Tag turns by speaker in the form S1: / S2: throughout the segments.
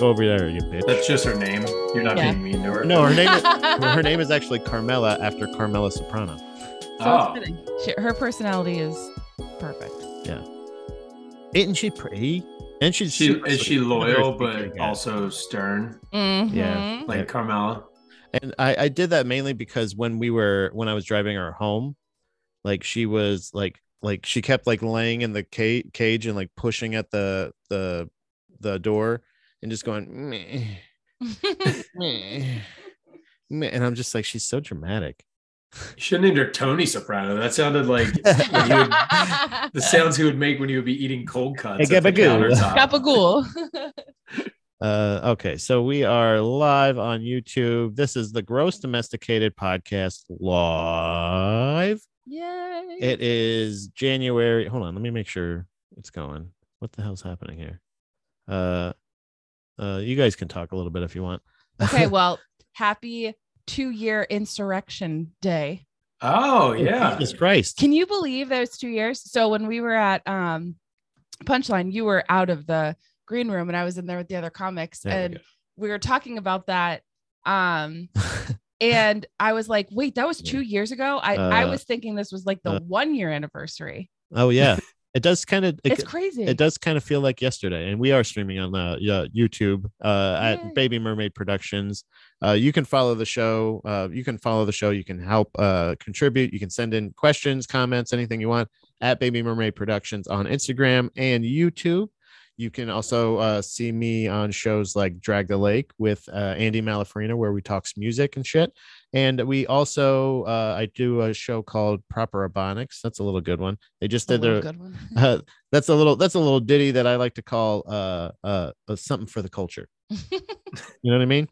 S1: over there, you bitch.
S2: That's just her name. You're not
S3: Yeah.
S2: being mean to her.
S4: No, her name her name is actually Carmela after Carmela Soprano.
S2: Ah,
S3: So it's fitting. She- her personality is perfect.
S4: Isn't she pretty? And she's
S2: she
S4: super
S2: is she
S4: sweet.
S2: loyal
S4: Very sweet
S2: but
S4: guy.
S2: also stern,
S3: Mhm.
S2: like
S4: Yeah.
S2: Carmela.
S4: And I, I did that mainly because when we were when I was driving her home, like she was like like she kept like laying in the ca- cage and like pushing at the the the door and just going meh, meh, meh. and I'm just like she's so dramatic.
S2: You should have named her Tony Soprano. That sounded like Like you would- the sounds he would make when he would be eating cold cuts.
S4: Hey,
S2: at the
S4: Gabagool.
S2: countertop.
S3: Gabagool.
S4: Uh, okay, so we are live on YouTube. This is the Gross Domesticated Podcast live.
S3: Yay.
S4: It is January. Hold on, let me make sure it's going. What the hell's happening here? Uh, uh, you guys can talk a little bit if you want.
S3: okay, well, happy two year insurrection day.
S2: Oh yeah.
S4: Jesus Christ.
S3: Can you believe those two years? So when we were at um Punchline, you were out of the green room and I was in there with the other comics
S4: There we
S3: and we were talking about that. Um and I was like, wait, that was
S4: Yeah.
S3: two years ago. I, I
S4: Uh,
S3: was thinking this was like the
S4: uh,
S3: one year anniversary.
S4: Oh yeah, it does kind of.
S3: It's
S4: It,
S3: crazy.
S4: it does kind of feel like yesterday, and we are streaming on uh, yeah, YouTube uh,
S3: Yay.
S4: at Baby Mermaid Productions. Uh, you can follow the show. Uh, you can follow the show. You can help uh, contribute. You can send in questions, comments, anything you want at Baby Mermaid Productions on Instagram and YouTube. You can also uh, see me on shows like Drag the Lake with uh, Andy Malafrina, where we talks music and shit. And we also, uh, I do a show called Proper Abonics. That's a little good one. They just
S3: A
S4: did
S3: little
S4: their
S3: good one.
S4: uh, that's a little that's a little ditty that I like to call uh, uh, uh something for the culture. you know what I mean?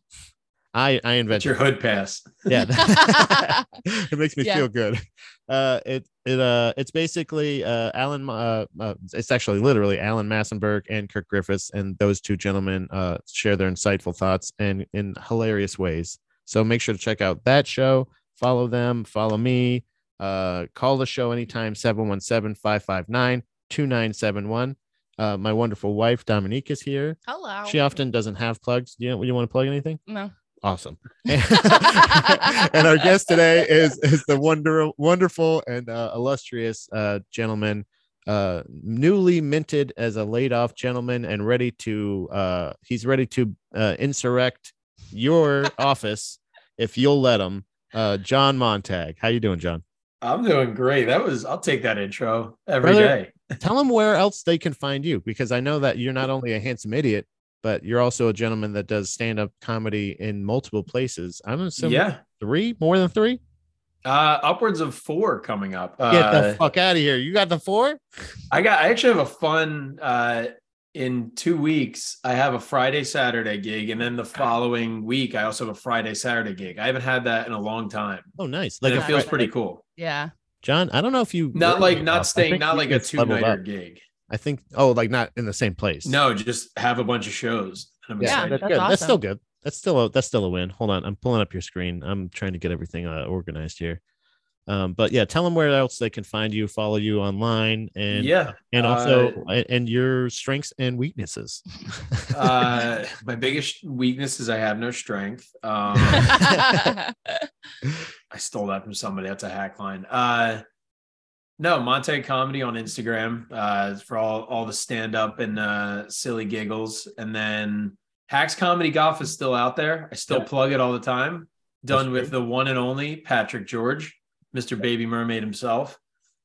S4: I I
S2: That's
S4: invented
S2: your hood pass.
S4: it. yeah. it makes me
S3: Yeah.
S4: feel good. Uh, it it uh it's basically uh Alan Ma- uh, uh it's actually literally Alan Massenberg and Kirk Griffiths and those two gentlemen uh share their insightful thoughts and in hilarious ways. So make sure to check out that show. Follow them. Follow me. Uh, call the show anytime 717-559-2971. Uh, my wonderful wife Dominique is here.
S3: Hello.
S4: She often doesn't have plugs. Do you, you want to plug anything?
S3: no.
S4: awesome. and our guest today is is the wonder wonderful and uh, illustrious uh, gentleman, uh, newly minted as a laid off gentleman and ready to uh, he's ready to uh, insurrect your office if you'll let him. Uh, John Montag, how you doing, John?
S2: I'm doing great. That was I'll take that intro every day.
S4: Brother- Tell them where else they can find you because I know that you're not only a handsome idiot. But you're also a gentleman that does stand-up comedy in multiple places. I'm assuming
S2: yeah.
S4: three, more than three.
S2: Uh upwards of four coming up.
S4: Get
S2: Uh,
S4: the fuck out of here. You got the four?
S2: I got I actually have a fun uh in two weeks. I have a Friday, Saturday gig, and then the following week I also have a Friday, Saturday gig. I haven't had that in a long time.
S4: Oh, nice.
S2: Like
S4: Like
S2: and
S4: a
S2: it feels
S4: Fri-
S2: pretty cool.
S3: Yeah.
S4: John, I don't know if you
S2: Not
S4: work
S2: like
S4: in
S2: not
S4: house. I
S2: staying,
S4: think
S2: not
S4: you
S2: like a
S4: just
S2: two
S4: leveled
S2: nighter
S4: up.
S2: gig.
S4: I think oh, like not in the same place.
S2: No, just have a bunch of shows. And I'm
S3: Yeah.
S4: that's
S2: excited.
S3: that's
S4: good. That's still
S3: awesome.
S4: good. That's still a that's still a win. Hold on. I'm pulling up your screen. I'm trying to get everything uh, organized here. Um, but yeah, tell them where else they can find you, follow you online, and
S2: yeah.
S4: and also
S2: uh,
S4: and- and your strengths and weaknesses.
S2: uh, my biggest weakness is I have no strength. Um, I stole that from somebody. That's a hack line. Uh, no, Monte Comedy on Instagram uh, for all all the stand up and uh, silly giggles, and then Hacks Comedy Golf is still out there. I still
S4: Yeah.
S2: plug it all the time. Done
S4: That's
S2: with the one and only Patrick George, Mister Baby Mermaid himself.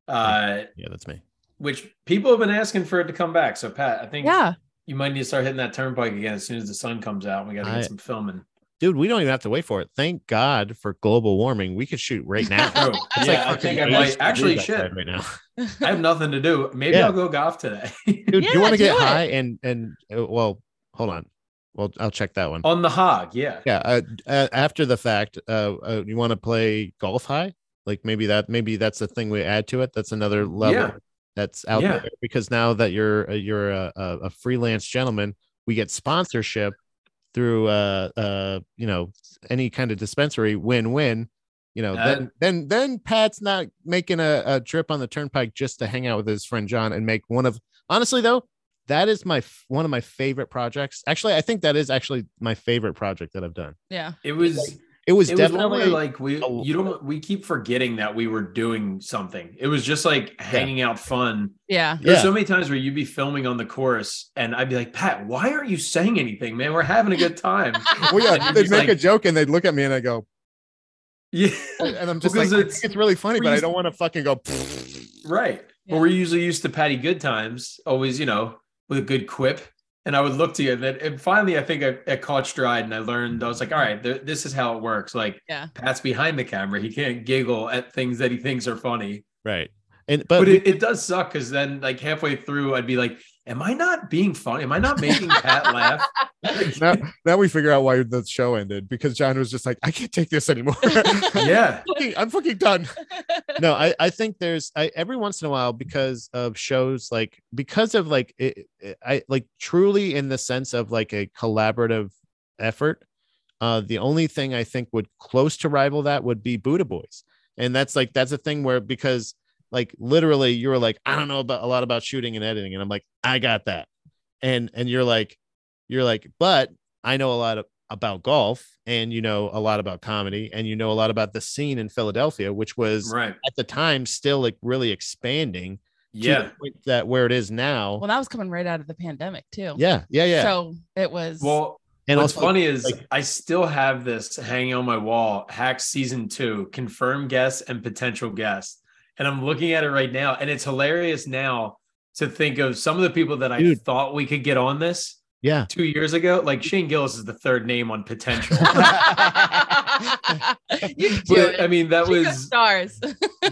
S2: Uh,
S4: yeah, that's me.
S2: which people have been asking for it to come back. So Pat, I think
S3: yeah.
S2: you might need to start hitting that turnpike again as soon as the sun comes out. We got to
S4: I-
S2: get some filming.
S4: Dude, we don't even have to wait for it. Thank God for global warming. We could shoot right now.
S2: Bro,
S4: It's
S2: Oh, yeah, I
S4: fucking
S2: think I
S4: 80
S2: might. Actually,
S4: degrees outside
S2: shit,
S4: right now.
S2: I have nothing to do. Maybe
S4: Yeah.
S2: I'll go golf today
S4: dude you
S3: Yeah,
S4: want to get
S3: do it.
S4: high and and uh, well hold on well i'll check that one
S2: on the hog. Yeah.
S4: yeah uh, uh, after the fact uh, uh you want to play golf high like maybe that maybe that's the thing we add to it that's another level
S2: Yeah.
S4: that's out
S2: Yeah.
S4: there because now that you're uh, you're a, a, a freelance gentleman we get sponsorship through uh uh you know any kind of dispensary win-win you know
S2: Uh,
S4: then then then pat's not making a, a trip on the turnpike just to hang out with his friend john and make one of honestly though that is my f- one of my favorite projects. Actually, I think that is actually my favorite project that I've done.
S3: Yeah.
S2: It was
S4: It was
S2: it was one
S4: definitely
S2: where like we
S4: a-
S2: you don't we keep forgetting that we were doing something. It was just like hanging out fun.
S3: Yeah.
S2: There's
S4: Yeah.
S2: so many times where you'd be filming on the chorus and I'd be like, Pat, why aren't you saying anything, man? We're having a good time.
S4: well, yeah,
S2: And
S4: they'd
S2: he's
S4: make a
S2: like-
S4: joke and they'd look at me and I go,
S2: yeah.
S4: and I'm just
S2: Because
S4: like, it's,
S2: it's-
S4: it's really funny, but I
S2: freeze-
S4: don't want to fucking go.
S2: Right.
S3: Yeah.
S2: Well, we're usually used to Patty Good times, always, you know, with a good quip. And I would look to you, and then and finally, I think I, I caught stride, and I learned. I was like, "All right, th- this is how it works." Like,
S3: Yeah.
S2: Pat's behind the camera; he can't giggle at things that he thinks are funny.
S4: Right. And
S2: But,
S4: but,
S2: it, it does suck because then, like halfway through, I'd be like, "Am I not being funny? Am I not making Pat laugh?"
S4: now, now we figure out why the show ended because John was just like, I can't take this anymore.
S2: Yeah,
S4: fucking- I'm fucking done. no, I, I think there's I, every once in a while because of shows like because of like it, it- I like truly in the sense of like a collaborative effort. Uh, the only thing I think would close to rival that would be Buddha Boys, and that's like that's a thing where because like literally you were like I don't know about a lot about shooting and editing, and I'm like I got that, and and you're like you're like but I know a lot of, about golf and you know a lot about comedy and you know a lot about the scene in Philadelphia, which was
S2: right.
S4: at the time still like really expanding to
S2: Yeah.
S4: the point that where it is now.
S3: Well, that was coming right out of the pandemic too.
S4: yeah, yeah, yeah.
S3: So it was.
S2: Well,
S4: and
S2: what's
S4: also
S2: funny is
S4: like-
S2: I still have this hanging on my wall. Hack season two, confirmed guest and potential guest, and I'm looking at it right now, and it's hilarious now to think of some of the people that I
S4: Dude.
S2: thought we could get on this
S4: yeah.
S2: two years ago. Like Shane Gillis is the third name on potential.
S3: you can do
S2: but
S3: it.
S2: I mean, that
S3: She got
S2: was
S3: stars.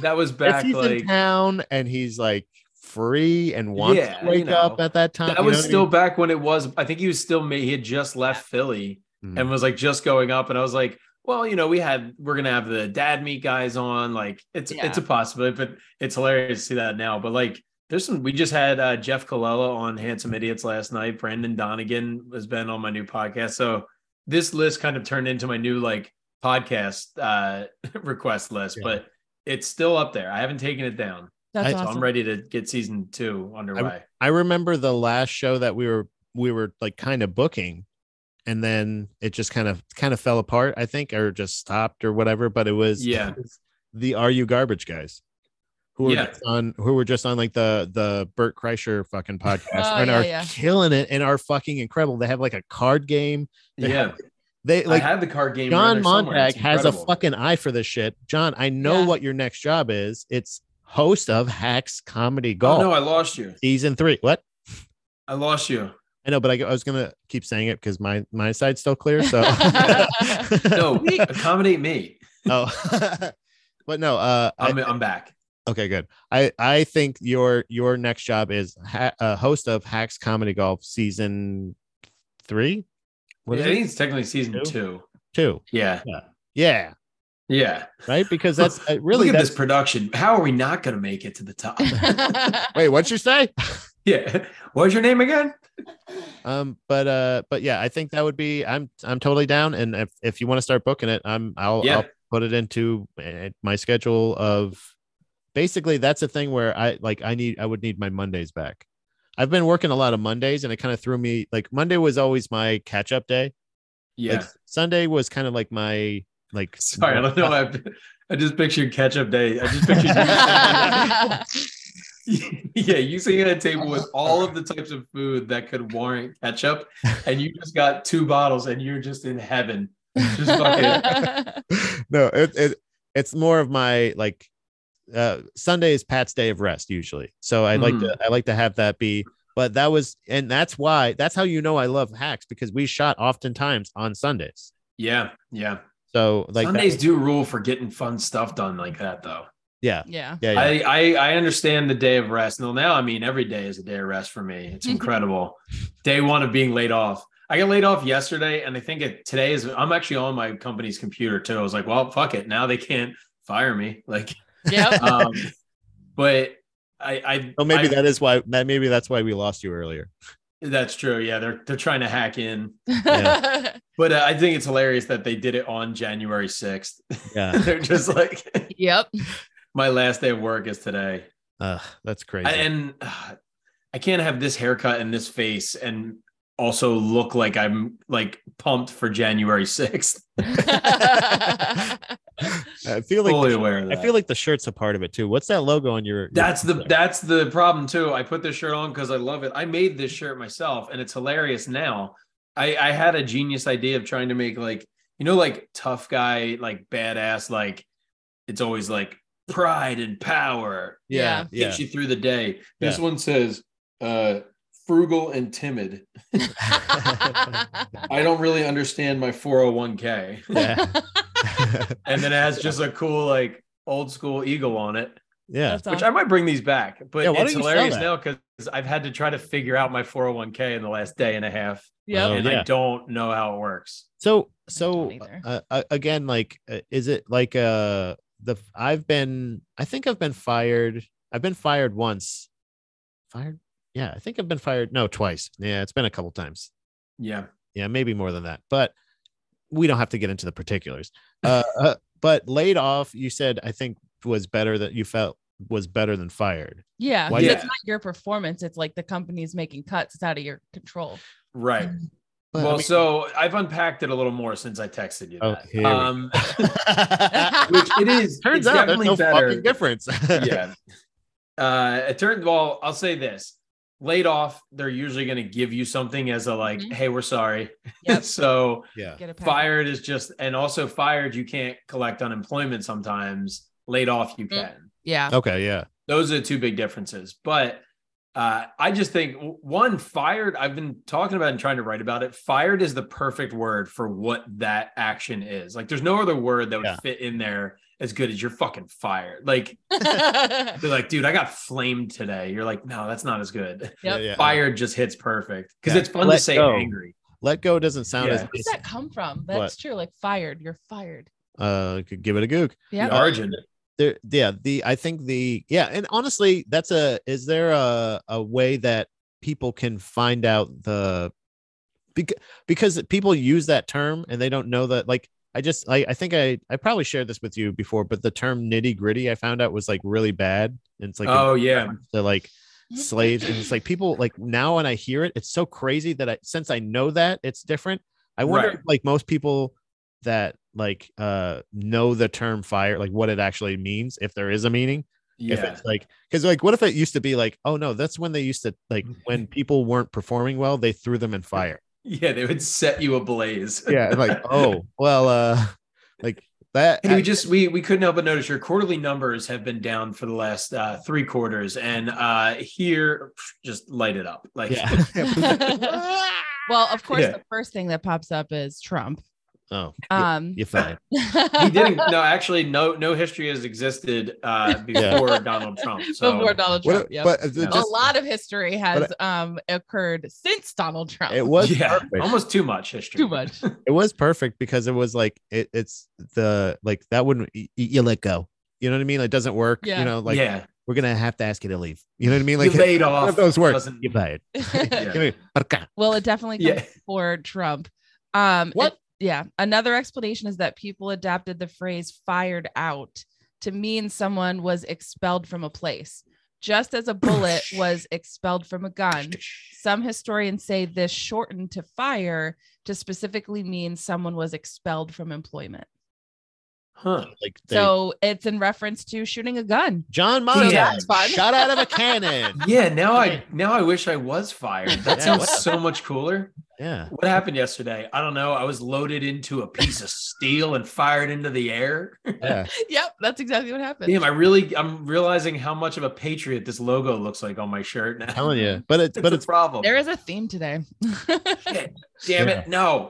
S2: that was
S4: If
S2: back
S4: he's
S2: like
S4: in town and he's like free and wants
S2: Yeah,
S4: to
S2: you
S4: wake up
S2: know.
S4: at that time.
S2: that
S4: Uh, you know
S2: was
S4: what I
S2: still
S4: mean?
S2: back when it was. I think he was still ma- he had just left Philly.
S4: Mm.
S2: and was like just going up and i was like well you know we had we're gonna have the dad meet guys on like it's
S3: Yeah.
S2: it's a possibility but it's hilarious to see that now but like there's some we just had uh, jeff colella on handsome idiots last night brandon donegan has been on my new podcast so this list kind of turned into my new like podcast uh request list
S4: Yeah.
S2: but it's still up there i haven't taken it down
S3: That's
S4: I-
S2: so
S3: awesome.
S2: i'm ready to get season two underway
S4: I remember the last show that we were we were like kind of booking and then it just kind of kind of fell apart, I think, or just stopped or whatever. But it was
S2: yeah
S4: the Are You Garbage guys. Who were
S2: Yeah.
S4: just on who were just on like the the Burt Kreischer fucking podcast
S3: Oh,
S4: and
S3: yeah,
S4: are
S3: yeah.
S4: killing it and are fucking incredible. They have like a card game. They
S2: yeah
S4: have- They
S2: i
S4: like
S2: have the card game
S4: John
S2: around there somewhere.
S4: Montag
S2: It's
S4: has a
S2: incredible.
S4: fucking eye for this shit. John, I know
S3: Yeah.
S4: what your next job is. It's host of Hacks Comedy
S2: oh
S4: Golf
S2: no i lost you
S4: season three. What?
S2: i lost you
S4: I know, but I, I was gonna keep saying it because my my side's still clear. So
S2: no, accommodate me.
S4: oh, but no. Uh, I-
S2: I'm, I'm back.
S4: okay, good. I I think your your next job is ha- uh, host of Hacks Comedy Golf season three. What
S2: I
S4: is
S2: think
S4: it?
S2: it's technically season
S4: Two?
S2: two.
S4: Two.
S2: Yeah,
S4: Yeah,
S2: yeah.
S4: right. Because that's uh, really.
S2: Look at
S4: That's,
S2: this production. How are we not going to make it to the top?
S4: wait, what'd you say?
S2: yeah. What's your name again?
S4: Um, but uh, but yeah, I think that would be. I'm I'm totally down. And if if you want to start booking it, I'm I'll,
S2: Yeah.
S4: Oh, I'll put it into uh, my schedule of. Basically, that's a thing where I like I need I would need my Mondays back. I've been working a lot of Mondays, and it kind of threw me like Monday was always my catch up day.
S2: Yeah.
S4: Like Sunday was kind of like my like.
S2: Sorry, I don't know. I, I just pictured ketchup day. I just pictured. you- yeah, you sitting at a table with all of the types of food that could warrant ketchup, and you just got two bottles, and you're just in heaven. Just fucking.
S4: no, it, it it's more of my like uh Sunday is Pat's day of rest usually. So I like
S2: Hmm.
S4: to I like to have that be but that was and that's why that's how you know I love hacks because we shot oftentimes on Sundays.
S2: Yeah, yeah.
S4: So like that-
S2: Sundays do rule for getting fun stuff done like that, though.
S4: yeah.
S3: yeah.
S4: Yeah, yeah.
S2: I, I I understand the day of rest. Well, now I mean every day is a day of rest for me. It's incredible. day one of being laid off. I got laid off yesterday, and I think it, today is. I'm actually on my company's computer too. I was like, well, fuck it. Now they can't fire me. Like,
S3: Yep.
S2: um, but I I
S4: oh, maybe
S2: I-
S4: that is why that maybe that's why we lost you earlier.
S2: that's true. Yeah, they're they're trying to hack in, but uh, I think it's hilarious that they did it on January 6th.
S4: Yeah.
S2: they're just like,
S3: yep.
S2: my last day of work is today.
S4: Uh, that's crazy.
S2: I, and uh, I can't have this haircut and this face and also look like I'm like pumped for January 6th.
S4: I feel like
S2: Fully aware of
S4: I
S2: that.
S4: feel like the shirt's a part of it too. What's that logo on your? your-
S2: that's the that's the problem too. I put this shirt on because I love it. I made this shirt myself and it's hilarious now. I, I had a genius idea of trying to make like, you know, like tough guy, like badass, like it's always like pride and power
S4: yeah yeah.
S2: gets you through the day. This one says uh frugal and timid. I don't really understand my 401k.
S4: Yeah.
S2: and then it has just a cool like old school eagle on it
S4: yeah.
S3: That's
S2: which i
S3: awesome.
S2: might bring these back but
S4: Yeah, why
S2: it's
S4: don't you sell
S2: hilarious
S4: that?
S2: now because i've had to try to figure out my 401k in the last day and a half
S3: Yep.
S4: Oh,
S2: and
S4: yeah.
S2: i don't know how it works
S4: So
S3: don't
S4: so
S3: either.
S4: uh, uh, again, like, uh, is it like uh the I've been I think I've been fired. I've been fired once. Fired? Yeah, I think I've been fired. No, twice. Yeah, it's been a couple times.
S2: yeah
S4: yeah maybe more than that but we don't have to get into the particulars uh, uh, but laid off you said i think was better that you felt was better than fired
S3: yeah.
S4: Why-
S3: 'cause
S2: Yeah.
S3: It's not your performance. It's like the company's making cuts. It's out of your control.
S2: right
S4: But, I
S2: well
S4: mean-
S2: so i've unpacked it a little more since i texted you
S4: Oh,
S2: that.
S4: here we-
S2: um which it is
S4: turns
S2: it's
S4: out there's
S2: definitely
S4: no
S2: better
S4: fucking difference
S2: yeah. Uh, it turned well. I'll say this: laid off, they're usually going to give you something as a like,
S3: Mhm.
S2: "Hey, we're sorry."
S3: Yep.
S2: so
S4: yeah
S3: Get a package.
S2: fired is just, and also fired, you can't collect unemployment sometimes. Laid off, you
S3: Mhm.
S2: can.
S3: Yeah.
S4: okay yeah
S2: Those are the two big differences. But uh, I just think w- one fired. I've been talking about and trying to write about it. Fired is the perfect word for what that action is. Like, there's no other word that would
S4: Yeah.
S2: fit in there as good as you're fucking fired. Like.
S3: yep.
S2: They're like, dude, I got flamed today. You're like, no, that's not as good.
S4: yeah, yeah.
S2: Fired just hits perfect because
S4: Yeah.
S2: it's fun
S4: Let
S2: to say
S4: go.
S2: angry.
S4: let go doesn't sound
S2: Yeah.
S4: as
S3: Where does that come from? That's
S4: What?
S3: true. Like fired. You're fired.
S4: uh could give it a gook
S3: Yeah.
S2: The origin.
S4: there yeah the i think the yeah and honestly that's a is there a, a way that people can find out the because because people use that term and they don't know that like i just i, I think i i probably shared this with you before but the term nitty gritty i found out was like really bad and it's like
S2: oh yeah.
S4: the like slaves and it's like people like now when i hear it it's so crazy that i since i know that it's different i wonder
S2: Right.
S4: if, like most people that like uh know the term fire like what it actually means if there is a meaning if
S2: Yeah.
S4: it's like because like what if it used to be like oh no that's when they used to like when people weren't performing well they threw them in fire
S2: Yeah. They would set you ablaze.
S4: yeah and like oh well uh like that
S2: Hey, we just we we couldn't help but notice your quarterly numbers have been down for the last uh three quarters and uh here pff, just light it up. Like
S4: yeah
S3: well, of course,
S2: Yeah.
S3: the first thing that pops up is Trump.
S4: oh
S3: Um,
S4: you're fine
S2: he didn't no actually no no history has existed uh before Donald Trump. So
S3: before Donald Trump.
S4: What-
S3: yeah.
S4: but uh,
S2: Yeah.
S4: just,
S3: a lot of history has um occurred since Donald Trump.
S4: it was
S2: yeah,
S4: perfect.
S2: almost too much history.
S3: too much.
S4: it was perfect because it was like it, it's the like that wouldn't y- y- you let go you know what i mean it doesn't work
S3: Yeah.
S4: you know like
S2: yeah,
S4: we're gonna have to ask you to leave you know what i mean like
S2: you laid
S4: none
S2: off
S4: of those work
S2: doesn't-
S4: you're fired
S2: Yeah.
S4: Give me- Parka.
S3: well, it definitely comes
S2: Yeah.
S3: before Trump. Um
S4: What?
S3: it- yeah. Another explanation is that people adapted the phrase fired out to mean someone was expelled from a place. Just as a bullet was expelled from a gun, some historians say this shortened to fire to specifically mean someone was expelled from employment.
S2: Huh.
S4: like they,
S3: So it's in reference to shooting a gun.
S4: john Monahan
S3: that's fun.
S4: shot out of a cannon
S2: Yeah, now I now I wish I was fired. That
S4: Yeah,
S2: sounds
S4: what-
S2: so much cooler.
S4: yeah
S2: What happened yesterday? I don't know. I was loaded into a piece of steel and fired into the air.
S4: yeah
S3: yep, that's exactly what happened.
S2: Damn, I really I'm realizing how much of a patriot this logo looks like on my shirt now.
S4: I'm telling you but it's but
S2: a
S4: it's
S2: problem.
S3: There is a theme today.
S2: Damn it, no.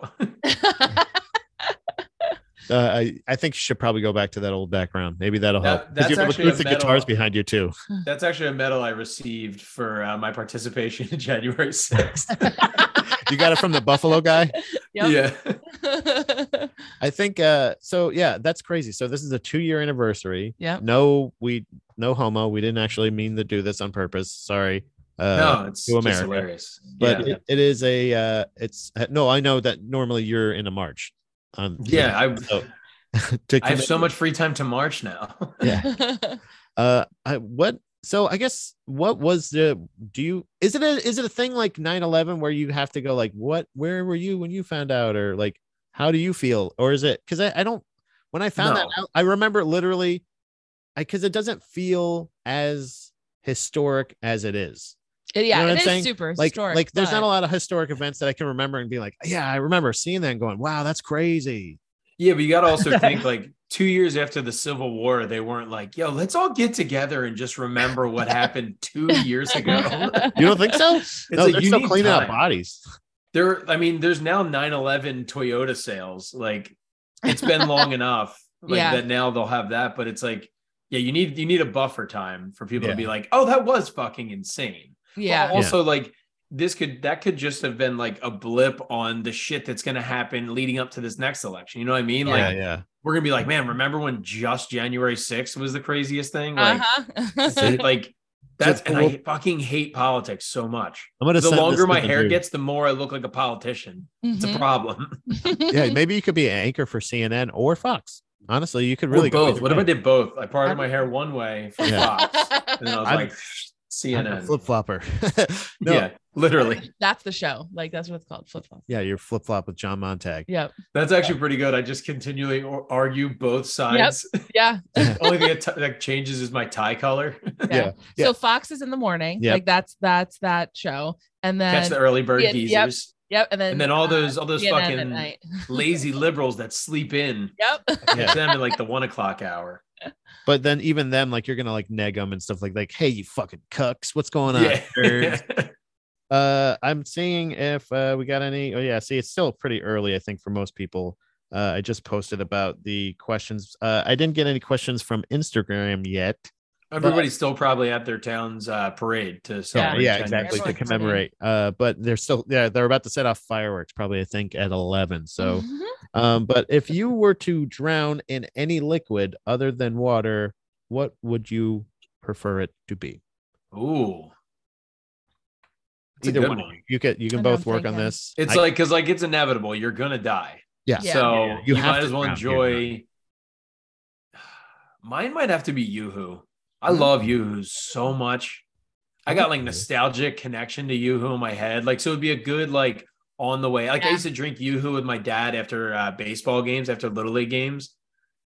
S4: uh, i i think you should probably go back to that old background maybe that'll
S2: That-
S4: help
S2: that's
S4: because you have
S2: actually
S4: acoustic
S2: a metal-
S4: guitars behind you too
S2: That's actually a medal I received for uh, my participation in January 6th.
S4: you got it from the buffalo guy
S2: Yeah.
S3: Yeah.
S4: I think uh so yeah, that's crazy. So this is a 2-year anniversary.
S3: Yep.
S4: No we no homo. We didn't actually mean to do this on purpose. Sorry. Uh
S2: no, it's
S4: to
S2: just
S4: America.
S2: hilarious.
S4: but
S2: yeah,
S4: it, it is a uh it's uh, no, I know that normally you're in a march. Um
S2: yeah I,
S4: So, to
S2: I
S4: commit-
S2: have so much free time to march now.
S4: Yeah. uh I, what so I guess what was the do you is it a is it a thing like 9-11 where you have to go like what where were you when you found out or like how do you feel or is it because I, I don't when I found
S2: No.
S4: that out I remember literally I because it doesn't feel as historic as it is
S3: It- yeah,
S4: know what I'm
S3: it is
S4: saying?
S3: super
S4: like
S3: historic.
S4: like there's not
S3: but-
S4: a lot of historic events that I can remember and be like yeah I remember seeing that and going wow that's crazy
S2: Yeah, but you got to also think like two years after the Civil War, they weren't like, yo, let's all get together and just remember what happened two years ago.
S4: you don't think so
S2: It's
S4: no they're still
S2: need
S4: cleaning up
S2: time.
S4: bodies
S2: There, I mean, there's now 9/11 Toyota sales. Like, it's been long enough. Like
S3: Yeah.
S2: that now they'll have that, but it's like, yeah, you need you need a buffer time for people
S4: Yeah.
S2: to be like, oh, that was fucking insane.
S3: yeah.
S2: Al- Also, like this could that could just have been like a blip on the shit that's gonna happen leading up to this next election. You know what I mean?
S4: yeah
S2: Like
S4: yeah
S2: we're gonna be like, man, remember when just January 6th was the craziest thing? Like,
S3: Uh-huh.
S2: like that's and I
S4: Well-
S2: fucking hate politics so much.
S4: I'm gonna
S2: The
S4: send this
S2: longer
S4: to
S2: my
S4: the
S2: hair
S4: dude.
S2: gets, the more I look like a politician. It's a
S3: Mhm.
S2: problem.
S4: yeah, maybe you could be an anchor for CNN or Fox. Honestly, you could
S2: Really
S4: really go
S2: both.
S4: either
S2: What if I
S4: way.
S2: did both? I parted my hair one way for
S4: Yeah.
S2: Fox, and then I was
S4: I'm-
S2: like,
S4: I'm a
S2: CNN.
S4: flip flopper? no, yeah.
S2: Yeah, literally.
S3: That's the show. Like that's what it's called, flip flop.
S4: you're flip flop with John Montag.
S3: Yep.
S2: That's actually pretty good. I just continually or- argue both sides.
S3: Yeah.
S2: Only thing that, t- that changes is my tie color.
S4: Yeah.
S3: So Fox is in the morning.
S4: Yep.
S3: Like that's that's that show. And
S2: Catch the
S3: then
S2: early bird
S3: yeah, yep.
S2: geezers,
S3: yep. And uh, then
S2: and then all those all those
S3: CNN at
S2: fucking
S3: night.
S2: lazy liberals that sleep in.
S3: Yep.
S2: Catch them at like the one o'clock hour.
S4: But then even them, like you're gonna like neg them and stuff like like, hey, you fucking cucks, what's going on?
S2: Yeah.
S4: nerds?" Uh, I'm seeing if uh, we got any. Oh yeah, see, it's still pretty early, I think, for most people. Uh, I just posted about the questions. Uh, I didn't get any questions from Instagram yet.
S2: Everybody's still probably at their town's uh, parade to
S4: Yeah,
S2: celebrate.
S4: yeah,
S2: Chinese
S4: exactly to
S2: New Year.
S3: Everyone's coming.
S4: commemorate. Uh, but they're still yeah, they're about to set off fireworks probably. I think at eleven. So.
S3: Mhm.
S4: Um, but if you were to drown in any liquid other than water, what would you prefer it to be?
S2: Ooh, That's a
S4: Either
S2: good
S4: one.
S2: one.
S4: You can you can
S3: I know,
S4: both
S3: I'm
S4: work on
S3: thinking.
S4: this.
S2: It's
S4: I-
S2: like because like it's inevitable. You're gonna die.
S4: yeah.
S3: Yeah.
S2: So
S4: Yeah, you
S2: you,
S4: have
S2: might
S4: to
S2: as well
S4: drown your
S2: enjoy. Mine might have to be YooHoo. I
S4: Mm-hmm.
S2: love YooHoo so much. I got like nostalgic connection to YooHoo in my head. Like so, it'd be a good like on the way. Like I
S3: Yeah.
S2: used to drink YooHoo with my dad after uh, baseball games, after little league games.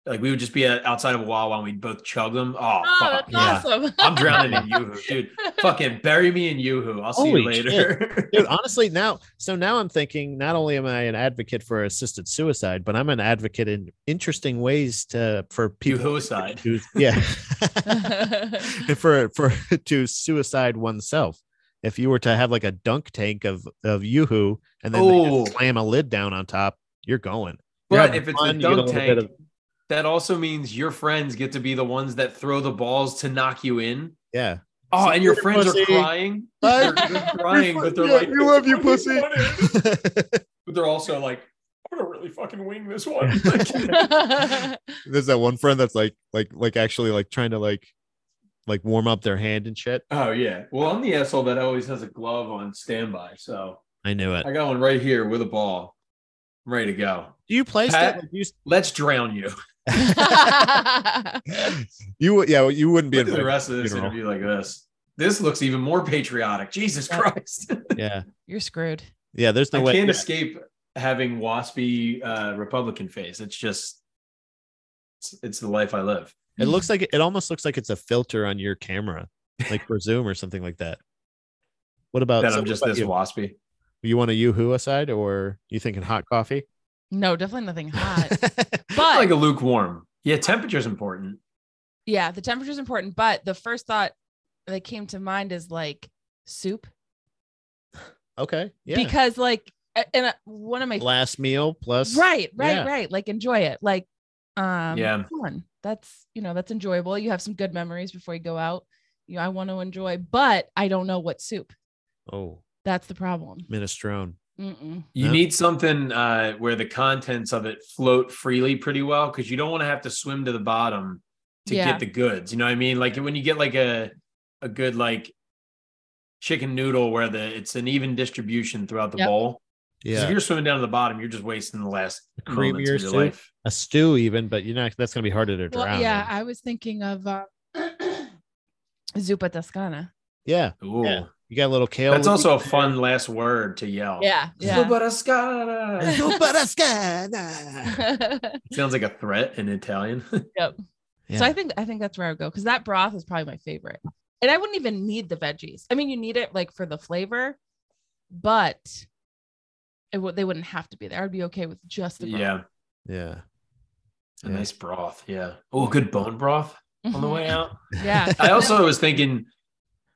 S2: Like we would just be at, outside of a Wawa and we'd both chug them. Oh,
S3: Oh,
S2: fuck.
S3: that's
S4: Yeah.
S3: awesome.
S2: I'm drowning in YooHoo, dude. Fucking bury me in YooHoo. I'll see
S4: Holy
S2: you later.
S4: Dude, honestly, now so now I'm thinking not only am I an advocate for assisted suicide, but I'm an advocate in interesting ways to for people
S2: YooHoo-cide.
S4: to yeah. And for for to suicide oneself. If you were to have like a dunk tank of of yoo-hoo and then they just
S2: Oh.
S4: slam a lid down on top, you're going. You're
S2: But
S4: having
S2: if it's
S4: fun,
S2: a
S4: you get a
S2: dunk
S4: little bit
S2: tank,
S4: of-
S2: that also means your friends get to be the ones that throw the balls to knock you in.
S4: Yeah.
S2: Oh, and your
S4: You're
S2: friends
S4: pussy.
S2: are crying. They're,
S4: But
S2: they're crying, but they're
S4: Yeah,
S2: like,
S4: we love you,
S2: "Fucking
S4: pussy."
S2: want it. But they're also like, I'm gonna really fucking wing this one.
S4: There's that one friend that's like, like, like actually like trying to like, like warm up their hand and shit.
S2: oh yeah. Well, I'm the asshole that always has a glove on standby, so
S4: I knew it.
S2: I got one right here with a ball. I'm ready to go.
S4: Do you play
S2: Pat-
S4: stuff? Like you,
S2: Let's drown you.
S4: you, would- yeah, you wouldn't be
S2: Look at the
S4: invited.
S2: rest of this
S4: funeral.
S2: interview like this. This looks even more patriotic. Jesus Christ.
S4: Yeah,
S3: You're screwed.
S4: yeah. There's no
S2: I
S4: way.
S2: can't
S4: yeah.
S2: escape having waspy uh, Republican face. It's just it's, it's the life I live.
S4: It looks like it almost looks like it's a filter on your camera, like for Zoom or something like that. What about
S2: that
S4: Uh, so
S2: I'm
S4: what
S2: just
S4: about
S2: this
S4: you?
S2: waspy.
S4: You want a yoo-hoo aside, or you thinking hot coffee?
S3: No, definitely nothing hot.
S2: I'm like
S3: But
S2: a lukewarm. Yeah, temperature's important.
S3: yeah, the temperature is important. But the first thought that came to mind is like soup
S4: okay, yeah.
S3: because like a- and uh, one of my
S4: Last meal plus
S3: right, right,
S4: yeah.
S3: right. Like enjoy it. Like um,
S2: Yeah.
S3: it's fun. That's you know that's enjoyable. You have some good memories before you go out. You know, I want to enjoy, but I don't know what soup.
S4: Oh,
S3: That's the problem.
S4: minestrone.
S3: Mm-mm.
S2: You
S4: Yeah.
S2: need something uh, where the contents of it float freely pretty well because you don't want to have to swim to the bottom to
S3: Yeah.
S2: get the goods. You know what I mean? Like when you get like a a good like chicken noodle where the it's an even distribution throughout the
S3: Yep.
S2: bowl. 'Cause
S4: Yeah,
S2: If you're swimming down to the bottom, you're just wasting the last
S4: creamier
S2: moments of your
S4: soup.
S2: life.
S4: a stew even, but you're not. That's gonna be harder to drown.
S3: Well, yeah,
S4: in.
S3: I was thinking of uh, Zupa Toscana.
S4: Yeah.
S2: Ooh.
S4: Yeah. You got a little kale.
S2: That's also a fun last word to
S4: Oh.
S2: yell.
S3: Yeah. Yeah.
S2: Zubarascada.
S4: Zubarascada.
S2: Sounds like a threat in Italian.
S4: Yeah.
S3: So I think I think that's where I would go because that broth is probably my favorite. And I wouldn't even need the veggies. I mean, you need it like for the flavor, but it would they wouldn't have to be there. I'd be okay with just the broth.
S2: yeah.
S4: yeah.
S2: A
S4: Yeah.
S2: nice broth. Yeah. Oh, good bone broth on the
S3: Mhm.
S2: way out.
S3: Yeah.
S2: I also was thinking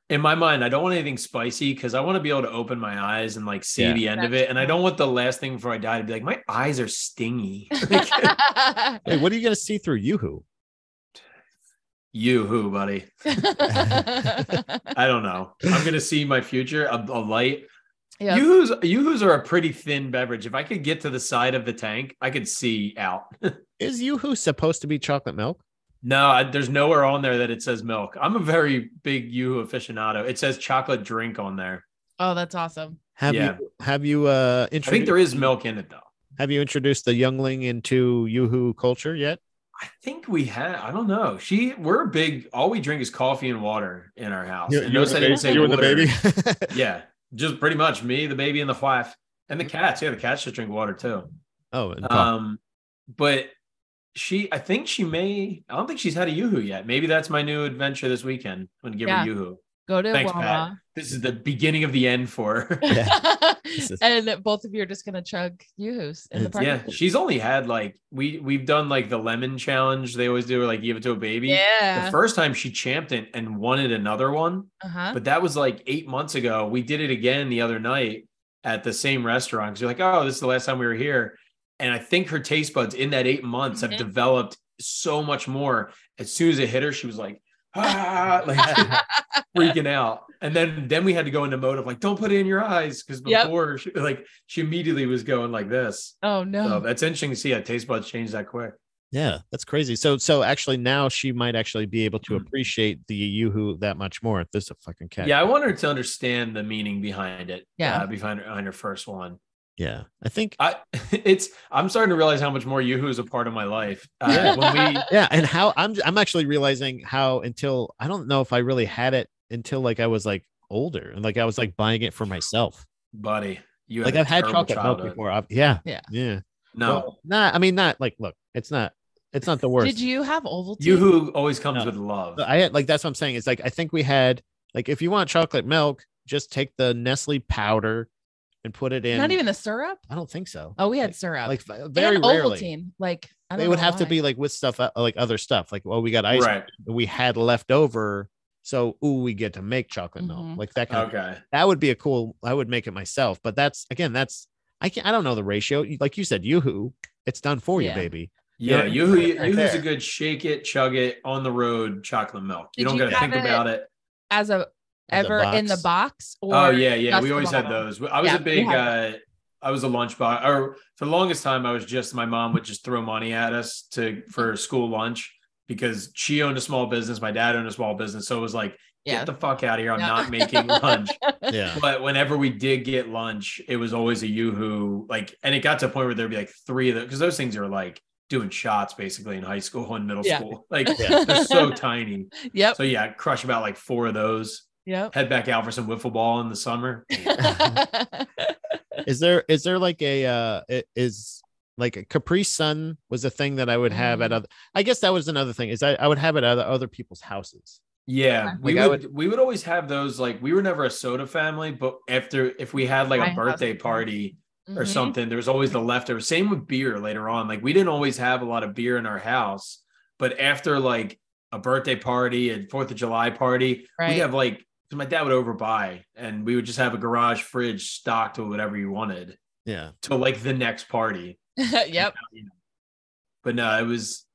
S2: in my mind, I don't want anything spicy because I want to be able to open my eyes and like see
S4: Yeah.
S2: the end of it. And I don't want the last thing before I die to be like, my eyes are stingy.
S4: Hey, what are you gonna see through Yoo-Hoo?
S2: you who, buddy? I don't know. I'm gonna see my future, a, a light.
S3: yeah.
S2: Yoo-hoos, yoo-hoos are a pretty thin beverage. If I could get to the side of the tank, I could see out.
S4: Is Yoo-Hoo supposed to be chocolate milk?
S2: No, I, there's nowhere on there that it says milk. I'm a very big yoo-hoo aficionado. It says chocolate drink on there.
S3: oh, that's awesome.
S4: Have
S2: Yeah.
S4: you have you uh
S2: I think
S4: introduced
S2: there is milk in it though.
S4: have you introduced the youngling into Yoo-Hoo culture yet?
S2: I think we had. I don't know. She. We're big. All we drink is coffee and water in our house. And notice I didn't say
S4: you and the
S2: water.
S4: baby.
S2: Yeah, just pretty much me, the baby, and the wife, and the cats. Yeah, the cats just drink water too.
S4: oh, and coffee.
S2: Um, but she. I think she may. I don't think she's had a yoo-hoo yet. Maybe that's my new adventure this weekend. I'm gonna give
S3: Yeah.
S2: her a yoo-hoo.
S3: Go to
S2: Thanks,
S3: Wawa.
S2: This is the beginning of the end for her.
S4: This is-
S3: and both of you are just gonna chug yoo-hoos in the
S4: It's-
S3: park.
S2: yeah, she's only had like we we've done like the lemon challenge. They always do where, like give it to a baby. The
S3: Yeah.
S2: first time she champed it and wanted another one.
S3: Uh-huh.
S2: But that was like eight months ago. We did it again the other night at the same restaurant. Cause you're like, oh, this is the last time we were here. And I think her taste buds in that eight months
S3: Mhm.
S2: have developed so much more. As soon as it hit her, she was like, ah, like freaking out. And then then we had to go into mode of like, don't put it in your eyes. Cause
S3: Yep.
S2: before she, like she immediately was going like this.
S3: Oh
S2: So
S3: no.
S2: that's interesting to see how taste buds change that quick.
S4: Yeah, that's crazy. So, so actually, now she might actually be able to
S2: Mhm.
S4: appreciate the yoo-hoo that much more. This is a fucking cat.
S2: Yeah, I want her to understand the meaning behind it.
S3: Yeah.
S2: uh, behind, behind her first one.
S4: yeah. I think.
S2: I it's I'm starting to realize how much more Yoo-Hoo is a part of my life. Uh,
S4: Yeah.
S2: when we
S4: Yeah, and how I'm I'm actually realizing how until I don't know if I really had it until like I was like older and like I was like buying it for myself.
S2: buddy, you
S4: Like
S2: a
S4: I've had
S2: terrible
S4: chocolate milk
S2: childhood.
S4: before. I've- yeah,
S3: Yeah.
S4: yeah.
S2: No.
S4: Well, not. I mean, not like look. It's not. It's not the worst.
S3: Did you have Ovaltine?
S2: Yoo-Hoo always comes
S4: No.
S2: with love.
S4: But I had like that's what I'm saying. It's like I think we had like if you want chocolate milk, just take the Nestle powder and put it in.
S3: Not even the syrup.
S4: I don't think so.
S3: Oh, we had syrup.
S4: like f- very
S3: and
S4: rarely.
S3: Ovaltine. Like I don't
S4: They would
S3: know
S4: have to
S3: why.
S4: be like with stuff uh, like other stuff. Like well, we got ice
S2: Right.
S4: that we had left over, so ooh, we get to make chocolate
S3: Mhm.
S4: milk. Like that kind of,
S2: Okay.
S4: that would be a cool. I would make it myself, but that's again, that's I can not I don't know the ratio. You- Like you said, yoo-hoo, it's done for
S3: Yeah.
S4: you, baby.
S2: Yeah,
S4: Yeah,
S2: Yoo-Hoo
S4: right
S2: Yoo-Hoo's a
S4: there.
S2: good shake it, chug it on the road chocolate milk. You
S3: Did
S2: don't
S3: you
S2: got to think
S3: have it
S2: about it.
S3: as a
S4: As a
S3: ever in the
S4: box.
S3: box. Or
S2: Oh yeah, yeah.
S3: just
S2: We
S3: the
S2: always had
S3: bottle.
S2: those. I was
S3: Yeah,
S2: a
S3: we
S2: big
S3: had
S2: uh I was a lunchbox or for the longest time I was just my mom would just throw money at us to for school lunch because she owned a small business, my dad owned a small business. So it was like,
S3: Yeah.
S2: get the fuck out of here. I'm
S3: Yeah.
S2: not making lunch.
S4: Yeah,
S2: But whenever we did get lunch, it was always a yoo-hoo. Like, and it got to a point where there'd be like three of those because those things are like doing shots basically in high school and middle
S3: Yeah.
S2: school. Like
S4: Yeah.
S2: they're so tiny.
S3: yep.
S2: So yeah, crush about like four of those.
S3: yep.
S2: Head back out for some wiffle ball in the summer.
S3: Mm-hmm.
S4: is there is there like a uh i- is like a Capri Sun was a thing that I would have at
S3: Mm.
S4: other. I guess that was another thing is I, I would have it at other- other people's houses.
S2: Yeah, we
S4: Like, I
S2: would, we would always have those like we were never a soda family, but after if we had like
S3: My
S2: a
S3: house
S2: birthday
S3: was.
S2: party or
S3: Mhm.
S2: something, there was always the leftover. Same with beer later on. Like we didn't always have a lot of beer in our house, but after like a birthday party and Fourth of July party,
S3: Right.
S2: we'd have like 'cause my dad would overbuy and we would just have a garage fridge stocked with whatever you wanted
S4: Yeah,
S2: till like the next party.
S3: yep.
S2: But no, it was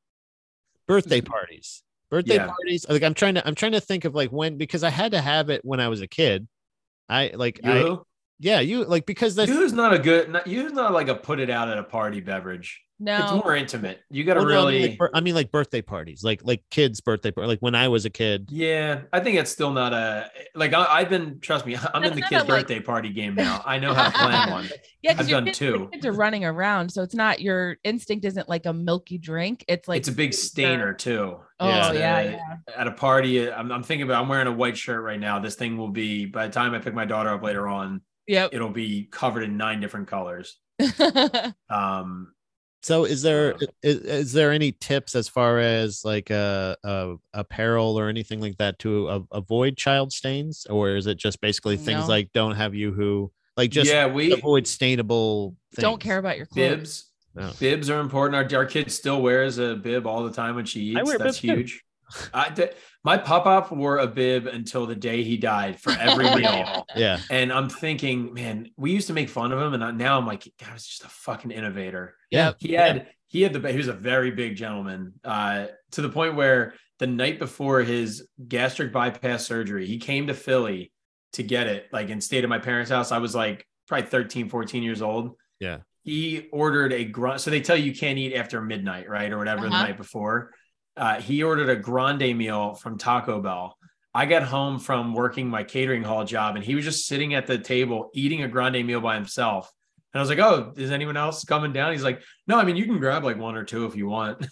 S4: birthday
S3: Mm.
S4: parties, birthday
S2: Yeah.
S4: parties. Like I'm trying to I'm trying to think of like when because I had to have it when I was a kid. I like I
S2: you.
S4: yeah, you like because that's
S2: Yu's not a good. Not, Yu's not like a put it out at a party beverage. It's
S3: No,
S2: more intimate. You got to
S4: Well, no, I mean,
S2: really.
S4: like, bir- I mean, like birthday parties, like like kids' birthday party. Like when I was a kid,
S2: yeah, I think it's still not a like. I, I've been, trust me, I'm in
S3: That's
S2: the
S3: not
S2: kid
S3: a, like-
S2: birthday party game now. I know how to plan one.
S3: yeah,
S2: I've
S3: because your
S2: done
S3: kids,
S2: two.
S3: your kids are running around, so it's not your instinct isn't like a milky drink. It's like
S2: it's a big stainer too.
S3: Oh
S4: Yeah.
S3: yeah, yeah.
S2: Uh, At a party, I'm, I'm thinking about. I'm wearing a white shirt right now. This thing will be by the time I pick my daughter up later on.
S3: Yep.
S2: It'll be covered in nine different colors. Um,
S4: so is there
S2: Yeah.
S4: is, is there any tips as far as like uh, uh apparel or anything like that to a- avoid child stains, or is it just basically things
S3: No.
S4: like don't have you who like just
S2: yeah, we
S4: avoid stainable? Things?
S3: Don't care about your clothes.
S2: bibs.
S4: No.
S2: Bibs are important. Our, our kid still wears a bib all the time when she eats.
S4: I wear bibs,
S2: That's
S4: too.
S2: huge. I d- my pop up wore a bib until the day he died for every meal.
S4: Yeah,
S2: And I'm thinking, man, we used to make fun of him, and I- now I'm like, God, was just a fucking innovator.
S4: yeah.
S2: He had he had the he was a very big gentleman uh, to the point where the night before his gastric bypass surgery, he came to Philly to get it, like and stayed at my parents' house. I was like probably 13, 14 years old.
S4: Yeah.
S2: He ordered a grunt. So they tell you you can't eat after midnight, right? Or whatever the
S3: Uh-huh.
S2: night before. Uh, he ordered a grande meal from Taco Bell. I got home from working my catering hall job and he was just sitting at the table eating a grande meal by himself. And I was like, Oh, is anyone else coming down? He's like, No, I mean, you can grab like one or two if you want.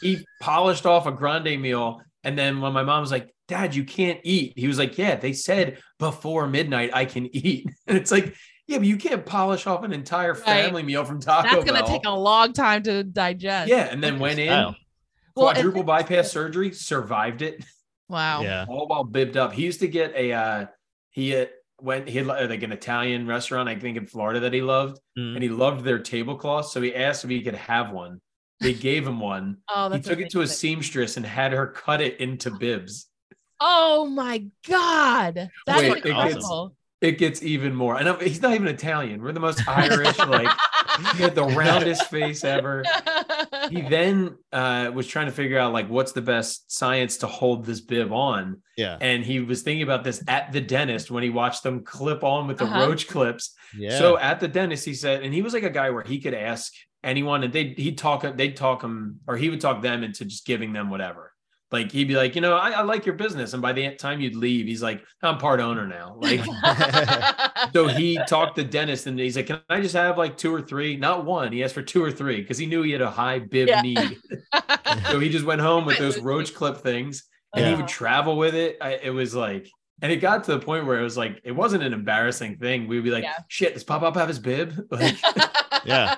S2: he polished off a grande meal. And then when my mom was like, Dad, you can't eat, he was like, Yeah, they said before midnight I can eat. And it's like, Yeah, but you can't polish off an entire
S3: Right.
S2: family meal from Taco
S3: That's
S2: Bell.
S3: gonna take a long time to digest.
S2: yeah, and then went in
S4: Style.
S3: Well, and-
S2: quadruple bypass surgery, survived it
S3: Wow.
S4: Yeah,
S2: all while bibbed up. He used to get a uh, he uh, went he had uh, like an Italian restaurant I think in Florida that he loved,
S4: Mhm.
S2: and he loved their tablecloth, so he asked if he could have one. They gave him one.
S3: Oh,
S2: he
S3: that's
S2: took it to a
S3: amazing.
S2: seamstress and had her cut it into bibs.
S3: Oh my god, that's
S2: Wait,
S3: like
S2: it
S4: gets-
S3: awful.
S2: It gets even more. And I'm, he's not even Italian. We're the most Irish. like he had the roundest face ever. He then uh, was trying to figure out like what's the best science to hold this bib on.
S4: yeah,
S2: and he was thinking about this at the dentist when he watched them clip on with the
S3: Uh-huh.
S2: roach clips.
S4: yeah.
S2: So at the dentist, he said, and he was like a guy where he could ask anyone, and they he'd talk, they'd talk him, or he would talk them into just giving them whatever. Like he'd be like, you know, I, I like your business, and by the time you'd leave, he's like, I'm part owner now. Like, so he talked to dentist, and he's like, can I just have like two or three? Not one. He asked for two or three because he knew he had a high bib
S3: Yeah.
S2: need. So he just went home with those roach clip things and he
S4: Yeah.
S2: would travel with it. I, it was like, and it got to the point where it was like, it wasn't an embarrassing thing. We'd be like,
S3: Yeah.
S2: shit, does Pop Up have his bib? Like,
S4: Yeah.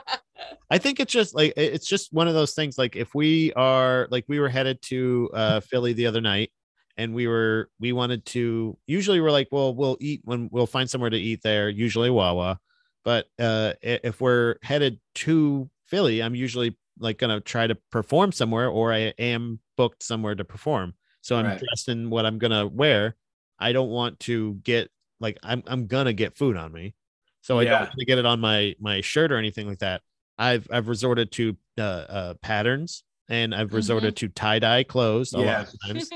S4: I think it's just like it- it's just one of those things. Like if we are like we were headed to uh, Philly the other night, and we were we wanted to. Usually we're like, well, we'll eat when we'll find somewhere to eat there. Usually Wawa, but uh, i- if we're headed to Philly, I'm usually like gonna try to perform somewhere, or I am booked somewhere to perform. So I'm
S2: Right.
S4: dressed in what I'm gonna wear. I don't want to get like I'm I'm gonna get food on me. So I
S2: Yeah.
S4: don't want to get it on my my shirt or anything like that. I've I've resorted to uh, uh, patterns and I've resorted to tie dye clothes a lot of times,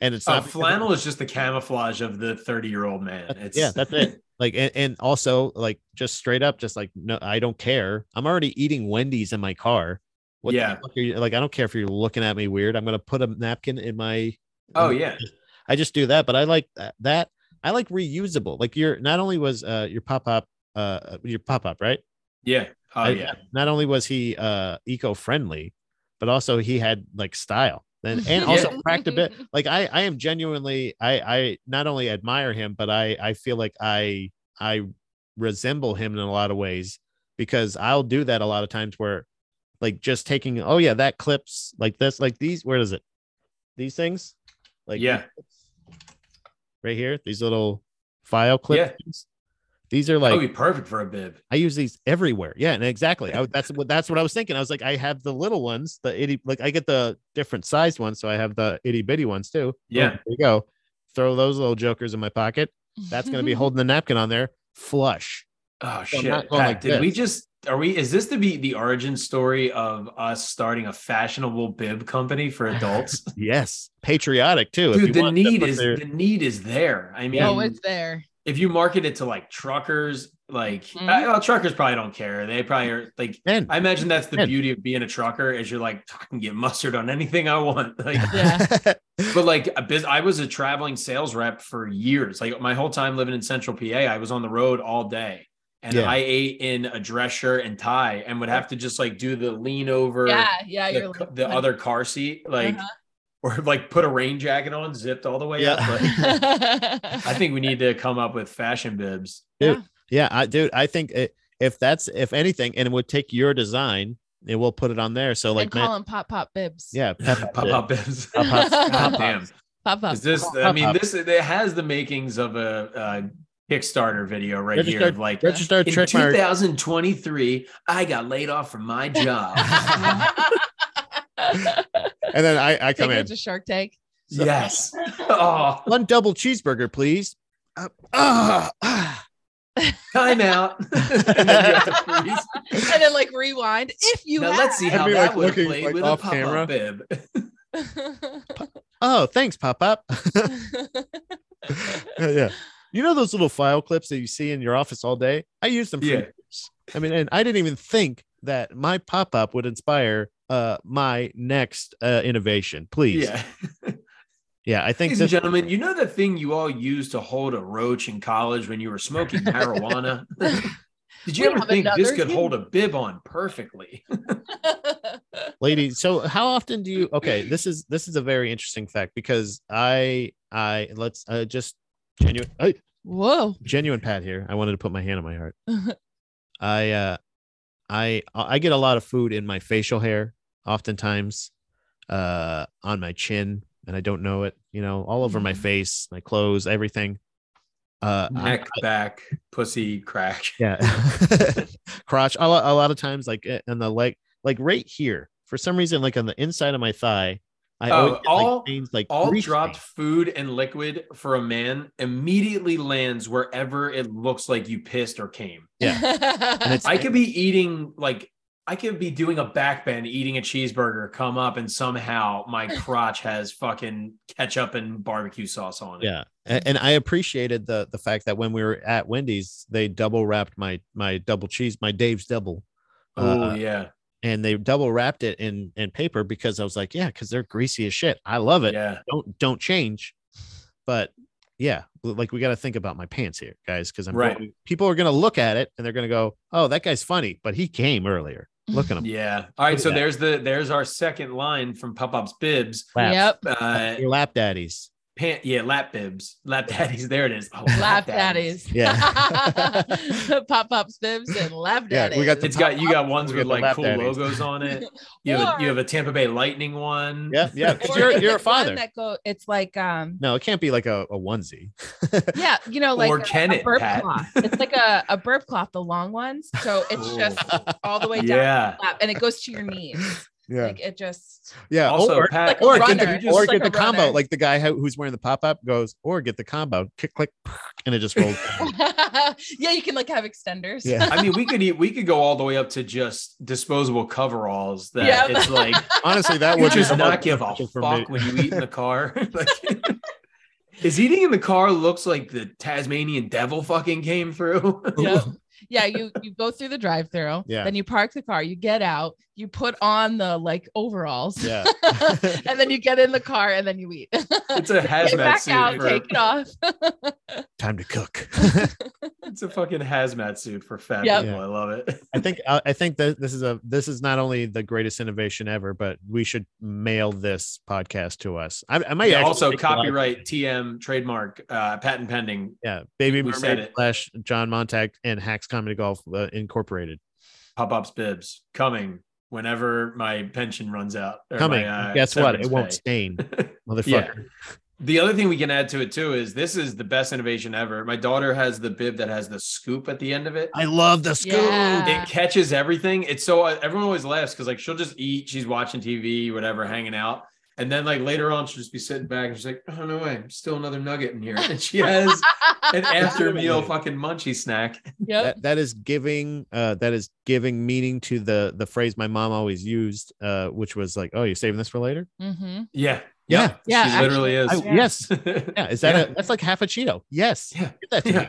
S4: and it's
S2: uh,
S4: not because-
S2: flannel is just the camouflage of the 30 year old man. It's,
S4: yeah, that's it. Like and, and also like just straight up, just like no, I don't care. I'm already eating Wendy's in my car. What the
S2: Yeah.
S4: fuck are you, like I don't care if you're looking at me weird. I'm gonna put a napkin in my. um,
S2: oh, yeah.
S4: I just do that, but I like that. that I like reusable. Like your not only was uh your pop up uh your pop up right.
S2: Yeah. Oh,
S4: I-
S2: yeah.
S4: not only was he uh eco-friendly but also he had like style and, and
S3: Yeah.
S4: also practical like i i am genuinely i i not only admire him but i i feel like i i resemble him in a lot of ways because i'll do that a lot of times where like just taking oh yeah that clips like this like these where is it these things like
S2: Yeah.
S4: right here these little file clip
S2: Yeah.
S4: things. these are like
S2: oh, be perfect for a bib.
S4: I use these everywhere. Yeah, and exactly. I, that's what that's what I was thinking. I was like, I have the little ones, the itty like I get the different sized ones, so I have the itty bitty ones too.
S2: Yeah.
S4: Boom, there you go. Throw those little jokers in my pocket. That's gonna be holding the napkin on there. Flush.
S2: Oh,
S4: So I'm
S2: shit.
S4: not going
S2: Pat,
S4: like
S2: did we
S4: this.
S2: just, are we, is this to be the origin story of us starting a fashionable bib company for adults?
S4: Yes, patriotic too. if you
S2: Dude, the
S4: want to
S2: need
S4: put
S2: is
S4: their-
S2: the need is there. I mean,
S3: Oh, it's there.
S2: if you market it to like truckers, like
S3: Mhm.
S2: I- well, truckers probably don't care. They probably are like.
S4: And
S2: I imagine that's the
S4: Man.
S2: beauty of being a trucker is you're like I can get mustard on anything I want. Like,
S3: Yeah.
S2: but like a bus- I was a traveling sales rep for years. Like my whole time living in Central PA, I was on the road all day, and
S4: Yeah.
S2: I ate in a dress shirt and tie, and would have to just like do the lean over
S3: yeah, yeah,
S2: the,
S3: you're
S2: ca-
S3: like, Uh-huh.
S2: the other car seat, like or like put a rain jacket on, zipped all the way
S4: Yeah.
S2: up. Like, I
S3: I
S2: think we need to come up with fashion bibs.
S4: yeah, I dude, I think it, if that's if anything, and it would take your design and we'll put it on there. So like,
S3: and call
S4: man,
S3: them pop pop bibs.
S4: yeah, Peppa
S2: Pop
S4: Pig.
S2: up bibs.
S4: Pop Pops.
S2: God
S4: Pop
S2: damn.
S3: Pop pop.
S2: Is this? I
S4: Pop
S2: mean,
S4: Pops.
S2: this it has the makings of a, a Kickstarter video right here.
S4: Registered-
S2: Of like
S4: Register
S2: in
S4: trick mark.
S2: 2023, I got laid off from my job.
S4: And then I, I come
S3: Take
S4: in.
S3: it to Shark Tank.
S2: yes. Oh,
S4: One double cheeseburger, please. Uh, ah, ah.
S2: time out. and then you have to freeze.
S3: and then like rewind if you
S2: Now
S3: had.
S2: let's see how
S4: I'd be,
S2: that
S4: like,
S2: would
S4: looking,
S2: play
S4: like,
S2: with
S4: off
S2: a pop
S4: camera.
S2: up bib.
S4: Oh, thanks, Pop Up. yeah. You know those little file clips that you see in your office all day? I use them for
S2: Yeah.
S4: years. I mean, and I didn't even think that my pop up would inspire uh my next uh innovation. Please. Yeah,
S2: Yeah.
S4: I think
S2: Ladies and
S4: this,
S2: gentlemen, you know that thing you all used to hold a roach in college when you were smoking marijuana? Did you
S3: We
S2: ever
S3: have
S2: think this
S3: another
S2: could
S3: you.
S2: hold a bib on perfectly?
S4: lady. So how often do you okay? This is this is a very interesting fact because I I let's uh just genuine uh, hey,
S3: Whoa.
S4: genuine pat here. I wanted to put my hand on my heart. I uh I I get a lot of food in my facial hair oftentimes uh on my chin and I don't know it, you know, all over my
S3: Mhm.
S4: face, my clothes, everything. Uh I-
S2: Neck, back, pussy, crack.
S4: yeah. Crotch a lot, a lot of times like uh, on the leg like right here for some reason like on the inside of my thigh I
S2: Oh,
S4: always get, like,
S2: all-
S4: stains, like
S2: All
S4: grease
S2: dropped
S4: stains.
S2: food and liquid for a man immediately lands wherever it looks like you pissed or came.
S4: Yeah. it's-
S2: I could be eating like I could be doing a backbend, eating a cheeseburger, come up, and somehow my crotch has fucking ketchup and barbecue sauce on it.
S4: Yeah. A- And I appreciated the the fact that when we were at Wendy's, they double wrapped my my double cheese, my Dave's double.
S2: Oh
S4: uh,
S2: yeah.
S4: and they double wrapped it in in paper because I was like, yeah, because they're greasy as shit. I love it.
S2: Yeah.
S4: Don't don't change. But yeah, like we got to think about my pants here, guys, because I'm
S2: Right.
S4: going- people are gonna look at it and they're gonna go, oh, that guy's funny, but he came earlier. Look at him.
S2: Yeah. All right.
S4: um, Look
S2: So
S4: at that.
S2: there's the there's our second line from Pop Pop's bibs.
S4: Laps.
S3: Yep.
S2: Uh
S4: Your lap daddies.
S2: pant yeah, lap bibs. Lap daddies. There it is. Oh,
S3: Lap daddies.
S4: Yeah.
S3: pop pop bibs and lap
S4: Yeah,
S3: daddies.
S4: we got the-
S2: It's got you got ones
S4: We got
S2: with
S4: the
S2: like
S4: lap
S2: cool
S4: daddies.
S2: logos on it. You have, a, you
S3: Or-
S2: have a Tampa Bay Lightning one.
S4: Yeah, yeah. 'cause
S3: Or
S4: you're
S3: the
S4: you're a
S3: one
S4: father.
S3: That go, it's like um
S4: No, it can't be like a, a onesie.
S3: yeah, you know, like
S2: or can
S3: a
S2: it,
S3: burp
S2: Pat?
S3: cloth. It's like a, a burp cloth, the long ones. So it's
S2: Ooh.
S3: just all the way down
S2: yeah.
S3: the lap, and it goes to your knees.
S4: Yeah.
S3: Like it just
S4: Yeah.
S2: Also,
S4: or,
S2: Pat,
S3: like a
S2: or
S3: runner.
S2: could you just
S4: or
S3: like
S4: get
S3: a
S4: the combo.
S3: runner.
S4: Like the guy who- who's wearing the pop up goes, or get the combo, click, click, and it just rolls. down.
S3: yeah, you can like have extenders.
S4: yeah.
S2: I mean, we could eat, we could go all the way up to just disposable coveralls that
S3: Yep.
S2: it's like
S4: Honestly, that
S2: I would
S4: would be the
S2: just
S4: most
S2: not give a
S4: beneficial for me.
S2: fuck when you eat in the car. like, is eating in the car looks like the Tasmanian devil fucking came through?
S3: Yep. Yeah, you you go through the drive through,
S4: Yeah.
S3: then you park the car, you get out, you put on the like overalls,
S4: Yeah.
S3: and then you get in the car and then you eat.
S2: It's a
S3: get
S2: hazmat
S3: back
S2: suit.
S3: out,
S2: for,
S3: take it off.
S4: Time to cook.
S2: It's a fucking hazmat suit for fat
S3: Yep.
S2: people. I love it.
S4: I think I I think that this is a this is not only the greatest innovation ever, but we should mail this podcast to us. I, I might
S2: Yeah,
S4: actually
S2: also,
S4: make a lot of-
S2: copyright TM trademark uh, patent pending.
S4: Yeah, Baby
S2: We said
S4: Mermaid
S2: it.
S4: slash John Montag and Hacks Comedy Golf uh, Incorporated
S2: Pop ups bibs coming whenever my pension runs out. or
S4: coming.
S2: my, uh,
S4: Guess what? It
S2: severance
S4: won't
S2: pay.
S4: stain, motherfucker.
S2: The other thing we can add to it too is this is the best innovation ever. My daughter has the bib that has the scoop at the end of it.
S4: I love the scoop.
S3: Yeah.
S2: It catches everything. It's so everyone always laughs because like she'll just eat, she's watching TV, whatever, hanging out, and then like later on she'll just be sitting back and she's like, "Oh no way, still another nugget in here," and she has an after meal fucking munchie snack.
S3: yep.
S4: That, that is giving uh that is giving meaning to the the phrase my mom always used uh which was like oh you're saving this for later
S3: Mm-hmm.
S2: Yeah, Yep.
S4: Yeah,
S2: She
S3: yeah,
S2: literally is.
S4: I-
S3: Yeah.
S4: yes. Yeah, is that
S2: Yeah.
S4: a, that's like half a Cheeto? Yes.
S2: Yeah.
S4: Get that to me.
S2: yeah.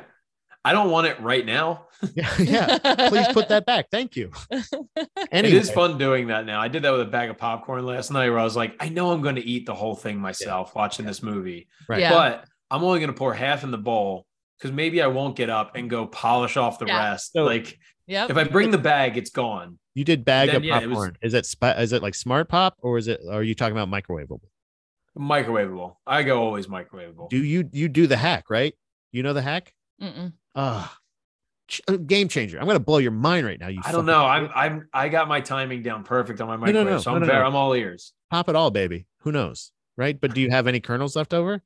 S2: I don't want it right now.
S4: Yeah. yeah. Please put that back. Thank you. Anyway,
S2: It is fun doing that now. I did that with a bag of popcorn last night where I was like, I know I'm going to eat the whole thing myself watching this movie,
S4: Right.
S3: Yeah.
S2: but I'm only going to pour half in the bowl because maybe I won't get up and go polish off the
S3: Yeah.
S2: rest.
S4: So-
S2: like
S3: yep.
S2: if I bring the bag, it's gone.
S4: You did bag
S2: Then,
S4: of
S2: yeah, it was-
S4: popcorn. is it spa- is it like smart pop or is it are you talking about microwavable?
S2: Microwavable. I go always microwavable.
S4: Do you you do the hack, right? You know the hack?
S3: Mm-mm.
S4: Ah. ch- uh, game changer. I'm going to blow your mind right now. You
S2: I
S4: fucking-
S2: don't know. I'm I'm I got my timing down perfect on my
S4: no,
S2: microwave,
S4: no,
S2: so
S4: no,
S2: I'm
S4: no,
S2: very,
S4: no.
S2: I'm all ears.
S4: Pop it all, baby. Who knows? Right? But do you have any kernels left over?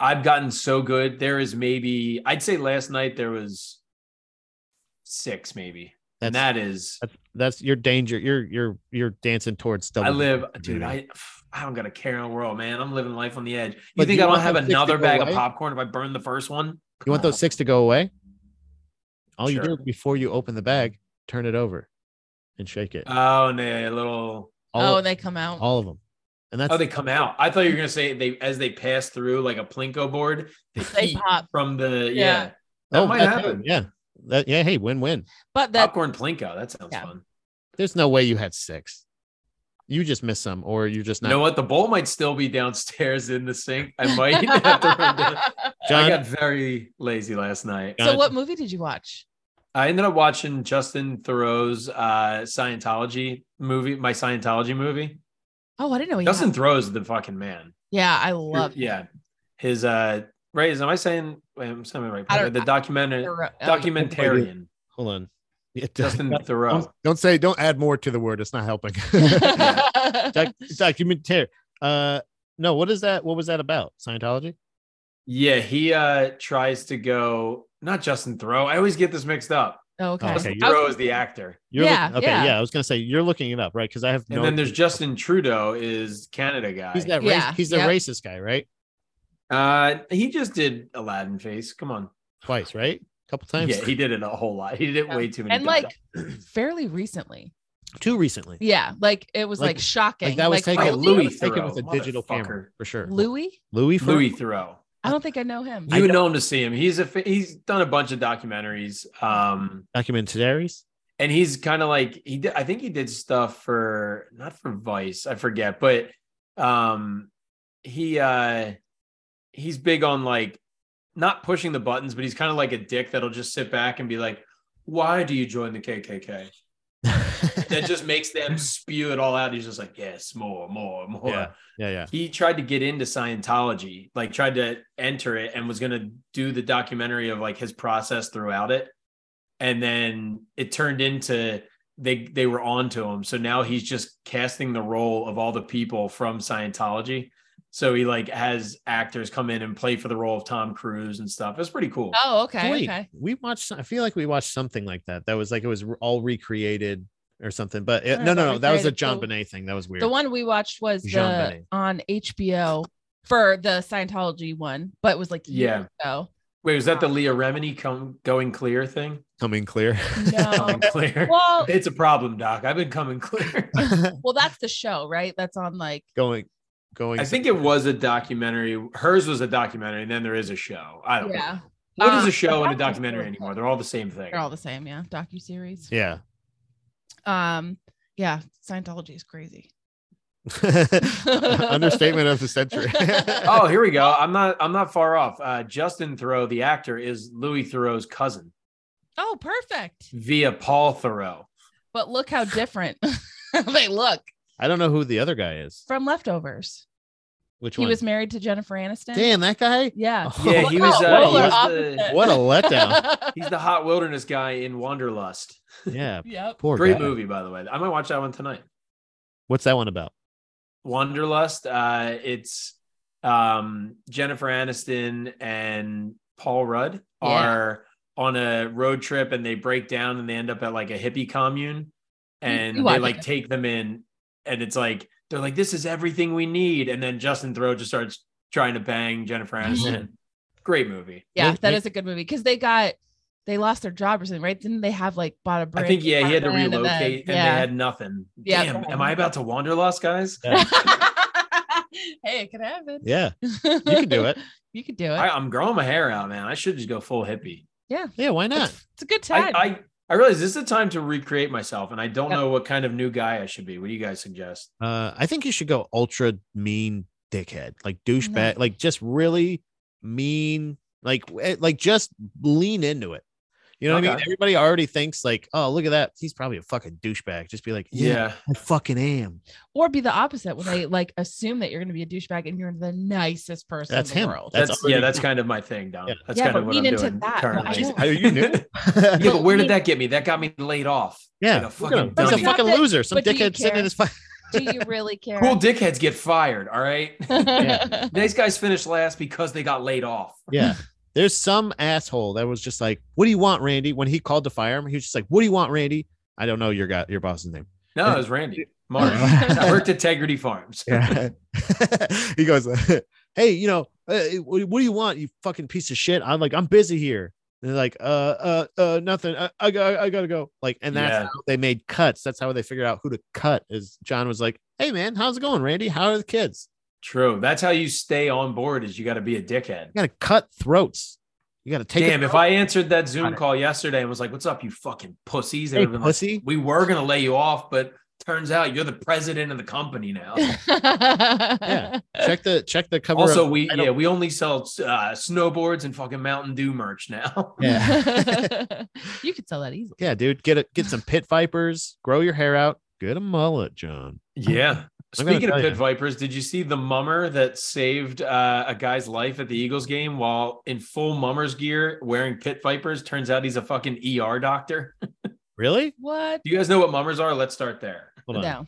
S2: I've gotten so good. There is maybe I'd say last night there was six maybe, and that is
S4: that's that's your danger. You're you're you're dancing towards double.
S2: I live,
S4: digits,
S2: dude.
S4: baby.
S2: I I don't got a care in the world, man. I'm living life on the edge. You
S4: But
S2: think
S4: do
S2: I
S4: you
S2: don't
S4: want
S2: have
S4: those six to
S2: another
S4: go
S2: bag
S4: away?
S2: of popcorn if I burn the first one?
S4: you want those six to go away? All you
S2: Sure.
S4: do before you open the bag, turn it over, and shake it.
S2: Oh, and they a little.
S4: all,
S3: oh, they come out.
S4: all of them, and that's
S2: Oh, they come out. I thought you were gonna say they as they pass through like a plinko board. They,
S3: they
S2: heat
S3: pop.
S2: from the yeah.
S3: Yeah.
S2: That
S4: oh,
S2: might
S4: that's it.
S2: happen.
S4: Yeah, that yeah. Hey, win win.
S3: But that
S2: popcorn plinko. That sounds
S3: Yeah.
S2: fun.
S4: There's no way you had six. You just missed some, or you're just
S2: You
S4: not.
S2: know what? The bowl might still be downstairs in the sink. I might have to run down. I
S4: John,
S2: got very lazy last night.
S4: Got
S3: so
S4: it.
S3: what movie did you watch?
S2: I ended up watching Justin Thoreau's uh, Scientology movie, my Scientology movie.
S3: Oh, I didn't know. He
S2: Justin
S3: had-
S2: Thoreau's the fucking man.
S3: Yeah, I love.
S2: yeah. His uh right, is am I saying wait, I'm saying it right?
S3: I don't-
S2: the documentary
S3: Thoreau. Oh, yeah.
S2: documentarian,
S4: hold on. Yeah,
S2: Justin Thoreau.
S4: don't, don't say. Don't add more to the word. It's not helping. Doc, documentary. Uh, no. What is that? What was that about? Scientology.
S2: Yeah, he uh tries to go not Justin Thoreau. I always get this mixed up.
S3: Oh, okay.
S4: Okay,
S2: Justin
S4: you're-
S2: Thoreau is the actor.
S4: You're
S3: Yeah,
S4: looking- okay.
S3: yeah.
S4: Yeah. I was gonna say you're looking it up, right? Because I have
S2: And
S4: no.
S2: then there's Justin Trudeau is Canada guy.
S4: he's that.
S3: Yeah,
S4: race, he's the
S3: yep.
S4: racist guy, right?
S2: uh he just did Aladdin face. Come on.
S4: Twice, right? A couple times.
S2: Yeah, he did it a whole lot. He did it
S3: Yeah.
S2: way too many
S3: and
S2: times.
S3: like fairly recently.
S4: Two recently.
S3: Yeah, like it was
S4: Like-
S3: like, shocking.
S4: Like that was taken.
S2: oh,
S4: that
S2: Louis
S4: was taken with a
S2: Theroux,
S4: digital
S2: motherfucker.
S4: camera for sure.
S3: Louis?
S4: Louis. for-
S2: Louis Thoreau.
S3: I don't think I know him.
S4: I
S2: You would
S4: don't-
S2: know him to see him. He's a fa- he's done a bunch of documentaries. Um,
S4: documentaries.
S2: and he's kind of like he did, I think he did stuff for not for Vice, I forget, but um he uh he's big on like not pushing the buttons, but he's kind of like a dick that'll just sit back and be like, Why do you join the KKK? That just makes them spew it all out. He's just like, Yes, more, more, more.
S4: Yeah. yeah, yeah.
S2: He tried to get into Scientology, like tried to enter it and was going to do the documentary of like his process throughout it. And then it turned into they they were on to him. So now he's just casting the role of all the people from Scientology. So he like has actors come in and play for the role of Tom Cruise and stuff. It's pretty cool.
S3: Oh, okay.
S4: Wait,
S3: Okay.
S4: we watched. I feel like we watched something like that. That was like it was re- all recreated or something. But it,
S3: don't
S4: no,
S3: know
S4: no,
S3: about
S4: no. That was a
S3: recreated,
S4: John
S3: but
S4: Bonet thing. That was weird.
S3: The one we watched was
S4: Jean
S3: the
S4: Benet.
S3: on HBO for the Scientology one, but it was like years ago.
S2: Wait, was that the Leah Remini come going clear thing?
S4: coming clear.
S3: No.
S2: Coming clear.
S3: Oh. well,
S2: it's a problem, Doc. I've been coming clear.
S3: well, that's the show, right? That's on like
S4: going, going.
S2: I think it was a documentary. Hers was a documentary, and then there is a show. I don't
S3: yeah,
S2: know. What is
S3: Uh,
S2: a show and a
S3: that's just
S2: documentary
S3: really
S2: anymore? They're all the same thing.
S3: they're all the same. Yeah, docu series.
S4: Yeah.
S3: Um, yeah, Scientology is crazy.
S4: Understatement of the century.
S2: oh, here we go. I'm not. I'm not far off. Uh, Justin Thoreau, the actor, is Louis Thoreau's cousin
S3: Oh, perfect.
S2: via Paul Thoreau.
S3: But look how different they look
S4: I don't know who the other guy is.
S3: from leftovers.
S4: Which
S3: He
S4: one?
S3: was married to Jennifer Aniston.
S4: Damn, that guy.
S3: Yeah.
S4: Oh,
S2: Yeah, he was.
S3: Wow,
S2: Uh, he
S3: polar
S2: was the,
S3: opposite.
S4: What a letdown.
S2: he's the hot wilderness guy in Wanderlust.
S4: Yeah.
S3: yep.
S4: Poor
S2: Great
S4: guy.
S2: movie, by the way. I might watch that one tonight.
S4: What's that one about?
S2: Wanderlust. Uh, it's um, Jennifer Aniston and Paul Rudd
S3: Yeah.
S2: are on a road trip and they break down and they end up at like a hippie commune and
S3: we
S2: they
S3: watched
S2: like
S3: it.
S2: take them in and it's like they're like this is everything we need and then Justin Thoreau just starts trying to bang Jennifer Aniston. Great movie.
S3: Yeah,
S4: Nick-
S3: that
S4: Nick-
S3: is a good movie because they got they lost their job or something, right? Didn't they have like bought a
S2: I
S3: brand?
S2: think yeah, he had to
S3: apartment and then-
S2: relocate and, they had nothing.
S3: Yeah.
S2: Damn, am I about to wanderlust, guys?
S4: Yeah.
S3: yeah. Hey, it could happen.
S4: Yeah, you can do it.
S3: You could do it.
S2: I, I'm growing my hair out, man. I should just go full hippie.
S4: Yeah, why not?
S3: it's a good
S2: I,
S3: time.
S2: I I realize this is a time to recreate myself, and I don't
S3: Yep.
S2: know what kind of new guy I should be. What do you guys suggest?
S4: Uh, I think you should go ultra mean dickhead, like douchebag, like just really mean, like eh, like just lean into it. You know what I
S2: Okay.
S4: mean? Everybody already thinks like, oh, look at that, he's probably a fucking douchebag. Just be like, yeah, I fucking am.
S3: or be the opposite when they like assume that you're going to be a douchebag and you're the nicest person
S4: That's
S3: in the
S4: him.
S3: world.
S4: That's
S2: that's, yeah,
S4: already-
S2: that's kind of my thing, Don.
S4: Yeah.
S2: That's
S3: Yeah,
S2: kind
S3: but
S2: of what
S3: lean
S2: I'm
S3: into
S2: doing
S3: that. I
S2: currently.
S3: know.
S4: Are you new?
S2: yeah, but where
S3: lean-
S2: did that get me? That got me laid off.
S4: yeah,
S2: Like a fucking
S4: that's a
S2: dummy.
S3: But
S4: fucking
S3: not that-
S4: loser. Some
S3: but do you
S4: dickhead sitting
S3: care?
S4: in his. Fu-
S3: Do you really care?
S2: Cool dickheads get fired. All right.
S4: Yeah.
S2: These guys finished last because they got laid off.
S4: Yeah. There's some asshole that was just like, "What do you want, Randy?" When he called to fire him, he was just like, "What do you want, Randy?" I don't know your guy, your boss's name.
S2: No, it was Randy Marsh. I worked at Integrity Farms.
S4: Yeah. he goes, "Hey, you know, uh, what what do you want, you fucking piece of shit?" I'm like, "I'm busy here." And they're like, "Uh, uh, uh, nothing. I, I, got- I gotta go." Like, and that's
S2: Yeah.
S4: how they made cuts. That's how they figured out who to cut. Is John was like, "Hey, man, how's it going, Randy? How are the kids?"
S2: True. That's how you stay on board. Is you got to be a dickhead.
S4: You gotta cut throats. You gotta take. a
S2: Damn, if
S4: throat.
S2: I answered that
S4: Got
S2: Zoom
S4: it.
S2: call yesterday and was like, "What's up, you fucking pussies?" They
S4: hey,
S2: would've been like,
S4: pussy.
S2: we were gonna lay you off, but turns out you're the president of the company now.
S3: yeah.
S4: check the check the cover.
S2: also,
S4: of-
S2: we
S4: I don't-
S2: yeah we only sell uh, snowboards and fucking Mountain Dew merch now.
S4: Yeah.
S3: you could sell that easily.
S4: Yeah, dude, get it. Get some pit vipers. Grow your hair out. Get a mullet, John.
S2: Yeah.
S4: I'm gonna
S2: Speaking of
S4: tell
S2: pit
S4: ya.
S2: vipers, did you see the mummer that saved uh, a guy's life at the Eagles game while in full mummer's gear wearing pit vipers? Turns out he's a fucking ER doctor.
S4: Really?
S3: What?
S2: Do you guys know what mummers are? Let's start there.
S4: Hold on.
S3: No.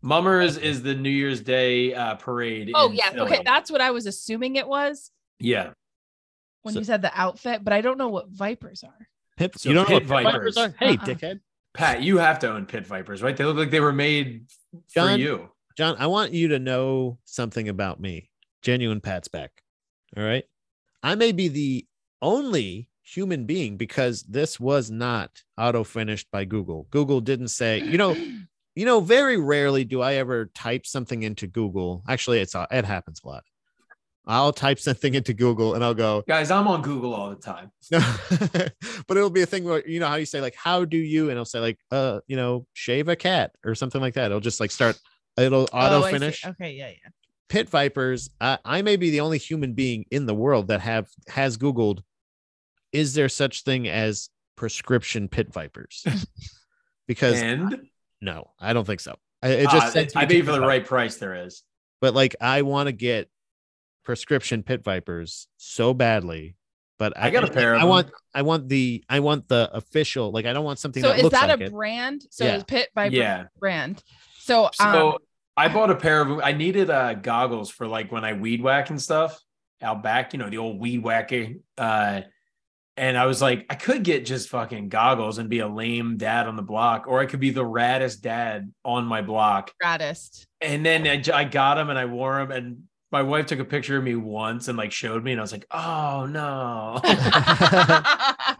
S2: Mummers is the New Year's Day uh, parade.
S3: Oh
S2: in
S3: yeah.
S2: Philly.
S3: Okay, that's what I was assuming it was
S2: yeah.
S3: when
S4: So-
S3: you said the outfit, but I don't know what vipers are.
S4: Pit,
S2: So
S4: you don't know
S2: pit
S4: what pit vipers
S2: vipers.
S4: are? Hey,
S3: Uh-uh.
S4: dickhead.
S2: Pat, you have to own pit vipers, right? They look like they were made for
S4: John,
S2: you.
S4: John, I want you to know something about me. Genuine Pat's back. All right. I may be the only human being because this was not auto finished by Google. Google didn't say, you know, you know, very rarely do I ever type something into Google. Actually, it's it happens a lot. I'll type something into Google and I'll go,
S2: Guys, I'm on Google all the time.
S4: No, but it'll be a thing where you know how you say like, "How do you?" and it'll say like, "Uh, you know, shave a cat" or something like that. It'll just like start. It'll
S3: Oh,
S4: auto
S3: I see.
S4: finish.
S3: Okay, yeah, yeah.
S4: Pit vipers. I, I may be the only human being in the world that have has Googled. Is there such thing as prescription pit vipers? because
S2: And
S4: no, I don't think so. I, it
S2: uh,
S4: just said to
S2: I bet
S4: pit
S2: for the
S4: viper.
S2: right price there is.
S4: But like, I want to get prescription pit vipers so badly. But I,
S2: I got a pair of
S4: I
S2: them.
S4: want I want the I want the official. Like I don't want something
S3: So
S4: that
S3: is
S4: looks
S3: that
S4: like
S3: a
S4: it.
S3: brand? So
S4: Yeah.
S3: is Pit Viper
S2: Yeah.
S3: brand. So,
S2: So
S3: um,
S2: I bought a pair of I needed uh goggles for like when I weed whack and stuff out back, you know, the old weed whacking. Uh and I was like, I could get just fucking goggles and be a lame dad on the block, or I could be the raddest dad on my block.
S3: gratis.
S2: And then I, j- I got them and I wore them, and my wife took a picture of me once and like showed me, and I was like, oh no,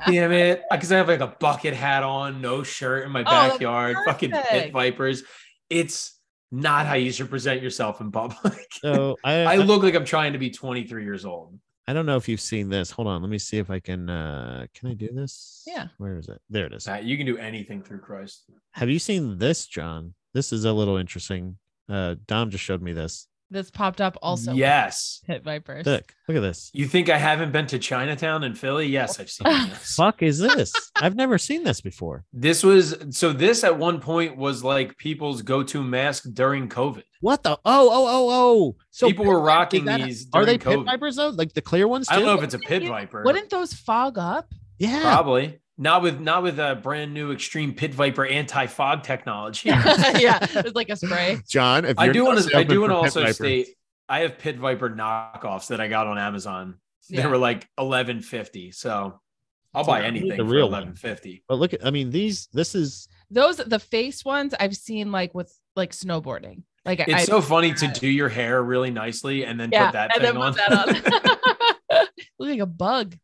S2: damn it, because I have like a bucket hat on, no shirt in my
S3: Oh, that's
S2: backyard, fucking pit
S3: perfect.
S2: vipers. It's not how you should present yourself in public.
S4: So I
S2: I
S4: I,
S2: look like I'm trying to be 23 years old.
S4: I don't know if you've seen this. Hold on, let me see if I can. uh Can I do this?
S3: Yeah.
S4: Where is it? There it is.
S2: Matt, you can do anything through Christ.
S4: Have you seen this, John? This is a little interesting. Uh Dom just showed me this.
S3: this popped up also. with
S2: yes.
S3: Pit Vipers.
S4: Look, look at this.
S2: You think I haven't been to Chinatown in Philly? Yes, I've seen this.
S4: Fuck is this? I've never seen this before.
S2: This was so. This at one point was like people's go-to mask during COVID.
S4: What the? Oh, oh, oh, oh. So
S2: People were rocking
S4: that-
S2: these.
S4: Are they
S2: during
S4: pit
S2: COVID.
S4: vipers though? Like the clear ones? Too?
S2: I don't know if it's a pit viper.
S3: Wouldn't those fog up?
S4: yeah.
S2: probably not with not with a brand new extreme pit viper anti fog technology.
S3: yeah, it's like a spray.
S4: John, if
S2: I
S4: you're
S2: do
S4: not
S2: want to. I
S4: open
S2: do want
S4: for
S2: to
S4: pit
S2: also
S4: vipers-
S2: state I have pit viper knockoffs that I got on Amazon. They
S3: Yeah.
S2: were like eleven fifty. So I'll
S4: So
S2: buy
S4: that one's
S2: anything
S4: the
S2: for
S4: real one.
S2: eleven fifty.
S4: But look, at, I mean, these. This is
S3: Those the face ones I've seen like with like snowboarding. Like
S2: It's
S3: I,
S2: so funny to do your hair really nicely and then
S3: yeah,
S2: put that
S3: and
S2: thing
S3: then
S2: on.
S3: put that on. Look like a bug.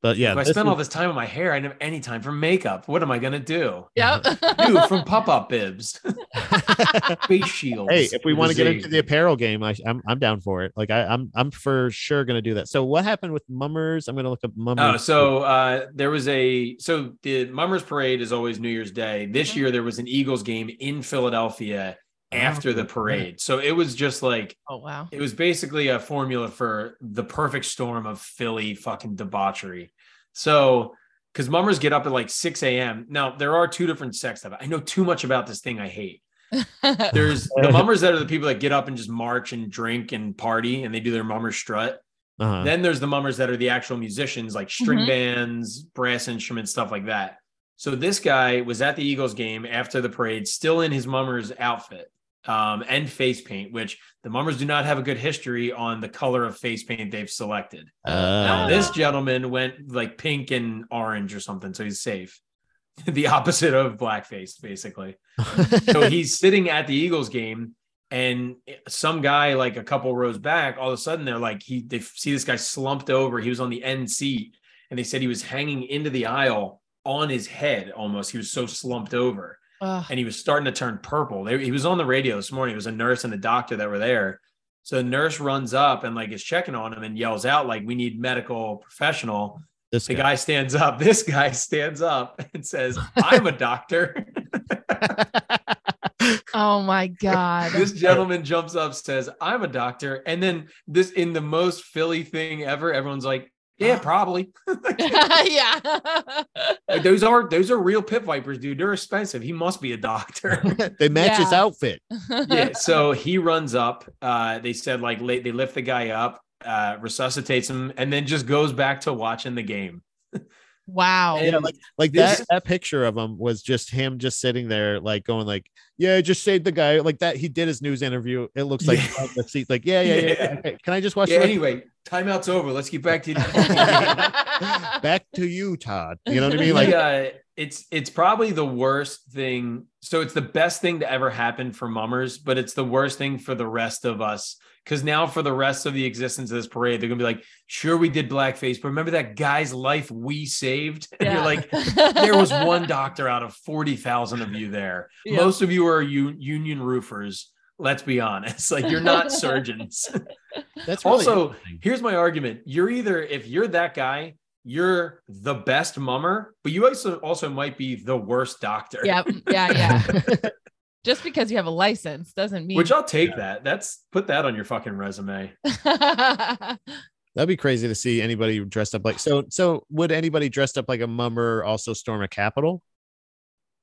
S4: But yeah,
S2: If I
S4: this
S2: spend
S4: is-
S2: all this time on my hair. I don't have any time for makeup. What am I gonna do?
S3: Yep.
S2: Dude, from pop up bibs, face shields.
S4: hey, if we want to get
S2: disease.
S4: into the apparel game, I, I'm I'm down for it. Like I, I'm I'm for sure gonna do that. So what happened with Mummers? I'm gonna look up Mummers.
S2: Oh, so uh, there was a so the Mummers Parade is always New Year's Day. This
S3: Mhm.
S2: year there was an Eagles game in Philadelphia
S4: Oh,
S2: after the
S4: okay.
S2: parade, so it was just like
S3: oh wow.
S2: it was basically a formula for the perfect storm of Philly fucking debauchery. So because Mummers get up at like six a.m. Now there are two different sects of it. I know too much about this thing. I hate there's the mummers that are the people that get up and just march and drink and party and they do their mummer strut.
S4: Uh-huh. Mm-hmm.
S2: Then there's the mummers that are the actual musicians, like string
S3: Mhm.
S2: bands, brass instruments, stuff like that. So this guy was at the Eagles game after the parade, still in his mummers outfit um, and face paint, which the mummers do not have a good history on the color of face paint they've selected. Now,
S4: Uh,
S2: this gentleman went like pink and orange or something, so he's safe. the opposite of blackface, basically so he's sitting at the Eagles game, and some guy like a couple rows back, all of a sudden they're like he they see this guy slumped over. He was on the end seat, and they said he was hanging into the aisle on his head almost. He was so slumped over,
S3: Ugh.
S2: and he was starting to turn purple. They, he was on the radio this morning. It was a nurse and a doctor that were there. So the nurse runs up and like is checking on him and yells out like, "We need medical professional."
S4: this
S2: The
S4: guy.
S2: guy stands up. This guy stands up and says, "I'm a doctor."
S3: Oh my god.
S2: this gentleman jumps up, says, "I'm a doctor," and then this in the most Philly thing ever. Everyone's like, "Yeah, probably."
S3: yeah.
S2: Like, those are those are real pit vipers, dude. They're expensive. He must be a doctor.
S4: they match his
S3: Yeah.
S4: outfit.
S2: yeah. So he runs up. Uh, they said like la- they lift the guy up, uh, resuscitates him, and then just goes back to watching the game.
S3: Wow.
S2: And-
S4: Oh, Yeah, Like
S2: This-
S4: that, that picture of him was just him just sitting there, like going like, "Yeah, I just saved the guy." Like that, he did his news interview. It looks like
S2: Yeah.
S4: on the seat, like, "Yeah, yeah, yeah." yeah,
S2: Yeah.
S4: okay. Can I just watch?
S2: yeah.
S4: the rest-
S2: Anyway, timeout's over. Let's get back to the
S4: Back to you, Todd. You know what I mean? Like,
S2: Yeah, uh, it's it's probably the worst thing. So it's the best thing to ever happen for mummers, but it's the worst thing for the rest of us. Cause now for the rest of the existence of this parade, they're gonna be like, sure, we did blackface, but remember that guy's life we saved? And
S3: Yeah.
S2: you're like, there was one doctor out of 40,000 of you there.
S3: Yeah.
S2: Most of you are u- union roofers. Let's be honest. Like you're not surgeons.
S4: that's really
S2: also,
S4: interesting.
S2: here's my argument. You're either if you're that guy, you're the best mummer, but you also also might be the worst doctor.
S3: Yep. Yeah. Yeah. Just because you have a license doesn't mean.
S2: Which I'll take that. That's put that on your fucking resume.
S4: that'd be crazy to see anybody dressed up like. So, so would anybody dressed up like a mummer also storm a capitol?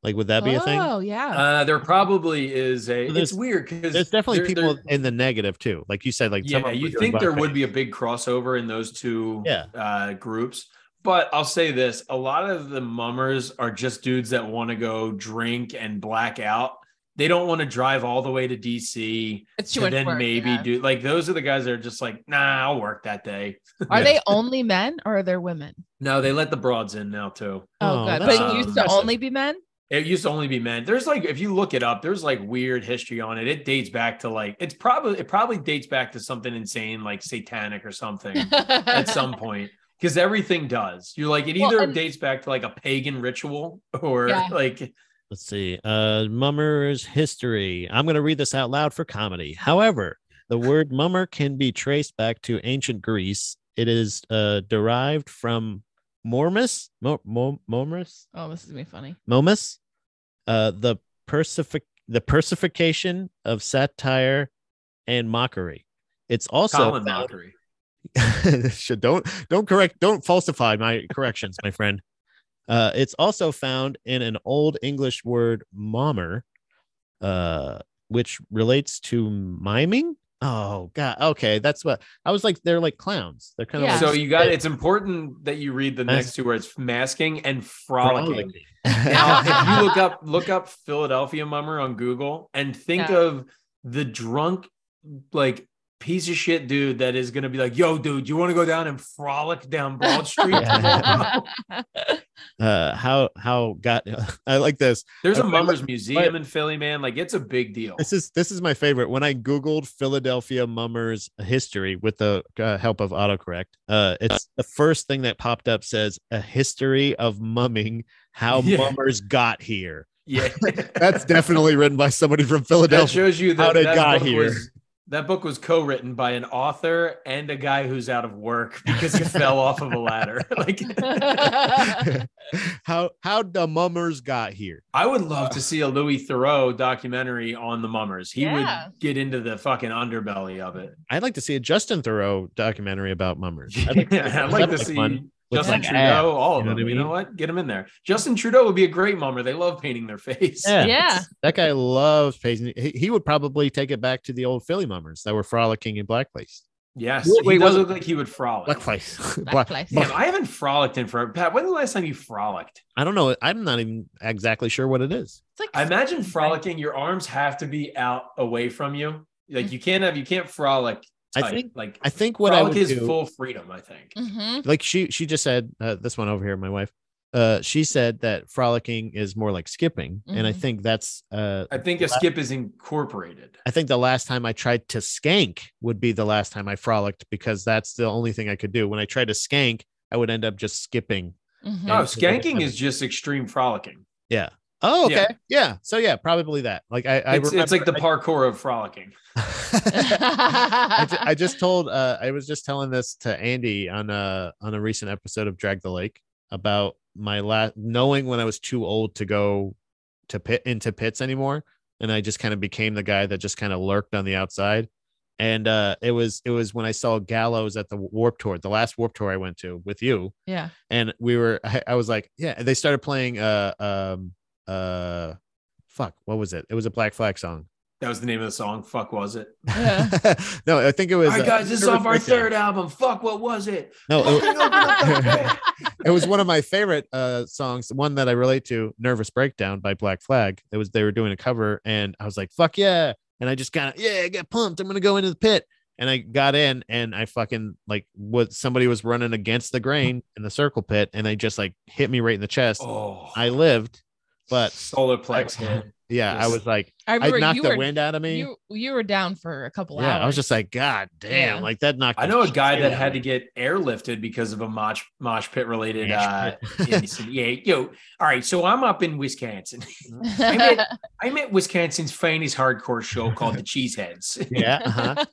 S4: Like, would that be a thing?
S3: Oh yeah.
S2: Uh, there probably is a.
S4: Well,
S2: It's
S4: there's-
S2: weird because
S4: There's definitely people in the negative too. Like you said, like some
S2: yeah,
S4: of them
S2: you
S4: were doing
S2: think there
S4: blackface.
S2: would be a big crossover in those two
S4: Yeah.
S2: uh, groups. But I'll say this a lot of the mummers are just dudes that want to go drink and black out. They don't want to drive all the way to DC.
S3: it's too
S2: to
S3: much
S2: then
S3: work,
S2: maybe
S3: yeah.
S2: do like those are the guys that are just like, nah, I'll work that day.
S3: Are
S4: Yeah.
S3: they only men or are there women?
S2: No, they let the broads in now too.
S3: Oh,
S4: Oh,
S3: good. But
S2: that's
S3: it used to
S4: impressive.
S3: only be men.
S2: It used to only be men. There's like if you look it up, there's like weird history on it. It dates back to like it's probably it probably dates back to something insane like satanic or something at some point. Because everything does. You're like it
S3: Well,
S2: either
S3: and-
S2: dates back to like a pagan ritual or
S3: Yeah.
S2: like
S4: Let's see. Uh, mummer's history. I'm going to read this out loud for comedy. However, the word mummer can be traced back to ancient Greece. It is uh, derived from mormus, mo- mo- mormus,
S3: oh, this is gonna be funny.
S4: momus, uh, the persific the persification of satire and mockery. It's also
S2: Colin
S4: found-
S2: mockery.
S4: Shit, don't don't correct don't falsify my corrections my friend uh it's also found in an old english word mommer uh which relates to miming oh god okay that's what i was like they're like clowns they're kind of
S3: Yeah.
S4: like
S2: So you got it's important that you read the
S4: Mas-
S2: next two words masking and frolicking.
S4: frolicking.
S2: Now, if you look up look up Philadelphia mummer on Google and think
S3: Yeah.
S2: of the drunk like piece of shit dude that is gonna be like, "Yo, dude, you want to go down and frolic down Broad Street?" tomorrow?"
S4: uh, how how got I like this.
S2: There's a
S4: Okay,
S2: Mummers
S4: but-
S2: Museum in Philly, man. Like it's a big deal.
S4: This is this is my favorite. When I googled Philadelphia mummers history with the uh, help of autocorrect, uh, it's the first thing that popped up says a history of mumming, how
S2: Yeah.
S4: mummers got here.
S2: yeah,
S4: That's definitely written by somebody from
S2: that
S4: Philadelphia.
S2: shows you that,
S4: how they
S2: that
S4: got
S2: book
S4: here.
S2: was that book was co-written by an author and a guy who's out of work because he fell off of a ladder. Like
S4: how how the mummers got here.
S2: I would love to see a Louis Thoreau documentary on the Mummers. He
S3: Yeah.
S2: would get into the fucking underbelly of it.
S4: I'd like to see a Justin Thoreau documentary about mummers. I'd like to see
S2: Yeah,
S4: that.
S2: I'd like to
S4: That'd be
S2: see
S4: fun. With,
S2: Justin
S4: like,
S2: Trudeau,
S4: abs.
S2: all of
S4: you know what
S2: them.
S4: I
S2: You know
S4: mean?
S2: what? Get him in there. Justin Trudeau would be a great mummer. They love painting their face.
S4: Yeah.
S3: Yeah.
S4: That guy loves pacing. He, he would probably take it back to the old Philly mummers that were frolicking in Blackface.
S2: Yes.
S4: Wait,
S2: he
S4: wait,
S2: does
S4: what-
S2: look like he would frolic.
S4: Blackface. Black-
S3: Blackface.
S2: Damn, I haven't frolicked in forever. Pat, when's the last time you frolicked?
S4: I don't know. I'm not even exactly sure what it is.
S3: It's like
S2: I imagine frolicking, your arms have to be out away from you. Like you can't have, you can't frolic.
S4: I
S2: Tight.
S4: think-
S2: like
S4: I think what I
S2: frolic
S4: would
S2: is
S4: do,
S2: full freedom. I think.
S3: Mhm.
S4: like she she just said uh, this one over here, my wife. Uh, she said that frolicking is more like skipping, and I
S3: Mhm.
S4: think that's uh,
S2: I think a skip is incorporated.
S4: I think the last time I tried to skank would be the last time I frolicked because that's the only thing I could do. When I tried to skank, I would end up just skipping.
S3: Mhm.
S2: No, Oh, skanking is just extreme frolicking.
S4: Oh, okay.
S2: Yeah.
S4: Yeah. So yeah, probably that. Like I, I
S2: It's, it's like the parkour of frolicking.
S4: I, ju- I just told uh, I was just telling this to Andy on a on a recent episode of Drag the Lake about my last knowing when I was too old to go to pit into pits anymore, and I just kind of became the guy that just kind of lurked on the outside. And uh, it was it was when I saw Gallows at the Warp Tour, the last Warp Tour I went to with you,
S3: Yeah.
S4: and we were I, I was like, yeah, they started playing uh um uh, fuck, what was it? It was a Black Flag song.
S2: That was the name of the song. Fuck was it?
S3: Yeah.
S4: no, I think it was.
S2: All right,
S4: uh,
S2: guys, this is
S4: Nervous
S2: off our
S4: Breakdown.
S2: third album. Fuck, what was it?
S4: No, it,
S2: Fucking open up that
S4: it was one of my favorite uh, songs. One that I relate to, "Nervous Breakdown" by Black Flag. It was they were doing a cover, and I was like, "Fuck yeah!" And I just kind of yeah, I got pumped. I'm gonna go into the pit, and I got in, and I fucking like what somebody was running against the grain in the circle pit, and they just like hit me right in the chest.
S2: Oh,
S4: I lived, but
S2: solar plex hit.
S4: yeah, I
S2: Yes.
S4: was like,
S3: I
S4: I
S3: remember
S4: knocked
S3: you
S4: the
S3: were
S4: wind out of me.
S3: you you were down for a couple
S4: yeah,
S3: hours.
S4: I was just like, God damn,
S3: Yeah.
S4: like that knocked.
S2: I
S4: the
S2: know a
S4: shit
S2: guy that
S4: out
S2: had
S4: of
S2: to get airlifted because of a mosh mosh pit related.
S4: me.
S2: Uh, incident. yeah, yo, all right. So I'm up in Wisconsin. I'm
S3: yeah.
S2: at, I'm at Wisconsin's finest hardcore show called the Cheeseheads.
S4: yeah, uh-huh.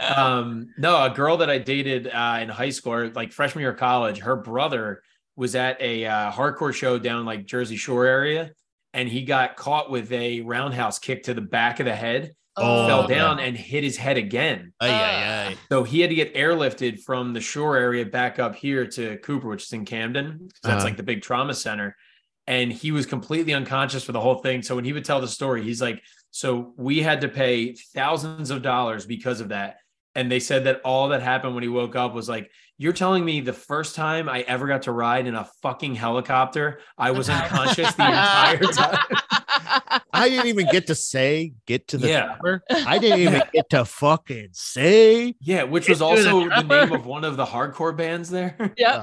S2: um no a girl that i dated uh in high school or like freshman year of college her brother was at a uh, hardcore show down like jersey shore area and he got caught with a roundhouse kick to the back of the head
S4: Oh,
S2: fell
S4: yeah.
S2: down and hit his head again
S4: Ay, ay, ay.
S2: so he had to get airlifted from the shore area back up here to cooper which is in camden 'cause that's
S4: Uh-huh.
S2: like the big trauma center and he was completely unconscious for the whole thing so when he would tell the story he's like so we had to pay thousands of dollars because of that. And they said that all that happened when he woke up was like, You're telling me the first time I ever got to ride in a fucking helicopter, I was unconscious the entire time.
S4: I didn't even get to say get to the
S2: Yeah.
S4: chopper. I didn't even get to fucking say.
S2: Yeah, which was
S4: Get to the
S2: also the
S4: chopper.
S2: name of one of the hardcore bands there.
S3: yeah.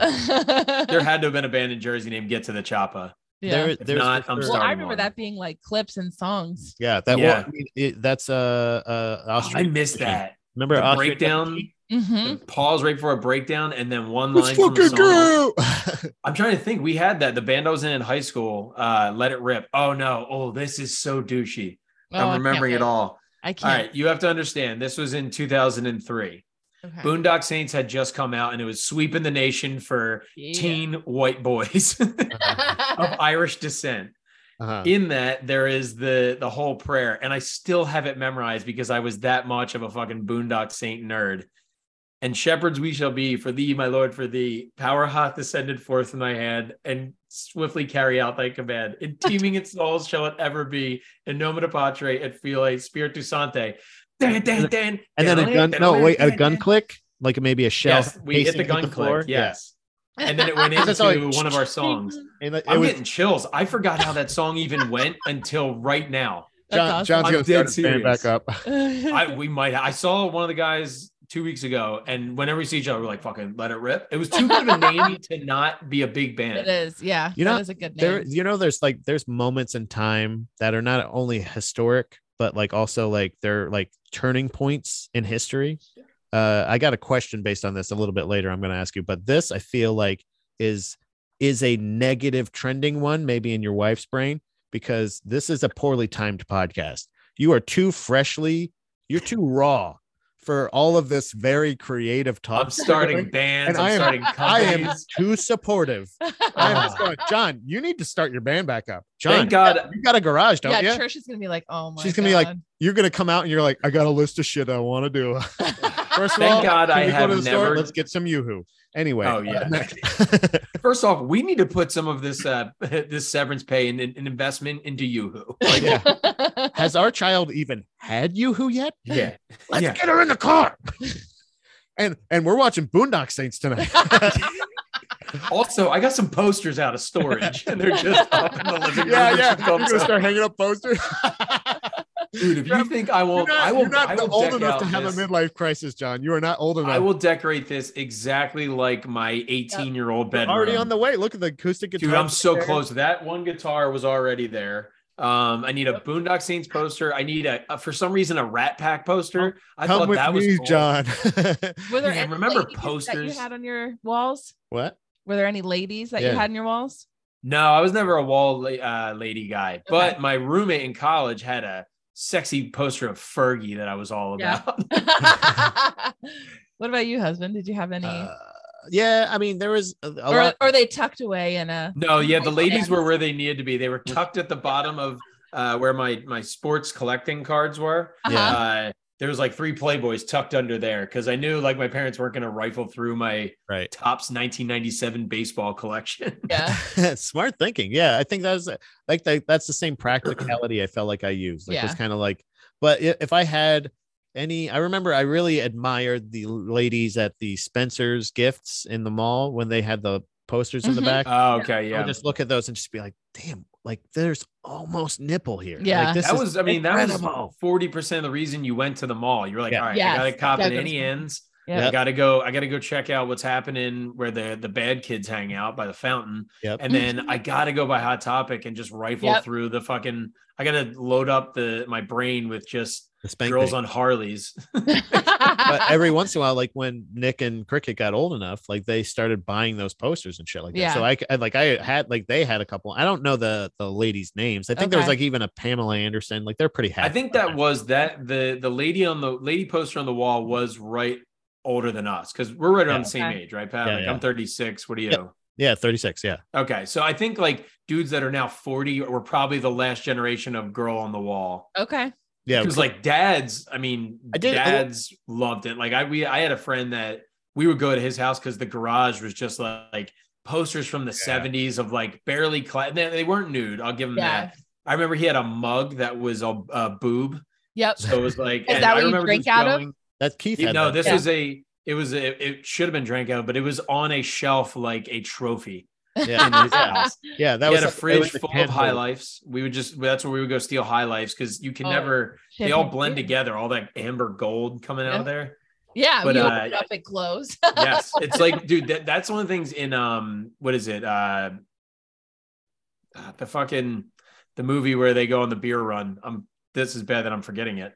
S2: there had to have been a band in Jersey named Get to the Choppa.
S3: yeah.
S4: There, there's
S2: not,
S4: for
S2: I'm
S4: sure-
S2: sorry.
S3: Well, I
S2: started
S3: remember
S2: one.
S3: that being like clips and songs.
S4: Yeah, that
S2: Yeah.
S4: Well, I mean, it, that's uh uh
S2: I
S4: Austrian.
S2: missed that.
S4: Remember
S2: The
S4: Austrian
S2: breakdown,
S3: hmm
S2: pause right before a breakdown, and then one
S4: Let's
S2: line. from the
S4: fucking
S2: song.
S4: go. Uh-huh.
S2: I'm trying to think. We had that. The band I was in in high school, uh, Let It Rip. Oh, no. Oh, this is so douchey.
S3: Oh,
S2: I'm remembering it all.
S3: I
S2: All
S3: can't.
S2: right. You have to understand this was in 2003.
S3: Okay.
S2: Boondock Saints had just come out and it was sweeping the nation for
S3: Yeah.
S2: teen white boys of Irish descent.
S4: Uh-huh.
S2: In that, there is the the whole prayer, and I still have it memorized because I was that much of a fucking Boondock Saint nerd. And shepherds we shall be for thee, my lord, for thee. Power hath descended forth from thy hand, and swiftly carry out thy command. In teeming its souls shall it ever be. In nomine patre et filii spiritu sante. Dan, dan, dan,
S4: and then a
S2: dan,
S4: gun.
S2: dan,
S4: No,
S2: dan,
S4: wait, a
S2: dan,
S4: gun
S2: dan.
S4: click, like maybe a shell.
S2: Yes, we hit
S4: casing
S2: the
S4: hit
S2: gun
S4: floor.
S2: click. Yes, and then it went
S4: That's all
S2: into
S4: like-
S2: one of our songs.
S4: Yeah. And it
S2: I'm
S4: was,
S2: getting chills. I forgot how that song even went until right now.
S3: That's
S4: John, John's
S3: awesome.
S2: I'm
S4: gonna
S2: dead
S4: start his band
S2: serious.
S4: back up.
S2: I we might. I saw one of the guys two weeks ago, and whenever we see each other, we're like, "Fucking let it rip." It was too good of a name to not be a big
S3: It
S2: band.
S3: is. Yeah.
S4: You know,
S3: that is a good name.
S4: there you know there's like there's moments in time that are not only historic but like also like they're like turning points in history uh i got a question based on this a little bit later i'm going to ask you but this i feel like is is a negative trending one maybe in your wife's brain because this is a poorly timed podcast you are too freshly you're too raw for all of this very creative talk
S2: I'm starting
S4: And
S2: bands. I'm
S4: I am-
S2: starting
S4: i am
S2: companies.
S4: too supportive i'm just
S2: Oh,
S4: going john you need to start your band back up john
S2: thank God.
S4: you got a garage, don't
S3: yeah,
S4: you?
S3: Trish is gonna be like, oh my.
S4: She's gonna be like,
S3: God.
S4: You're gonna come out and you're like, I got a list of shit I want to do. First of
S2: Thank
S4: all,
S2: God
S4: can
S2: I
S4: we
S2: have
S4: go to the store?
S2: never-
S4: Let's get some YooHoo. Anyway,
S2: Oh yeah.
S4: yeah.
S2: First off, we need to put some of this uh this severance pay and an investment into YooHoo. Like,
S4: yeah. uh, has our child even had YooHoo yet?
S2: yeah,
S4: Let's
S2: Yeah.
S4: get her in the car. and and we're watching Boondock Saints tonight.
S2: Also, I got some posters out of storage, and they're just up in the living room.
S4: yeah,
S2: and
S4: yeah.
S2: she
S4: You're
S2: comes
S4: gonna
S2: up.
S4: start hanging up posters.
S2: Dude, if you think I
S4: you're
S2: won't,
S4: not,
S2: I will.
S4: you're not
S2: I
S4: the
S2: will
S4: old
S2: deck
S4: enough to
S2: out
S4: have
S2: this-
S4: a midlife crisis, John. You are not old enough.
S2: I will decorate this exactly like my 18 year old
S4: You're
S2: bedroom.
S4: already on the way. Look at the acoustic guitar.
S2: Dude, I'm so
S4: there.
S2: close. That one guitar was already there. Um, I need a Boondock Saints poster. I need a, a- for some reason a Rat Pack poster. I
S4: Come
S2: thought
S4: with
S2: that
S4: me,
S2: was cool.
S4: John.
S3: Were there
S2: Man,
S3: any
S2: remember
S3: ladies that you
S2: posters?
S3: had on your walls?
S4: what?
S3: Were there any ladies that
S4: Yeah.
S3: you had in your walls?
S2: No, I was never a wall la- uh, lady guy, but my roommate in college had a sexy poster of Fergie that I was all
S3: Yeah.
S2: about.
S3: what about you, husband? Did you have any?
S4: Uh, yeah, I mean, there was a, a
S3: or
S4: lot.
S3: or they tucked away in a
S2: No, yeah, the
S3: Like
S2: ladies were
S3: bands.
S2: where they needed to be. They were tucked at the bottom of uh, where my my sports collecting cards were.
S3: uh-huh,
S4: Yeah.
S2: Uh, there was like three Playboys tucked under there because I knew like my parents weren't going to rifle through my
S4: Right.
S2: Topps 1997 baseball collection.
S3: yeah.
S4: Smart thinking. Yeah, I think that's like the, that's the same practicality I felt like I used. Like it's
S3: Yeah.
S4: kind of like, but i- if I had any, I remember I really admired the ladies at the Spencer's Gifts in the mall when they had the posters in the
S3: Mhm.
S4: back.
S2: Oh, okay,
S4: I
S2: yeah.
S4: would just look at those and just be like, damn, like there's almost nipple here.
S3: Yeah.
S4: like, this
S2: That
S4: is
S2: was, I mean, that was
S4: incredible.
S2: forty percent of the reason you went to the mall. You're like,
S4: Yeah.
S2: all right,
S3: Yes,
S2: I got to cop at
S3: exactly.
S2: any ends.
S3: Yeah.
S2: I got to go. I got to go check out what's happening where the the bad kids hang out by the fountain.
S4: Yep.
S2: And then I got to go by Hot Topic and just rifle
S3: Yep.
S2: through the fucking. I got to load up the my brain with just
S4: the spank
S2: girls
S4: bank.
S2: on Harleys.
S4: but every once in a while, like when Nick and Cricket got old enough, like they started buying those posters and shit like that.
S3: Yeah.
S4: So I, c- I- like I had like they had a couple. I don't know the the ladies' names. I think there was
S3: Okay.
S4: like even a Pamela Anderson. Like they're pretty happy.
S2: I think
S4: about
S2: that was that the the lady on the lady poster on the wall was right older than us because we're right around the same
S3: Okay.
S2: age, right, Pat?
S4: Yeah,
S2: like
S4: yeah.
S2: I'm 36. What do you?
S4: yeah, thirty six. Yeah,
S2: Okay, so I think like dudes that are now 40 were probably the last generation of girl on the wall.
S3: okay.
S4: yeah.
S2: Because like dads, I mean,
S4: I did- I-
S2: dads loved it. Like I we I had a friend that we would go to his house because the garage was just like, like posters from the 70s of like barely clad. They, they weren't nude. I'll give him
S3: Yeah.
S2: that. I remember he had a mug that was a, a boob,
S3: Yep.
S2: so it was like.
S3: Is
S2: and
S3: that
S2: I
S3: what you
S2: remember
S3: drink
S2: just
S3: out of?
S2: going-
S4: That's Keith.
S2: You
S4: had
S2: no,
S4: that.
S2: this
S3: Yeah.
S2: was a. It was a, it should have been drank out, of, but it was on a shelf like a trophy in his house
S4: yeah, that
S2: we
S4: was
S2: had
S4: that
S2: a fridge
S4: was the
S2: full of
S4: handhold.
S2: high lifes. We would just that's where we would go steal high lifes because you can
S3: Oh,
S2: never they all blend together, all that amber gold coming out
S3: Yeah.
S2: of there.
S3: Yeah.
S2: But,
S3: you
S2: uh,
S3: open it up, it glows.
S2: Yes. It's like, dude, that, that's one of the things in um what is it? Uh uh, the fucking the movie where they go on the beer run. I'm this is bad that I'm forgetting it.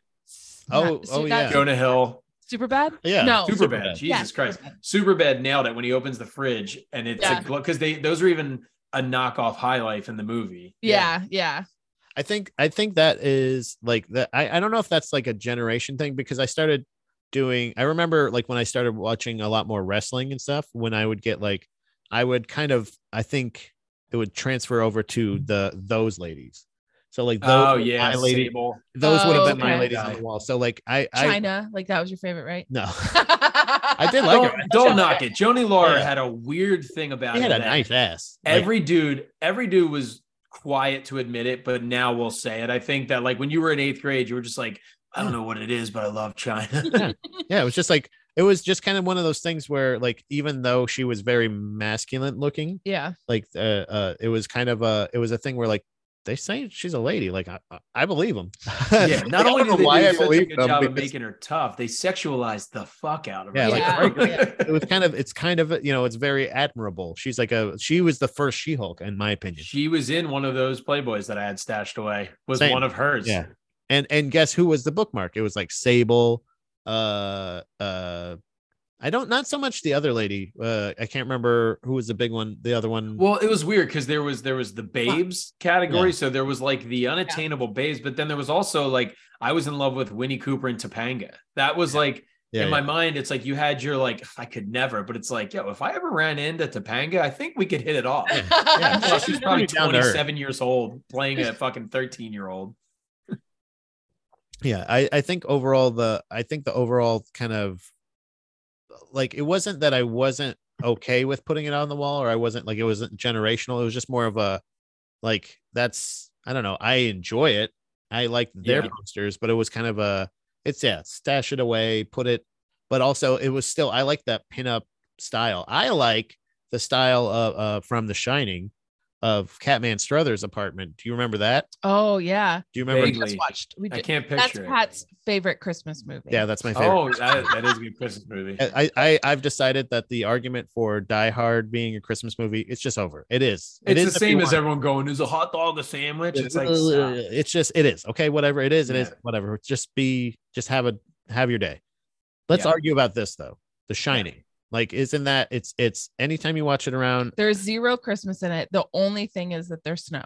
S4: Oh,
S3: Not-
S4: oh,
S3: not
S4: yeah.
S2: Jonah Hill,
S3: Super bad.
S4: Yeah,
S3: No.
S2: super bad. Jesus
S3: Yeah,
S2: Christ.
S3: Oh, Superbad.
S2: Superbad nailed it when he opens the fridge and it's
S3: Yeah.
S2: a glow because they those are even a knockoff high life in the movie.
S3: Yeah. Yeah.
S4: I think I think that is like that. I, I don't know if that's like a generation thing because I started doing I remember like when I started watching a lot more wrestling and stuff when I would get like I would kind of I think it would transfer over to the those ladies. So like those
S2: Oh
S4: were
S2: yeah.
S4: my lady
S2: Sable.
S4: those would have
S3: Oh,
S4: been my
S3: okay.
S4: ladies on the wall. So like I I
S3: China. like that was your favorite, right?
S4: no.
S3: I
S4: did like
S2: don't,
S4: her.
S2: don't knock it. Joni Laura
S4: Yeah.
S2: had a weird thing about
S4: She had
S2: it
S4: a
S2: that
S4: nice ass. Like,
S2: Every dude, every dude was quiet to admit it, but now we'll say it. I think that like when you were in eighth grade, you were just like, I don't know what it is, but I love China.
S4: yeah, it was just like it was just kind of one of those things where like even though she was very masculine looking,
S3: Yeah.
S4: like uh, uh it was kind of a it was a thing where like they say she's a lady. Like I, I- I believe them.
S2: Yeah, not only
S4: know
S2: did they
S4: why I
S2: do such a
S4: believe
S2: good
S4: them,
S2: job of
S4: because-
S2: making her tough, they sexualized the fuck out of her.
S4: Yeah,
S3: like,
S4: it was kind of it's kind of you know it's very admirable. She's like a she was the first She Hulk in my opinion.
S2: she was in one of those Playboys that I had stashed away. Was
S4: Same.
S2: one of hers.
S4: Yeah. and and guess who was the bookmark it was like sable uh uh i don't not so much the other lady uh i can't remember who was the big one the other one
S2: Well, it was weird because there was there was the babes category, so there was like the unattainable babes, but then there was also like I was in love with Winnie Cooper and Topanga. That was like
S4: yeah,
S2: in
S4: yeah.
S2: my mind, it's like you had your like I could never, but it's like yo, if I ever ran into Topanga, I think we could hit it off.
S4: Yeah.
S2: Plus, she's probably
S4: Down to earth.
S2: 27 years old playing a fucking 13 year old.
S4: yeah i i think overall the i think the overall kind of like it wasn't that i wasn't okay with putting it on the wall or i wasn't like it wasn't generational it was just more of a like that's i don't know i enjoy it i like their
S2: Yeah.
S4: posters but it was kind of a it's yeah stash it away put it but also it was still i like that pinup style i like the style of uh, from the shining of catman struthers apartment do you remember that
S3: oh yeah.
S4: do you remember
S2: Vaguely.
S3: Just watched. We
S2: I
S3: did.
S2: can't
S3: That's
S2: picture it.
S3: Pat's favorite Christmas movie.
S4: yeah that's my favorite
S2: Oh, that, that is a good Christmas movie.
S4: I, I I've decided that the argument for Die Hard being a Christmas movie, it's just over. It is. It
S2: it's
S4: is
S2: the
S4: if you
S2: same as
S4: want.
S2: everyone going, is a hot dog a sandwich? It's like, stop.
S4: it's just it is okay. Whatever it is, it is
S2: Yeah.
S4: whatever. Just be, just have a have your day. Let's
S2: Yeah.
S4: argue about this though. The Shining, like, isn't that it's it's anytime you watch it around.
S3: There's zero Christmas in it. The only thing is that there's snow.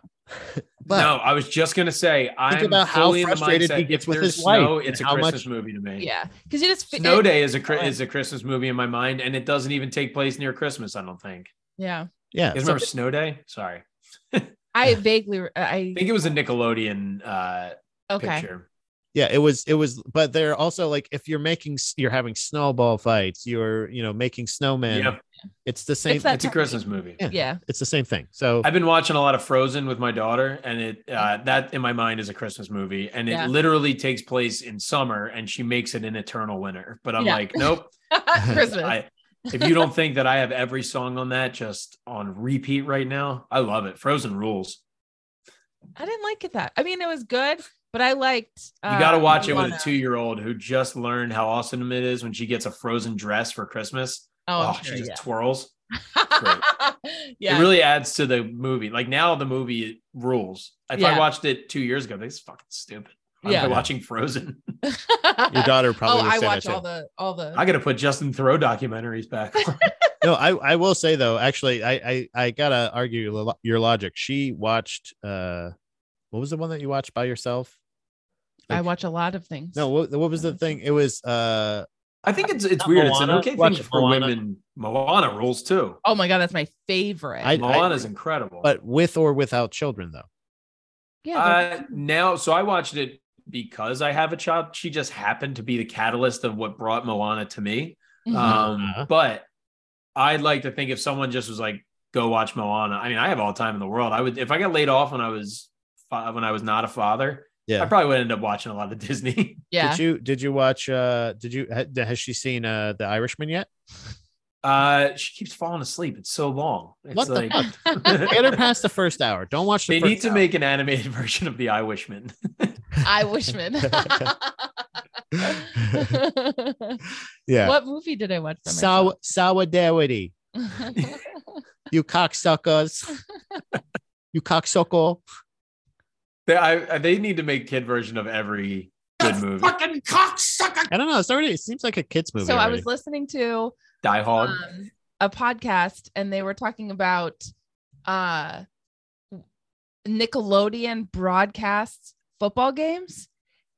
S4: But
S2: no, I was just gonna say, I'm
S4: about how
S2: fully in the
S4: frustrated he
S2: mindset,
S4: gets
S2: if
S4: with
S2: there's
S4: his wife
S2: snow,
S4: and
S2: It's a
S4: how much-
S2: Christmas movie to me.
S3: Yeah, because you just fi-
S2: Snow
S3: it-
S2: Day is a Chri- is a Christmas movie in my mind, and it doesn't even take place near Christmas. I don't think.
S3: Yeah,
S4: yeah,
S2: You guys
S4: so-
S2: remember Snow Day? Sorry,
S3: I vaguely re- I
S2: I think it was a Nickelodeon uh,
S3: okay.
S2: picture.
S4: yeah it was it was but they're also like if you're making s- you're having snowball fights you're you know making snowmen
S2: yeah,
S4: it's the same
S3: It's that-
S2: it's a Christmas movie.
S4: Yeah.
S3: Yeah,
S4: it's the same thing so
S2: I've been watching a lot of Frozen with my daughter, and it uh, that in my mind is a Christmas movie, and it
S3: Mm-hmm. Yeah.
S2: literally takes place in summer, and she makes it an eternal winter. But I'm
S3: Yeah.
S2: like, nope,
S3: Christmas.
S2: I, if you don't think that I have every song on that just on repeat right now, I love it. Frozen rules.
S3: I didn't like it that. I mean, it was good, but I liked.
S2: You got to
S3: uh,
S2: watch it with a
S3: Moana.
S2: two year old who just learned how awesome it is when she gets a frozen dress for Christmas.
S3: Oh,
S2: Oh,
S3: I'm
S2: she
S3: sure,
S2: just
S3: yeah.
S2: twirls.
S3: yeah.
S2: It really adds to the movie. Like now the movie rules. If I
S3: Yeah.
S2: watched it two years ago, this is fucking stupid. I'm
S3: Yeah.
S2: watching Frozen.
S4: your daughter probably
S3: oh,
S4: would
S3: I
S4: say that
S3: watch
S4: too.
S3: all the all the.
S2: I got to put Justin Thoreau documentaries back. on.
S4: no, I, I will say though, actually, I, I, I gotta argue your lo- your logic. She watched, uh, what was the one that you watched by yourself?
S3: I watch a lot of things.
S4: No, what, what was the thing? It was, uh,
S2: I think it's it's
S4: Not
S2: weird. It's an
S4: Moana.
S2: okay thing
S4: Watch
S2: for
S4: Moana.
S2: women. Moana rules too.
S3: Oh my god, that's my favorite.
S4: I-
S2: Moana's incredible.
S4: but with or without children though.
S3: yeah, they're-
S2: Uh, now, so I watched it because I have a child. She just happened to be the catalyst of what brought Moana to me.
S3: Mhm.
S2: Um,
S4: Uh-huh.
S2: But I'd like to think if someone just was like, "Go watch Moana." I mean, I have all the time in the world. I would if I got laid off when I was fi- when I was not a father.
S4: Yeah.
S2: I probably would end up watching a lot of Disney.
S3: yeah.
S4: Did you did you watch? Uh, did you ha- has she seen uh the Irishman yet?
S2: Uh, she keeps falling asleep. It's so long. It's
S4: What the
S2: like
S4: Get her past the first hour. Don't watch. The
S2: they
S4: first
S2: need to
S4: hour.
S2: make an animated version of the I Wishman.
S3: I Wishman.
S4: yeah.
S3: What movie did I watch? by
S4: Sour solidarity,
S3: myself?
S4: you cocksuckers. you cocksuckle.
S2: They, I, they need to make kid version of every good movie.
S4: Fucking cocksucker. I don't know. It's already. It seems like a kids movie.
S3: so I
S4: already.
S3: was listening to
S2: Die Hard.
S3: um, a podcast and they were talking about uh Nickelodeon broadcasts football games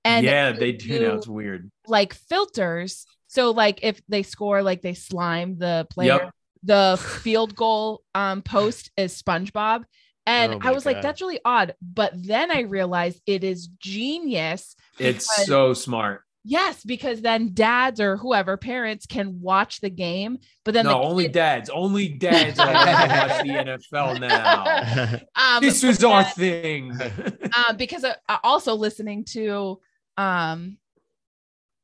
S3: and
S2: yeah, they do now.
S3: do-
S2: It's weird.
S3: like filters. So like if they score, like they slime the player,
S2: Yep.
S3: the field goal um post is SpongeBob. And
S4: Oh my
S3: I was like,
S4: God.
S3: that's really odd. But then I realized it is genius.
S2: It's
S3: because-
S2: so smart.
S3: Yes, because then dads or whoever parents can watch the game, but then
S2: no,
S3: the
S2: only
S3: kids-
S2: dads. Only dads are allowed to watch the NFL now.
S3: um,
S2: This is our thing.
S3: um, because uh, uh, also listening to um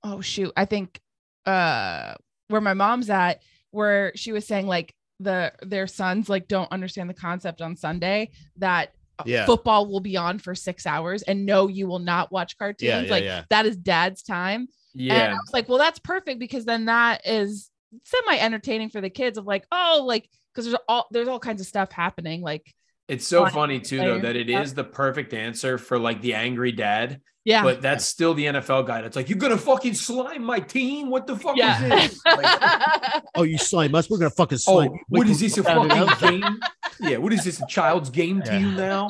S3: oh shoot i think uh where my mom's at where she was saying like the their sons like don't understand the concept on sunday that
S4: Yeah.
S3: football will be on for six hours and no, you will not watch cartoons.
S4: Yeah, yeah,
S3: like
S4: yeah.
S3: that is dad's time. And I
S2: Yeah.
S3: was like, well, that's perfect because then that is semi entertaining for the kids of like, oh, like, because there's all there's all kinds of stuff happening. Like,
S2: It's so
S3: Fine.
S2: funny too, though,
S3: Fair.
S2: that it is the perfect answer for like the angry dad,
S3: yeah.
S2: but that's still the NFL guy. That's like, you're gonna fucking slime my team. What the fuck
S3: Yeah.
S2: is this? Like,
S4: Oh, you slime us. We're gonna fucking
S2: oh,
S4: slime.
S2: what
S4: Like,
S2: is this a
S4: found it out.
S2: fucking game? Yeah, what is this a child's game to
S4: Yeah.
S2: you now?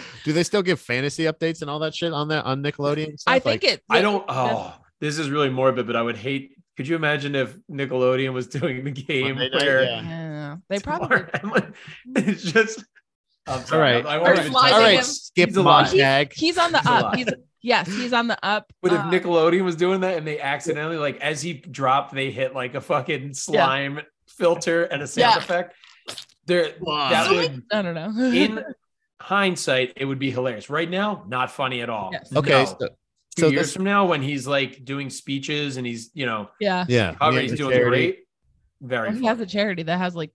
S4: Do they still give fantasy updates and all that shit on that on Nickelodeon? and
S3: I
S4: stuff? Like,
S3: think it
S2: I don't. Oh, this is really morbid, but I would hate. Could you imagine if Nickelodeon was doing the game
S4: Monday night,
S2: where
S4: yeah.
S3: Yeah, they probably
S2: it's just? I'm sorry.
S4: right.
S2: I, I
S3: Or
S2: won't even
S3: sliding
S2: touch
S4: all right,
S2: it.
S3: him.
S4: skip
S2: He's alive.
S4: Montag.
S3: he's on the
S2: It's a
S3: up.
S2: lot.
S3: He's yes, he's on the up.
S2: But if
S3: Uh,
S2: Nickelodeon was doing that and they accidentally, like, as he dropped, they hit like a fucking slime filter and a sound
S3: Yeah.
S2: effect. There, that
S4: Wow.
S2: would,
S3: I don't know.
S2: in hindsight, it would be hilarious. Right now, not funny at all.
S3: Yes.
S4: Okay,
S2: No.
S4: so,
S2: two
S4: so
S2: years
S4: this-
S2: from now, when he's like doing speeches and he's, you know,
S3: yeah,
S4: yeah,
S2: however
S4: yeah,
S2: he's
S4: the
S2: doing
S4: charity.
S2: great, very
S3: he has a charity that has like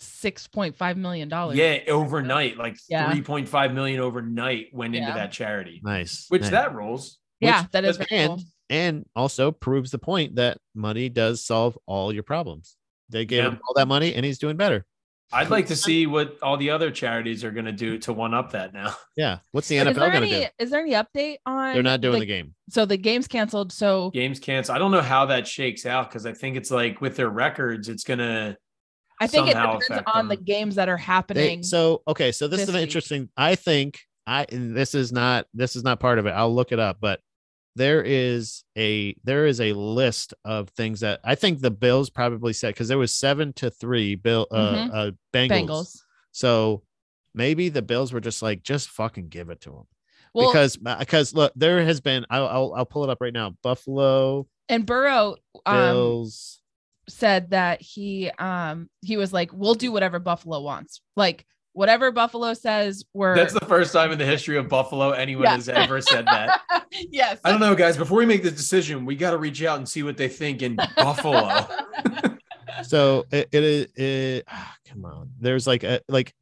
S3: six point five million dollars.
S2: yeah overnight like
S3: Yeah.
S2: 3.5 million overnight went into
S3: Yeah.
S2: that charity
S4: Nice,
S2: which
S4: nice.
S2: that rules
S3: yeah, that is
S4: But-
S3: very cool.
S4: and and also proves the point that money does solve all your problems. They gave
S2: Yeah.
S4: him all that money, and he's doing better.
S2: i'd like to see what all the other charities are going to do to one up that now
S4: Yeah, what's the
S3: Like,
S4: NFL
S3: is there
S4: gonna
S3: any
S4: do?
S3: is there any update on?
S4: They're not doing the game.
S3: So the game's canceled. So
S2: games cancel i don't know how that shakes out because i think it's like with their records it's gonna
S3: I think it
S2: somehow
S3: depends
S2: affect
S3: on the
S2: them.
S3: games that are
S4: They,
S3: happening.
S4: so okay, so this
S3: this
S4: is an
S3: week.
S4: interesting. I think I and this is not this is not part of it. I'll look it up, but there is a there is a list of things that I think the Bills probably said because there was seven to three Bill uh,
S3: Mhm.
S4: uh Bengals.
S3: Bengals.
S4: So maybe the Bills were just like just fucking give it to them
S3: Well,
S4: because because look there has been I'll, I'll I'll pull it up right now Buffalo
S3: and Burrow um,
S4: Bills
S3: said that he um he was like, "We'll do whatever Buffalo wants. Like whatever Buffalo says, we're
S2: that's the first time in the history of buffalo anyone
S3: Yeah.
S2: has ever said that
S3: yes.
S2: i don't know guys before we make this decision we got to reach out and see what they think in buffalo
S4: so it, it is it, ah, come on there's like a like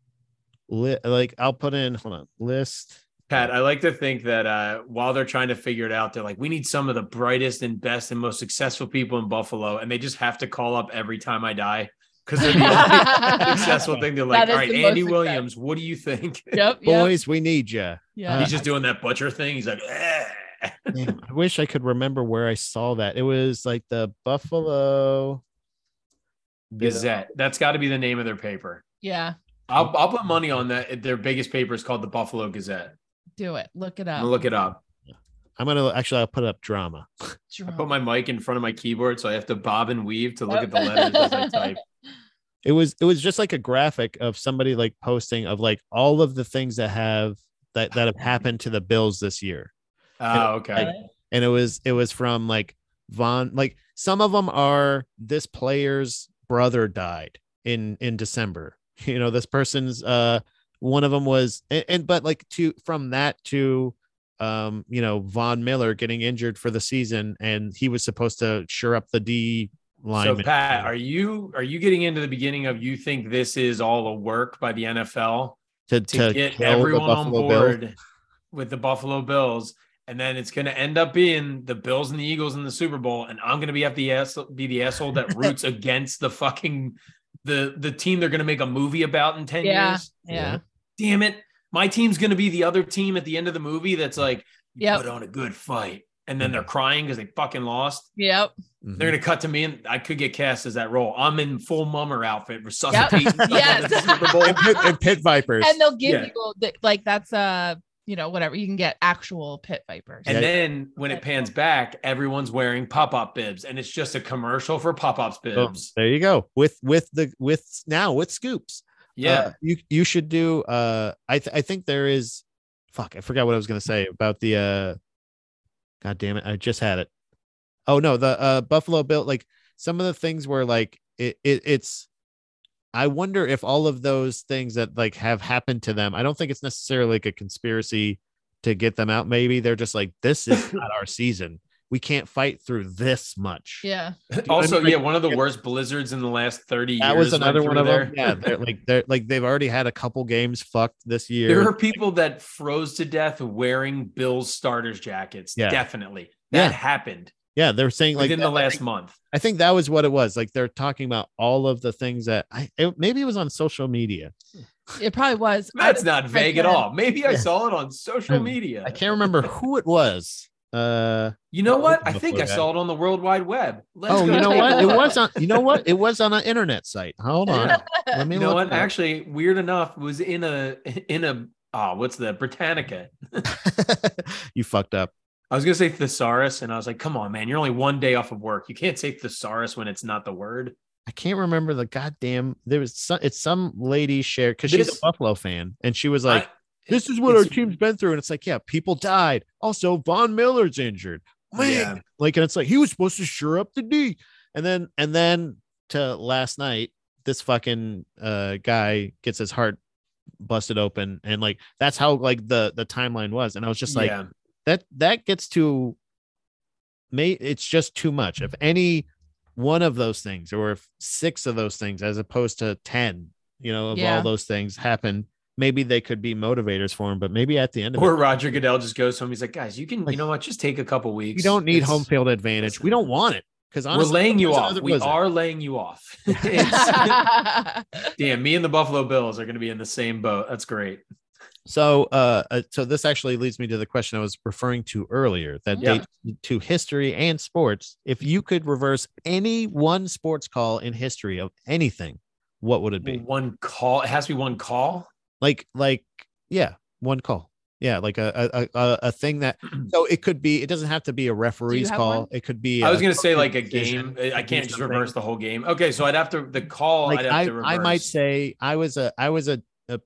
S4: li, like i'll put in hold on list
S2: Pat, I like to think that uh, while they're trying to figure it out, they're like, we need some of the brightest and best and most successful people in Buffalo. And they just have to call up every time I die because they're the only successful thing. They're like,
S3: That is
S2: all right,
S3: the most
S2: Andy
S3: success-
S2: Williams, what do you think?
S3: Yep. Yep.
S4: boys we need you
S3: Yeah.
S4: Uh,
S2: He's just doing that butcher thing. He's like, eh.
S4: i wish i could remember where i saw that it was like the buffalo
S2: Gazette. That's got to be the name of their paper.
S3: yeah.
S2: I'll, I'll put money on that. Their biggest paper is called the Buffalo Gazette.
S3: Do it. Look
S2: I'm
S3: it up.
S2: going to look it up.
S4: i'm gonna actually i'll put up drama
S2: I put my mic in front of my keyboard, so I have to bob and weave to look
S3: Yep.
S2: at the letters as I type.
S4: it was it was just like a graphic of somebody like posting of like all of the things that have that that have happened to the bills this year
S2: Oh, okay.
S4: and it was it was from like Von like some of them are this player's brother died in in December. You know, this person's uh one of them was and, and but like to from that to um you know Von Miller getting injured for the season and he was supposed to sure up the D line.
S2: So Pat, are you are you getting into the beginning of you think this is all a work by the NFL
S4: to,
S2: to,
S4: to
S2: get
S4: kill the
S2: everyone on
S4: Buffalo Bills?
S2: board with the Buffalo Bills, and then it's going to end up being the Bills and the Eagles in the Super Bowl, and I'm going to be have the ass be the asshole that roots against the fucking the the team they're going to make a movie about in ten
S3: Yeah.
S2: years.
S3: Yeah.
S2: Damn it, my team's going to be the other team at the end of the movie that's like you
S3: Yep.
S2: put on a good fight, and
S4: Mm-hmm.
S2: then they're crying because they fucking lost.
S3: Yep.
S4: Mhm.
S2: They're gonna cut to me, and I could get cast as that role. I'm in full mummer outfit, resuscitating
S3: Yep.
S2: stuff on the
S3: Yes.
S2: Super Bowl.
S4: and, pit, and pit vipers.
S3: And they'll give
S2: Yeah.
S3: you the, like that's uh you know whatever you can get actual pit vipers.
S2: And
S4: Yeah.
S2: then when it pans back, everyone's wearing pop-up bibs, and it's just a commercial for pop-up
S4: Boom. Uh,
S2: bibs.
S4: There you go. With with the with now with scoops.
S2: Yeah,
S4: Uh, you you should do uh I th- I think there is fuck, I forgot what I was gonna say about the uh god damn it, I just had it. Oh no, the uh Buffalo Bill like some of the things where like it, it it's I wonder if all of those things that like have happened to them, I don't think it's necessarily like a conspiracy to get them out. Maybe they're just like, this is not our season. we can't fight through this much.
S3: Yeah.
S2: also,
S4: I mean,
S2: yeah, one of the worst blizzards in the last 30 years.
S4: That was
S2: went
S4: another
S2: through
S4: one of
S2: there.
S4: them. Yeah, they're like they're like they've already had a couple games fucked this year.
S2: There are people that froze to death wearing Bills starters jackets.
S4: Yeah.
S2: Definitely.
S4: Yeah.
S2: That happened
S4: yeah, they're saying like uh,
S2: within the last month.
S4: I think that was what it was. Like they're talking about all of the things that I it, maybe it was on social media.
S3: It probably was.
S2: That's
S3: I-
S2: not vague at
S3: can-
S2: all. Maybe I
S4: Yeah.
S2: saw it on social
S4: Hmm.
S2: media.
S4: I can't remember who it was. Uh
S2: You know what? I
S4: Before
S2: think I
S4: that.
S2: saw it on the World Wide Web. Let's
S4: oh,
S2: go
S4: you know
S2: take a
S4: what? It
S2: look.
S4: was on. You know what? It was on an internet site. Hold on.
S2: Yeah.
S4: Let me
S2: You know
S4: look
S2: what?
S4: it up.
S2: Actually, weird enough, it was in a in a oh, what's the Britannica?
S4: you fucked up.
S2: I was gonna say thesaurus, and I was like, come on, man, you're only one day off of work. You can't say thesaurus when it's not the word.
S4: I can't remember the goddamn. There was some. It's some lady shared because she's
S2: This-
S4: a Buffalo fan, and she was like,
S2: I-
S4: "This is what our
S2: it's-
S4: team's been through," and it's like, "Yeah, people died. Also, Von Miller's injured. Man,
S2: Yeah.
S4: like, and it's like he was supposed to shore up the D, and then and then to last night, this fucking uh guy gets his heart busted open, and like that's how like the the timeline was, and I was just like,
S2: yeah.
S4: that that gets to may it's just too much if any one of those things or if six of those things as opposed to 10 you know of
S3: Yeah.
S4: all those things happen maybe they could be motivators for him but maybe at the end of
S2: Or
S4: it
S2: Roger Goodell just goes home. He's like, guys, you can, you know what? Just take a couple
S4: we
S2: weeks.
S4: don't need
S2: It's-
S4: home field advantage we don't want it because
S2: We're laying you off. We
S4: blizzard.
S2: are laying you off. It's- Damn, me and the Buffalo Bills are going to be in the same boat. That's great.
S4: so uh uh, so this actually leads me to the question i was referring to earlier that
S2: Yeah. Mm-hmm.
S4: dates to history and sports if you could reverse any one sports call in history of anything what would it be
S2: One call. It has to be one call.
S4: like like yeah one call yeah like a a, a, a thing that so it could be it doesn't have to be a referee's
S3: have
S4: call
S3: one?
S4: it could be
S2: I was
S4: a
S2: going to say
S4: coaching
S2: like a
S4: decision.
S2: game. I I
S4: do
S2: can't just
S4: something.
S2: reverse the whole game. Okay, so I'd have to the call.
S4: like
S2: I'd have
S4: I,
S2: to reverse.
S4: I might say i was a i was a, a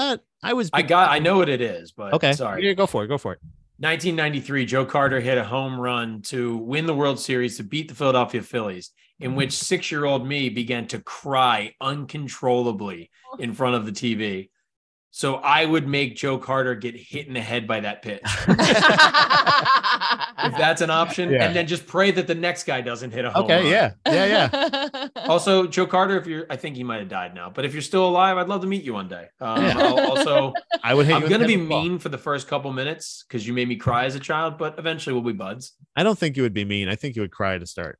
S4: not i was
S2: I got. I know what it is, but
S4: okay
S2: sorry.
S4: Yeah, go for it go for it
S2: 1993, Joe Carter hit a home run to win the World Series to beat the Philadelphia Phillies, in
S4: Mm-hmm.
S2: which six year old me began to cry uncontrollably in front of the TV. So I would make Joe Carter get hit in the head by that pitch. if that's an option,
S4: Yeah.
S2: and then just pray that the next guy doesn't hit a home
S4: okay
S2: run.
S4: yeah yeah yeah
S2: Also, Joe Carter, if you're, I think he might have died now, but if you're still alive, I'd love to meet you one day. Um,
S4: Yeah.
S2: I'll also,
S4: i would hit you
S2: I'm
S4: in the
S2: gonna
S4: head
S2: be
S4: with a ball.
S2: mean for the first couple minutes because you made me cry as a child, but eventually we'll be buds.
S4: i don't think you would be mean i think you would cry to start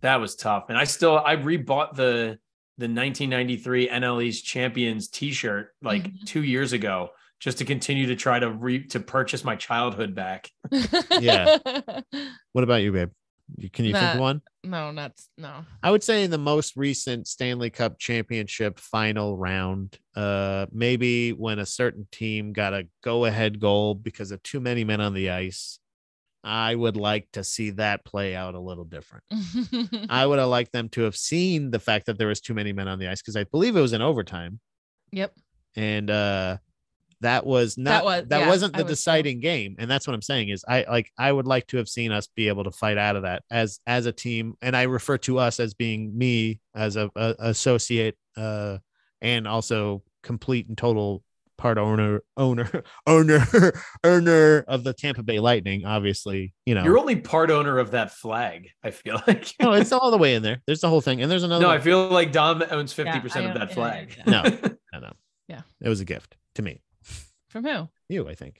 S2: That was tough, and I still, I rebought the the 1993 NLE's champions T-shirt like
S3: Mhm.
S2: two years ago just to continue to try to re to purchase my childhood back.
S4: Yeah. what about you babe You- can you think
S3: Nah.
S4: of one
S3: No, not no.
S4: I would say in the most recent Stanley Cup championship final round, uh, maybe when a certain team got a go ahead goal because of too many men on the ice, I would like to see that play out a little different.
S3: Mm-hmm.
S4: I would have liked them to have seen the fact that there was too many men on the ice because I believe it was in overtime.
S3: yep.
S4: And uh, that was not that,
S3: was-
S4: was,
S3: yeah,
S4: wasn't
S3: I
S4: the
S3: was-
S4: deciding game. And that's what I'm saying is I like I would like to have seen us be able to fight out of that as as a team. And I refer to us as being me as a, a associate uh and also complete and total part owner owner owner earner of the Tampa Bay Lightning, obviously, you know.
S2: You're only part owner of that flag. I feel like.
S4: no, it's all the way in there. There's the whole thing. And there's another
S2: No,
S4: one.
S2: I feel like Dom owns 50%
S3: Yeah, I
S2: of
S3: don't-
S2: that flag.
S3: yeah,
S4: No, I know.
S3: Yeah.
S4: It was a gift to me.
S3: From who?
S4: You, I think.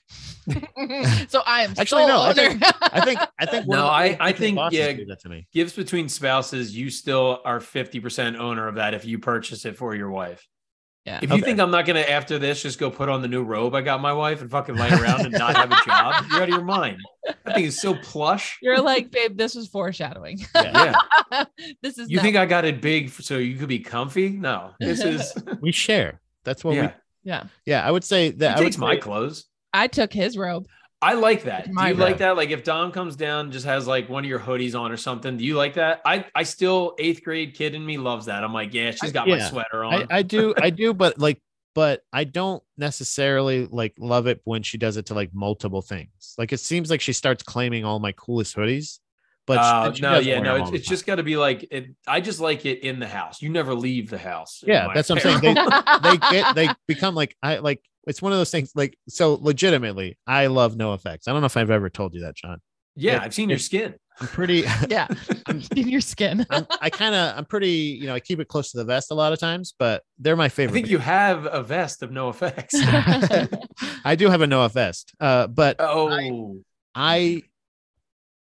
S3: so I am
S4: Actually,
S3: sole
S4: no, I
S3: owner.
S4: think- I think I think one
S2: No,
S4: of the
S2: I-
S4: big
S2: I
S4: fucking
S2: think,
S4: bosses
S2: yeah,
S4: do that to me.
S2: Gifts between spouses, you still are 50% owner of that if you purchase it for your wife.
S3: Yeah.
S2: If you
S4: Okay.
S2: think I'm not going to, after this, just go put on the new robe I got my wife and fucking lay around and not have a job, you're out of your mind. That thing is so plush.
S3: You're like, babe, this was foreshadowing.
S2: Yeah.
S3: this is
S2: You
S3: not-
S2: think I got it big so you could be comfy? No. This is,
S4: we share. That's what we.
S2: yeah.
S3: yeah.
S4: Yeah, I would say that.
S2: he
S4: I would
S2: takes my
S4: say-
S2: clothes.
S3: I took his robe.
S2: I like that. Do
S3: My
S2: you
S3: robe.
S2: like that? Like if Dom comes down, just has like one of your hoodies on or something. Do you like that? I I still eighth grade kid in me loves that. I'm like, yeah, she's got my
S4: Yeah.
S2: sweater on.
S4: I, I do. I do, but like, but I don't necessarily like love it when she does it to like multiple things. Like, it seems like she starts claiming all my coolest hoodies, but she-
S2: Uh,
S4: and she
S2: no,
S4: does
S2: yeah,
S4: wear
S2: no,
S4: them
S2: it's,
S4: all the
S2: it's just got to be like it. I just like it in the house. You never leave the house. in
S4: Yeah,
S2: my
S4: that's what I'm saying.
S2: apparel.
S4: time. they get they become like I like. It's one of those things. Like, so legitimately, I love No Effects. I don't know if I've ever told you that, John.
S2: Yeah, I've seen your skin.
S4: I'm pretty.
S3: Yeah. In your skin.
S4: I'm, I kind of. I'm pretty. You know, I keep it close to the vest a lot of times, but they're my
S2: I
S4: favorite.
S2: think you have a vest of no effects.
S4: I do have a Noah vest, uh, but
S2: oh,
S4: I,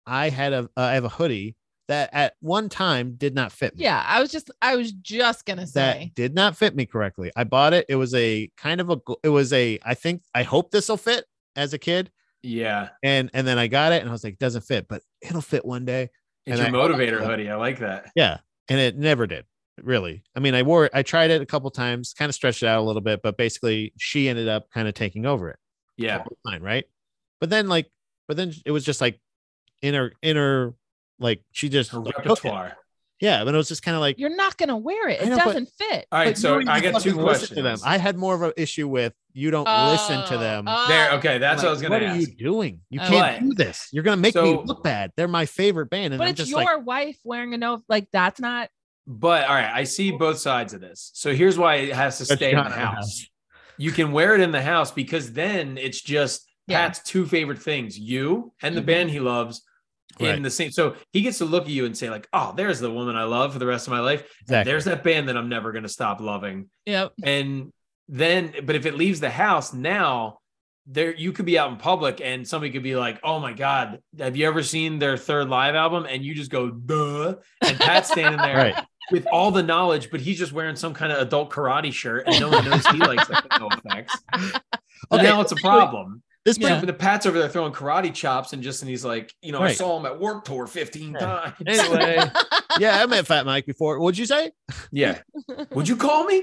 S4: I had a. Uh, I have a hoodie that at one time did not fit me.
S3: yeah. I was just I was just gonna say.
S4: that did not fit me correctly. I bought it. It was a kind of a gl- it was a I think I hope this will fit as a kid.
S2: yeah.
S4: And and then I got it and I was like, doesn't fit, but it'll fit one day.
S2: It's
S4: And
S2: your motivator hoodie. I like that.
S4: Yeah. And it never did, really. I mean, I wore it, I tried it a couple times, kind of stretched it out a little bit, but basically she ended up kind of taking over it.
S2: Yeah.
S4: Fine, right? But then like, but then it was just like inner inner like she just
S2: Her
S4: like, took it.
S2: repertoire.
S4: Yeah. But it was just kind of like
S3: You're not gonna wear it.
S4: I
S3: It
S4: know, but-
S3: doesn't fit.
S2: All right.
S4: but
S2: So
S4: you
S2: I
S4: even
S2: got two
S4: fucking listen to them.
S2: questions.
S4: I had more of an issue with you don't listen to
S3: Oh,
S4: them.
S3: oh.
S2: there. Okay. That's what I was
S4: Like,
S2: going to
S4: What
S2: ask.
S4: are you doing? You
S3: Oh.
S4: can't
S2: But-
S4: do this. You're gonna make me
S2: So-
S4: look bad. They're my favorite band, and
S3: But
S4: I'm
S3: it's
S4: just
S3: your
S4: like,
S3: wife wearing a no like that's not
S2: But all right, I see both sides of this. So here's why it has to
S4: That's
S2: stay in the
S4: not in the
S2: house. You can wear it in the house because then it's just
S3: Yeah.
S2: Pat's two favorite things: you and the
S3: Mhm.
S2: band he loves.
S4: Right.
S2: In the same, so he gets to look at you and say, like, "Oh, there's the woman I love for the rest of my life.
S4: exactly.
S2: There's that band that I'm never going to stop loving."
S3: yep.
S2: and then but if it leaves the house now there you could be out in public and somebody could be like oh my god have you ever seen their third live album and you just go duh and pat's standing there
S4: right.
S2: with all the knowledge but he's just wearing some kind of adult karate shirt and no one knows he likes that no effects but
S4: Okay.
S2: now it's a problem
S4: This
S3: Yeah.
S4: brings
S2: but the pat's over there throwing karate chops and just and he's like you know i
S4: Right.
S2: saw him at work tour 15
S4: Yeah.
S2: times
S4: anyway. yeah, I met Fat Mike before. What'd you say?
S2: yeah would you call me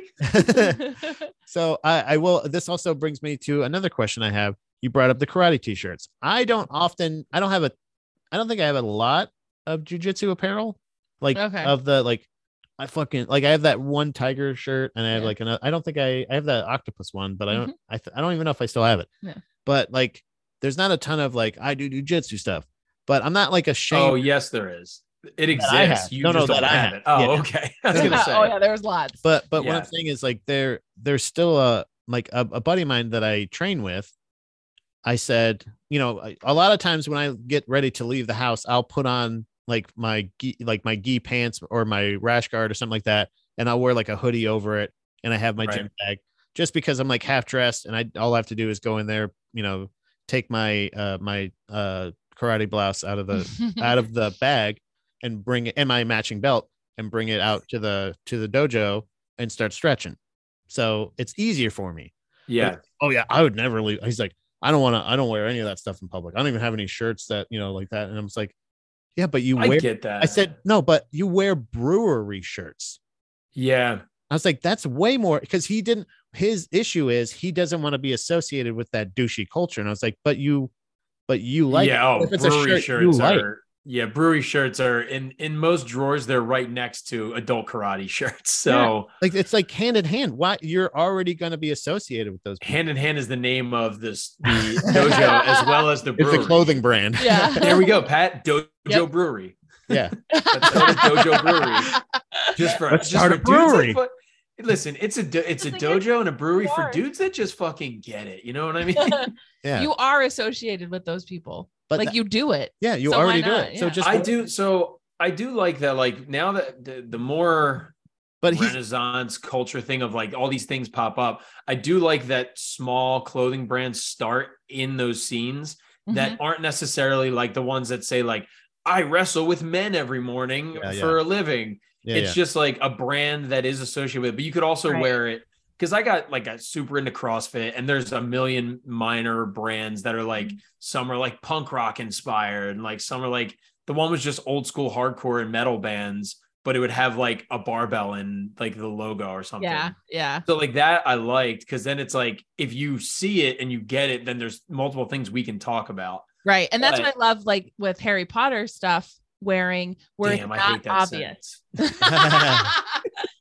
S4: so I, I will. This also brings me to another question I have. You brought up the karate t-shirts. I don't often. I don't have a. I don't think I have a lot of jujitsu apparel. Like
S3: Okay.
S4: of the like. I fucking like I have that one tiger shirt and I have
S3: Yeah. Mm-hmm.
S4: like another I don't think I I have that octopus one but I don't I, th- I don't even know if I still have it.
S3: Yeah.
S4: But like there's not a ton of like I do jujitsu stuff. But I'm not like
S2: Oh
S4: ashamed
S2: yes, there is. It
S4: I have.
S2: exists. You
S4: No, no,
S2: just
S4: that
S2: don't
S4: I
S2: have
S4: have.
S2: it. Oh,
S4: Yeah.
S2: okay. I was gonna say.
S3: oh yeah, there was lots.
S4: but but what
S2: Yeah.
S4: I'm saying is like there there's still a like a, a buddy of mine that I train with. I said, you know, I- a lot of times when I get ready to leave the house, I'll put on like my gi, like my gi pants or my rash guard or something like that, and I'll wear like a hoodie over it, and I have my gym bag just because I'm like half dressed, and I all I have to do is go in there, you know, take my uh my uh karate blouse out of the out of the bag and bring it and my matching belt and bring it out to the to the dojo and start stretching. So it's easier for me.
S2: Yeah.
S4: Oh yeah, I would never leave. He's like, I don't want to. I don't wear any of that stuff in public. I don't even have any shirts that you know like that. And I'm just like, yeah, but you
S2: I
S4: wear.
S2: get that.
S4: I said no, but you wear brewery shirts.
S2: Yeah.
S4: I was like, that's way more because he didn't. His issue is he doesn't want to be associated with that douchey culture. And I was like, but you, but you like.
S2: yeah. Oh,
S4: if it's a
S2: brewery
S4: shirt you
S2: shirts
S4: like.
S2: are. Yeah, brewery shirts are in in most drawers. They're right next to adult karate shirts. So
S4: Like it's like hand in hand. Why you're already going to be associated with those.
S2: hand in hand is the name of this the dojo as well as the
S4: It's
S2: brewery.
S4: a clothing brand.
S3: yeah.
S2: There we go, Pat. Dojo
S3: Yep.
S2: Brewery.
S4: Yeah.
S2: Let's start a dojo brewery. Just for
S4: Let's
S2: just
S4: start
S2: for
S4: a
S2: dudes that
S4: brewery.
S2: fu- Listen, it's a do- it's a
S3: It's a good
S2: dojo and a brewery for
S3: bar.
S2: dudes that just fucking get it. You know what I mean?
S4: Yeah.
S3: You are associated with those people.
S4: but
S3: like
S4: tha-
S3: you do it.
S4: yeah, you
S3: so why
S4: already do
S3: not?
S4: it. So
S3: Yeah.
S4: just
S2: I do. So I do like that. Like now that the, the more
S4: But he's
S2: Renaissance culture thing of like all these things pop up, I do like that small clothing brands start in those scenes
S3: Mm-hmm.
S2: that aren't necessarily like the ones that say like I wrestle with men every morning
S4: Yeah, yeah.
S2: for a living.
S4: yeah,
S2: it's
S4: yeah.
S2: just like a brand that is associated with it, but you could also
S3: Right.
S2: wear it because i got like a super into crossfit and there's a million minor brands that are like
S3: Mm-hmm.
S2: some are like punk rock inspired and like some are like the one was just old school hardcore and metal bands but it would have like a barbell and like the logo or something
S3: Mm-hmm. Yeah. Yeah.
S2: so like that i liked because then it's like if you see it and you get it then there's multiple things we can talk about
S3: Right. And that's
S2: But-
S3: what I love like with Harry Potter stuff wearing where
S2: Damn,
S3: it's
S2: I
S3: not
S2: hate that
S3: obvious.
S2: sentence.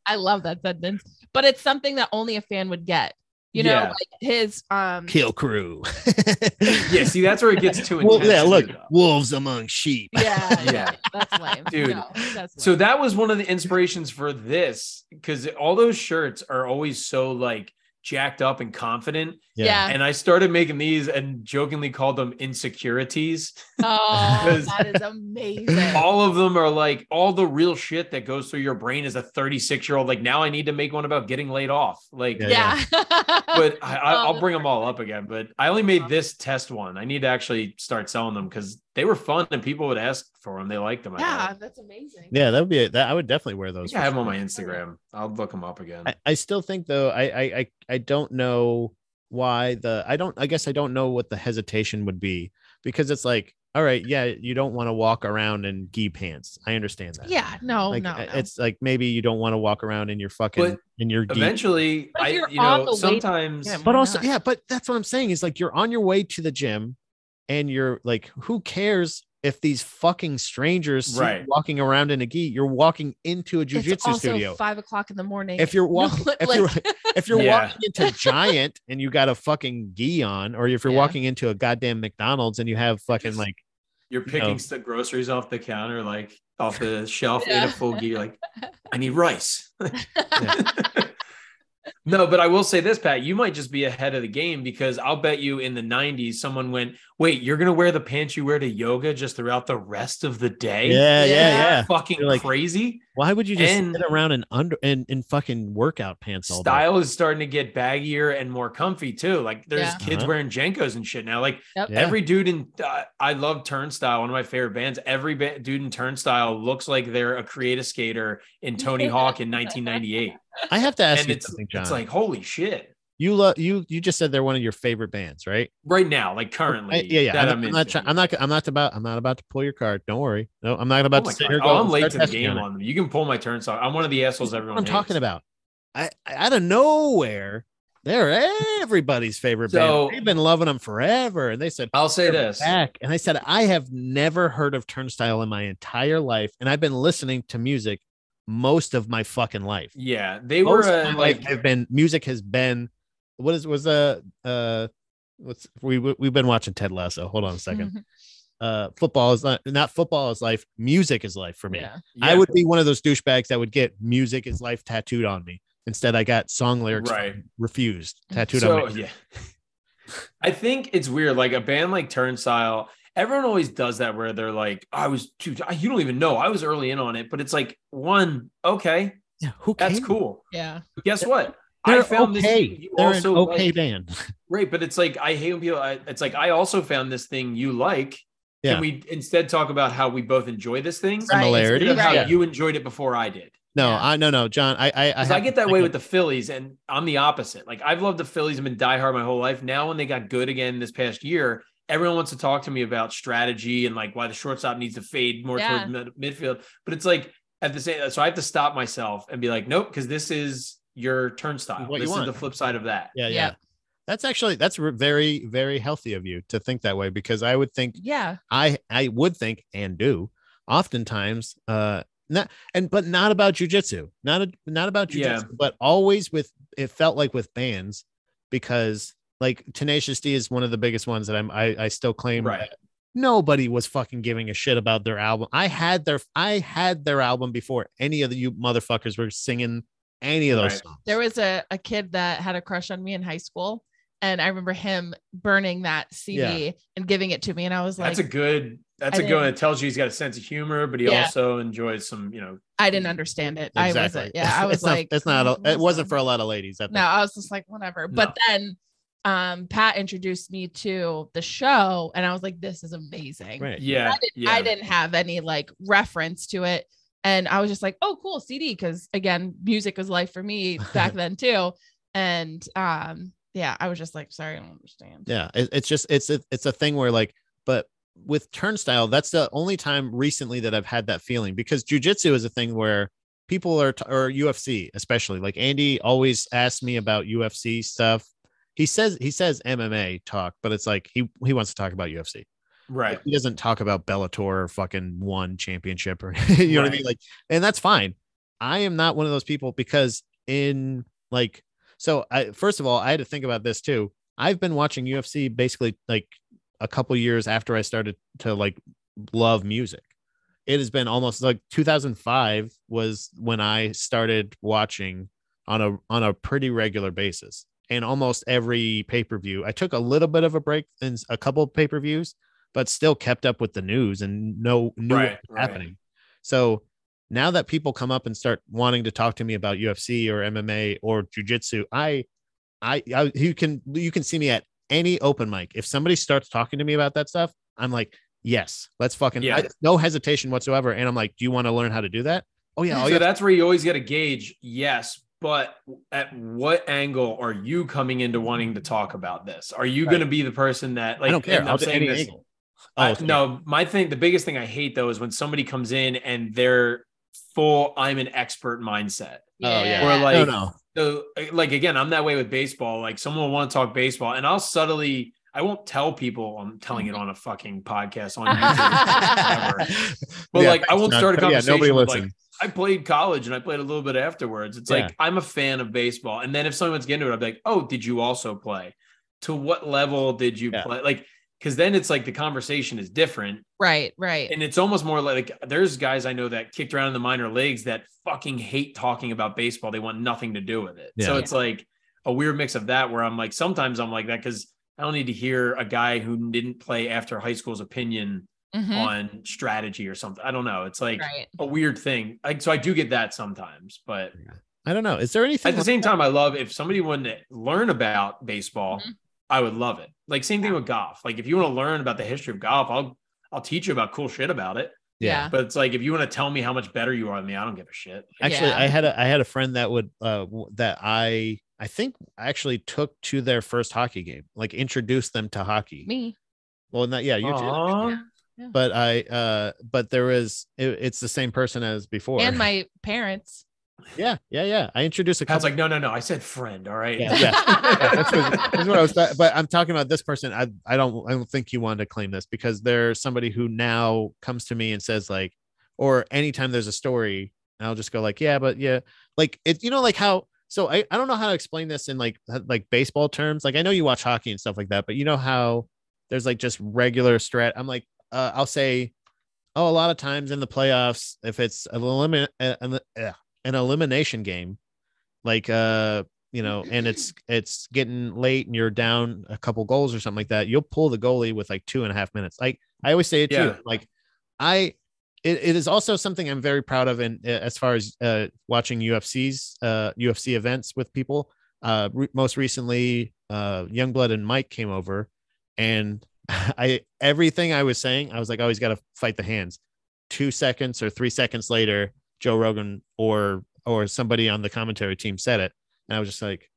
S3: I love that sentence. But it's something that only a fan would get. You know,
S2: Yeah.
S3: like his um
S4: kill crew.
S2: yeah see that's where it gets too
S4: Well,
S2: intense
S4: yeah,
S2: too,
S4: look,
S2: though.
S4: wolves among sheep.
S3: yeah,
S2: Yeah.
S3: yeah, that's lame.
S2: Dude.
S3: No, that's
S2: So
S3: lame.
S2: that was one of the inspirations for this because all those shirts are always so like jacked up and confident.
S3: Yeah.
S2: And I started making these and jokingly called them insecurities.
S3: Oh,
S2: 'Cause-
S3: that is amazing.
S2: all of them are like all the real shit that goes through your brain as a 36 year old. Like now I need to make one about getting laid off. Like,
S4: Yeah.
S3: Yeah.
S2: but I, I,
S3: Oh,
S2: I'll
S3: that's
S2: bring them all up again. But I only
S3: Um,
S2: made this test one. I need to actually start selling them because they were fun and people would ask for them. They liked them. I
S3: yeah,
S2: thought.
S3: that's amazing.
S4: Yeah, that would be it. That I would definitely wear
S2: I
S4: those.
S2: think I
S4: for
S2: have them on
S4: sure.
S2: my Instagram. I'll look them up again.
S4: I, I still think though I, I I I don't know why the I don't I guess I don't know what the hesitation would be because it's like all right yeah you don't want to walk around in gi pants I understand that
S3: Yeah. No,
S4: like,
S3: Oh,
S4: uh,
S3: no, no.
S4: it's like maybe you don't want to walk around in your fucking
S2: But
S4: in your gi
S2: Eventually,
S3: But if
S2: I,
S3: you're
S2: you
S3: on the
S2: know,
S3: way-
S2: sometimes
S3: Yeah,
S4: but
S3: Why
S4: also
S3: not?
S4: yeah but that's what i'm saying is like you're on your way to the gym and you're like who cares if these fucking strangers see you
S2: Right.
S4: walking around in a gi you're walking into a
S3: it's
S4: jujitsu
S3: also
S4: studio
S3: five o'clock in the morning.
S4: if you're walking
S3: No,
S4: if you're
S3: like-
S4: if you're
S2: Yeah.
S4: walking into giant and you got a fucking gi on or if you're
S3: Yeah.
S4: walking into a goddamn mcdonald's and you have fucking like
S2: you're
S4: No.
S2: picking the groceries off the counter, like off the shelf,
S3: Yeah.
S2: ate a full gear. Like, I need rice. no, but I will say this, Pat, you might just be ahead of the game because I'll bet you in the 90s, someone went, Wait, you're going to wear the pants you wear to yoga just throughout the rest of the day?
S4: yeah yeah
S3: Yeah.
S4: yeah
S2: Fucking
S4: You're like,
S2: crazy.
S4: why would you just
S2: And-
S4: sit around in under in, in fucking workout pants all day
S2: Style is starting to get baggier and more comfy too. Like there's
S3: Yeah.
S2: kids
S4: Uh-huh.
S2: wearing Jenkos and shit now. Like
S3: Yep.
S4: Yeah.
S2: Every dude in uh, I love Turnstile, one of my favorite bands. Every ba- dude in Turnstile looks like they're a creative skater in Tony Hawk in 1998,
S4: i have to ask
S2: and
S4: you
S2: it's
S4: something john
S2: it's like holy shit
S4: you love you you just said they're one of your favorite bands right
S2: right now, like
S4: I-
S2: currently.
S4: yeah, yeah.
S2: that
S4: I'm, I'm not.
S2: into.
S4: Try, I'm not. I'm not about. I'm not about to pull your card. Don't worry. No, I'm not
S2: Oh,
S4: about
S2: my
S4: to sit
S2: God.
S4: here.
S2: Oh, I'm
S4: go
S2: late
S4: start
S2: to the
S4: testing
S2: game
S4: it.
S2: on them. You can pull my Turnstile. I'm one of the assholes everyone.
S4: I'm talking
S2: hates.
S4: about. I, I out of nowhere, they're everybody's favorite
S2: So-
S4: band. They've been loving them forever, and they said
S2: I'll say
S4: "They're
S2: this.
S4: back. And I said I have never heard of Turnstile in my entire life, and I've been listening to music most of my fucking life.
S2: Yeah, they were
S4: Most of
S2: uh,
S4: my life,
S2: like
S4: I've been music has been what is was uh uh what's we we- we've been watching Ted Lasso. Hold on a second. uh football is not not football is life music is life for me
S3: Mm-hmm. Yeah.
S4: i
S2: yeah,
S4: would be one of those douchebags that would get music is life tattooed on me instead i got song lyrics
S2: right.
S4: refused tattooed
S2: so
S4: on me
S2: yeah, I think it's weird. Like a band like Turnstile, everyone always does that where they're like, "I was, dude, I, you don't even know, I was early in on it." But it's like, one, okay,
S4: yeah, who cares?
S2: that's cool.
S3: Yeah.
S2: But guess what?
S4: they're
S2: I found
S4: okay
S2: this. thing you
S4: they're
S2: also
S4: an okay
S2: like.
S4: band
S2: right? But it's like I hate when people. I, it's like I also found this thing you like.
S4: Yeah.
S2: Can we instead talk about how we both enjoy this thing?
S3: Right.
S4: similarity
S2: Instead of how
S3: Right.
S2: you enjoyed it before I did.
S4: no
S3: Yeah.
S4: i no no john i i,
S2: Because I, get that way with the Phillies, and I'm the opposite. Like I've loved the Phillies and been diehard my whole life. Now when they got good again this past year, everyone wants to talk to me about strategy and like why the shortstop needs to fade more
S3: Yeah.
S2: towards mid- midfield. But it's like at the same, so I have to stop myself and be like, nope, because this is your turnstile.
S4: What you
S2: this is
S4: want.
S2: the flip side of that.
S4: yeah yeah
S3: Yeah.
S4: that's actually that's re- very very healthy of you to think that way because i would think
S3: Yeah.
S4: I I would think and do oftentimes uh not and but not about jujitsu not a, not about jujitsu
S2: Yeah.
S4: but always with it felt like with bands because like Tenacious D is one of the biggest ones that I'm I, I still claim
S2: Right.
S4: that nobody was fucking giving a shit about their album I had their I had their album before any of the you motherfuckers were singing any of those
S2: Right.
S4: songs
S3: There was a, a kid that had a crush on me in high school. And I remember him burning that CD and giving it to me. And I was
S2: That's
S3: like,
S2: a good. That's
S3: I
S2: a good one.
S3: didn't-
S2: It tells you he's got a sense of humor, but he
S3: Yeah.
S2: also enjoys some, you know,
S3: I didn't understand it. I wasn't. Yeah. I was
S4: it's
S3: like,
S4: not, it's not
S3: "Mm,
S4: a, it wasn't
S3: what's
S4: for a lot of ladies at
S3: no, I was just like, whatever. But then um, Pat introduced me to the show, and I was like, this is amazing.
S4: the, right
S2: yeah, yeah.
S3: I didn't have any like reference to it. And I was just like, oh, cool, CD. Cause again, music was life for me back then too. And um, yeah, I was just like, sorry, I don't understand.
S4: yeah it, it's just it's a, it's a thing where like but with turnstile that's the only time recently that i've had that feeling because jujitsu is a thing where people are t- or ufc especially like andy always asks me about ufc stuff he says he says mma talk but it's like he he wants to talk about ufc
S2: right.
S4: he doesn't talk about bellator or fucking one championship or you know what i mean
S2: Right.
S4: like and that's fine i am not one of those people because in like so i first of all i had to think about this too I've been watching UFC basically like a couple years after I started to like love music. It has been almost like 2005 was when I started watching on a on a pretty regular basis. in almost every pay per view. I took a little bit of a break in a couple pay per views, but still kept up with the news and no knew what
S2: Right,
S4: was
S2: right.
S4: happening. So now that people come up and start wanting to talk to me about UFC or MMA or jujitsu, I, I, I, you can you can see me at any open mic. If somebody starts talking to me about that stuff, I'm like, yes, let's fucking
S2: Yeah.
S4: I- no hesitation whatsoever. And I'm like, do you want to learn how to do that? Oh yeah, all
S2: so
S4: you
S2: that's where you always got to gauge, yes, but at what angle are you coming into wanting to talk about this? Are you
S4: Right.
S2: going to be the person that like
S4: I don't care.
S2: and
S4: I'll do any angle. Oh,
S2: I-
S4: sorry.
S2: no, my thing, the biggest thing I hate though is when somebody comes in and they're full, I'm an expert mindset.
S4: Oh, yeah.
S2: Or, like-
S4: no, no.
S2: So uh, like again, I'm that way with baseball. Like someone will want to talk baseball, and I'll subtly I won't tell people I'm telling it on a fucking podcast on YouTube. whatever. But, like, I won't
S4: thanks,
S2: start a
S4: John.
S2: conversation
S4: nobody
S2: with, like,
S4: listened.
S2: I played college and I played a little bit afterwards. It's
S4: Yeah.
S2: like I'm a fan of baseball. And then if someone's getting into it, I'd be like, oh, did you also play? To what level did you
S4: Yeah.
S2: play? Like, because then it's like the conversation is different.
S3: Right, right.
S2: And it's almost more like there's guys I know that kicked around in the minor leagues that fucking hate talking about baseball. They want nothing to do with it. So
S4: Yeah.
S2: it's like a weird mix of that where I'm like, sometimes I'm like that because I don't need to hear a guy who didn't play after high school's opinion
S3: Mhm.
S2: on strategy or something. I don't know. It's like
S3: right.
S2: a weird thing. Like, so I do get that sometimes, but
S4: I don't know. Is there anything?
S2: at the same time, I love if somebody wanted to learn about baseball,
S3: Mhm.
S2: I would love it. Like same thing with golf. Like if you want to learn about the history of golf, I'll I'll teach you about cool shit about it.
S3: Yeah.
S2: But it's like if you want to tell me how much better you are than me, I don't give a shit.
S4: Actually,
S3: Yeah.
S4: I had a I had a friend that would uh w- that I I think actually took to their first hockey game, like introduced them to hockey.
S3: Me.
S4: Well, not yeah, you
S2: Aw.
S4: did. But I uh but there is it, it's the same person as before.
S3: And my parents.
S4: yeah, yeah, yeah. I introduced a
S2: Pat's
S4: couple
S2: like, no, no, no. I said friend. All right.
S4: Yeah, Yeah, that's what, that's what I was. ta- But I'm talking about this person. I I don't I don't think you wanted to claim this because there's somebody who now comes to me and says like, or anytime there's a story, and I'll just go like, yeah, but yeah, like it. You know, like how. So I, I don't know how to explain this in like like baseball terms. Like I know you watch hockey and stuff like that, but you know how there's like just regular strat. I'm like uh, I'll say, oh, a lot of times in the playoffs, if it's an elimin uh, an, uh, an elimination game, like uh you know, and it's it's getting late and you're down a couple goals or something like that, you'll pull the goalie with like two and a half minutes. Like I always say it
S2: Yeah.
S4: too. Like I it, it is also something I'm very proud of in uh, as far as uh watching UFC's uh UFC events with people. Uh re- most recently uh Youngblood and Mike came over and I everything I was saying, I was like, oh, he's gotta fight the hands. Two seconds or three seconds later, Joe Rogan or or somebody on the commentary team said it. And I was just like,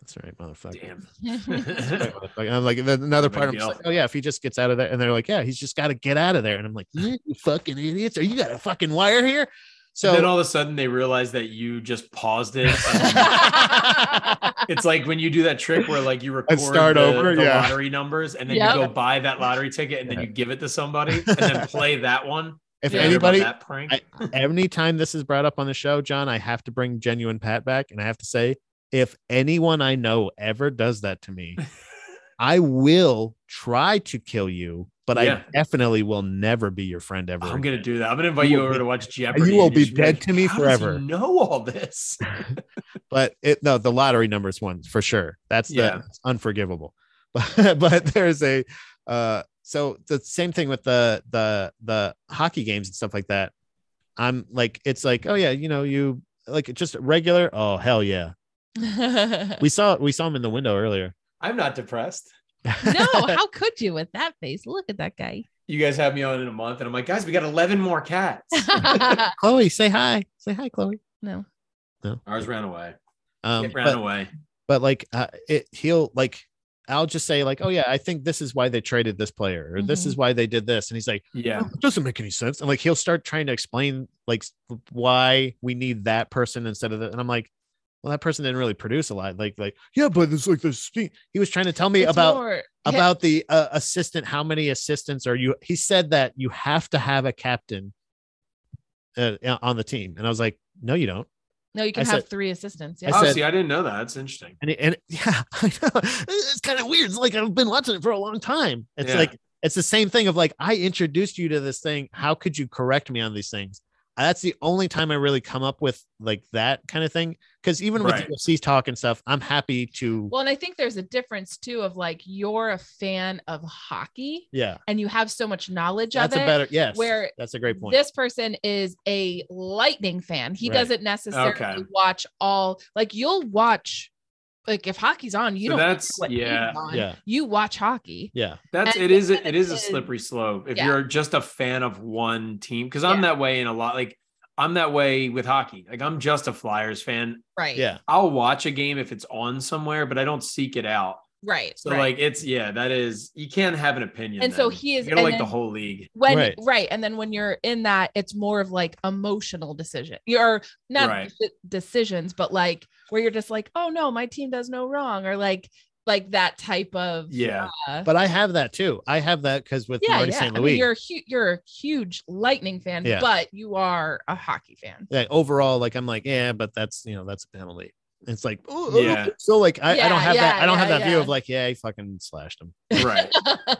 S4: that's all right, motherfucker.
S2: Damn.
S4: That's all right, motherfucker. And I'm like, and then another
S2: No
S4: part, I'm
S2: big
S4: just
S2: deal.
S4: like, oh, yeah, if he just gets out of there. And they're like, yeah, he's just got to get out of there. And I'm like, you fucking idiots. Are you got a fucking wire here?
S2: So then
S4: So,
S2: all of a sudden they realize that you just paused it.
S3: yeah.
S2: It's like when you do that trick where like you record
S4: start
S2: the,
S4: over,
S2: the
S4: yeah.
S2: lottery numbers and then
S3: Yep.
S2: you go buy that lottery ticket and then you give it to somebody and then play that one.
S4: if
S2: You hear about
S4: anybody,
S2: that prank.
S4: I- anytime this is brought up on the show, John, I have to bring genuine Pat back. And I have to say, if anyone I know ever does that to me, I will try to kill you, but
S2: Yeah.
S4: I definitely will never be your friend ever.
S2: I'm
S4: again.
S2: gonna do that. I'm gonna invite
S4: You
S2: you,
S4: will
S2: over
S4: be-
S2: to watch Jeopardy.
S4: will
S2: and
S4: be
S2: just
S4: dead to me
S2: "How does he
S4: forever."
S2: know all this.
S4: but it no the lottery numbers one for sure that's the
S2: Yeah.
S4: that's unforgivable but but there's a uh so the same thing with the the the hockey games and stuff like that i'm like it's like oh yeah you know you like just regular oh hell yeah we saw we saw him in the window earlier
S2: I'm not depressed.
S3: no, how could you with that face? Look at that guy.
S2: You guys have me on in a month, and I'm like, guys, we got 11 more cats.
S4: chloe say hi say hi chloe
S3: no.
S4: no
S2: Ours ran away.
S4: um
S2: it ran
S4: but,
S2: away.
S4: but like uh, it he'll like i'll just say like oh yeah i think this is why they traded this player or this
S3: Mhm.
S4: is why they did this and he's like
S2: Yeah.
S4: "Oh, it doesn't make any sense. And like he'll start trying to explain like s- why we need that person instead of that. And I'm like, well, that person didn't really produce a lot. Like, like, yeah, but it's like this. He was trying to tell me
S3: It's
S4: about
S3: more-
S4: about the uh, assistant. How many assistants are you? He said that you have to have a captain uh, on the team, and I was like, no, you don't.
S3: No, you can
S4: I
S3: have
S4: said-
S3: three assistants.
S4: I
S3: Yeah.
S2: oh,
S4: said-
S2: see, I didn't know that. That's interesting.
S4: And, it- and it- yeah, I know. It's kind of weird. It's like I've been watching it for a long time. It's
S2: Yeah.
S4: like it's the same thing of like I introduced you to this thing. How could you correct me on these things? Uh, that's the only time I really come up with like that kind of thing. Because even with
S2: Right.
S4: UFC talk and stuff, I'm happy to.
S3: Well, and I think there's a difference too of like you're a fan of hockey
S4: yeah,
S3: and you have so much knowledge
S4: that's
S3: of
S4: a
S3: it.
S4: better. Yes,
S3: where
S4: that's a great point.
S3: This person is a lightning fan. He
S4: Right.
S3: doesn't necessarily
S2: Okay.
S3: watch all like you'll watch like if hockey's on, you
S2: So
S3: don't
S2: that's-
S3: watch what
S2: yeah.
S3: TV's on.
S4: yeah,
S3: You watch hockey.
S4: yeah,
S2: That's
S3: And
S2: it is
S3: even
S2: a- it is a
S3: if-
S2: slippery slope. If
S3: Yeah.
S2: you're just a fan of one team, because I'm
S3: Yeah.
S2: that way in a lot. Like I'm that way with hockey. Like I'm just a Flyers fan.
S3: Right.
S4: yeah.
S2: I'll watch a game if it's on somewhere, but I don't seek it out.
S3: Right.
S2: So
S3: right.
S2: like it's yeah, that is you can't have an opinion.
S3: And so
S2: then.
S3: he is-
S2: you gotta
S3: and
S2: like the
S3: then-
S2: whole league.
S3: when
S4: Right.
S3: right. and then when you're in that it's more of like emotional decision you're not
S2: Right.
S3: de- decisions but like where you're just like oh no my team does no wrong or like like that type of
S2: Yeah.
S4: But I have that too. I have that because with
S3: yeah,
S4: Marty
S3: yeah. I
S4: St.
S3: mean,
S4: Louis,
S3: you're a hu- you're a huge lightning fan
S4: Yeah.
S3: but you are a hockey fan
S4: like overall, like I'm like, yeah, but that's you know that's a penalty. It's like, oh,
S2: Yeah.
S4: So like I, I
S3: Yeah,
S4: don't have that.
S3: yeah,
S4: I don't have
S3: yeah,
S4: that view
S3: yeah.
S4: of like, yeah, he fucking slashed him.
S2: Right.
S3: uh,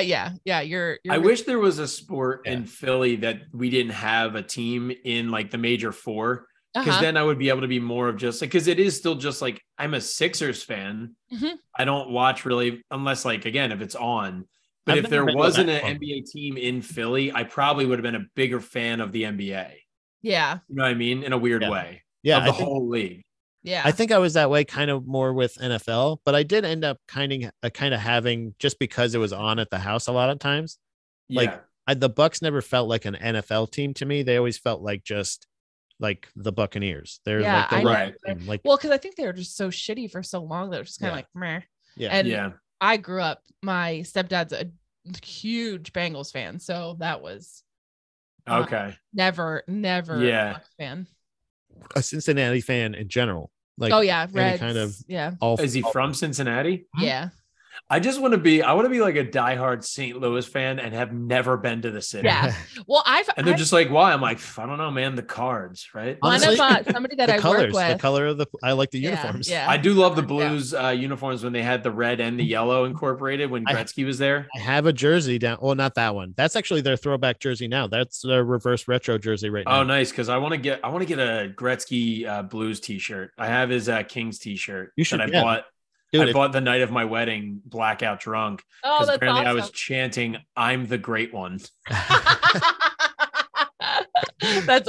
S3: yeah yeah you're, you're
S2: I wish there was a sport
S4: Yeah.
S2: in Philly that we didn't have a team in like the major four. Because
S3: uh-huh.
S2: then I would be able to be more of just like because it is still just like I'm a Sixers fan.
S4: Mm-hmm.
S3: Mhm.
S2: I don't watch really unless like again if it's on. But
S4: I've
S2: if
S4: never
S2: there
S4: been to
S2: wasn't
S4: that
S2: an
S4: club.
S2: NBA team in Philly, I probably would have been a bigger fan of the NBA.
S3: yeah
S2: You know what I mean? In a weird
S4: Yeah.
S2: way.
S4: Yeah,
S2: of
S4: I
S2: the
S4: think-
S2: whole league.
S3: yeah
S4: I think I was that way kind of more with NFL, but I did end up kind of uh, kind of having just because it was on at the house a lot of times. Like,
S2: yeah.
S4: I, the Bucks never felt like an NFL team to me. They always felt like just like the Buccaneers. They're
S3: Yeah,
S4: like
S3: I
S4: the
S3: know.
S4: right
S2: right.
S4: team. Like
S3: well because i think they were just so shitty for so long that it was just kind
S4: Yeah.
S3: of like meh.
S4: yeah,
S3: and
S2: yeah.
S3: I grew up, my stepdad's a huge Bengals fan, so that was
S4: uh-huh.
S3: uh,
S2: Okay.
S3: never, never a
S2: Yeah.
S3: Bucs fan.
S4: a Cincinnati fan in general. Like
S3: oh yeah,
S4: any
S3: Reds.
S4: kind of
S3: yeah,
S4: all
S2: Is he from Cincinnati?
S3: yeah.
S2: I just want to be. I want to be like a diehard St. Louis fan and have never been to the city.
S3: Yeah. Well, I've,
S2: And they're
S3: I've-
S2: just like, why? I'm like, I don't know, man. The cards, right?
S3: one
S4: Honestly,
S3: of uh, somebody that
S4: the
S3: I
S4: colors,
S3: work
S4: the
S3: with.
S4: color of the I like the
S3: Yeah,
S4: uniforms.
S3: Yeah,
S2: I do love the Blues uh, uniforms when they had the red and the yellow incorporated when
S4: I-
S2: Gretzky was there.
S4: I have a jersey down. Well, not that one. That's actually their throwback jersey now. That's their reverse retro jersey right now.
S2: Oh, nice! Because I want to get I want to get a Gretzky uh, Blues T-shirt. I have his uh, Kings T-shirt
S4: You should,
S2: that I
S4: yeah.
S2: bought.
S4: Dude,
S2: I
S4: if-
S2: bought the night of my wedding, blackout drunk,
S3: Oh,
S2: because
S3: that's
S2: apparently
S3: awesome.
S2: I was chanting, "I'm the great one."
S3: that's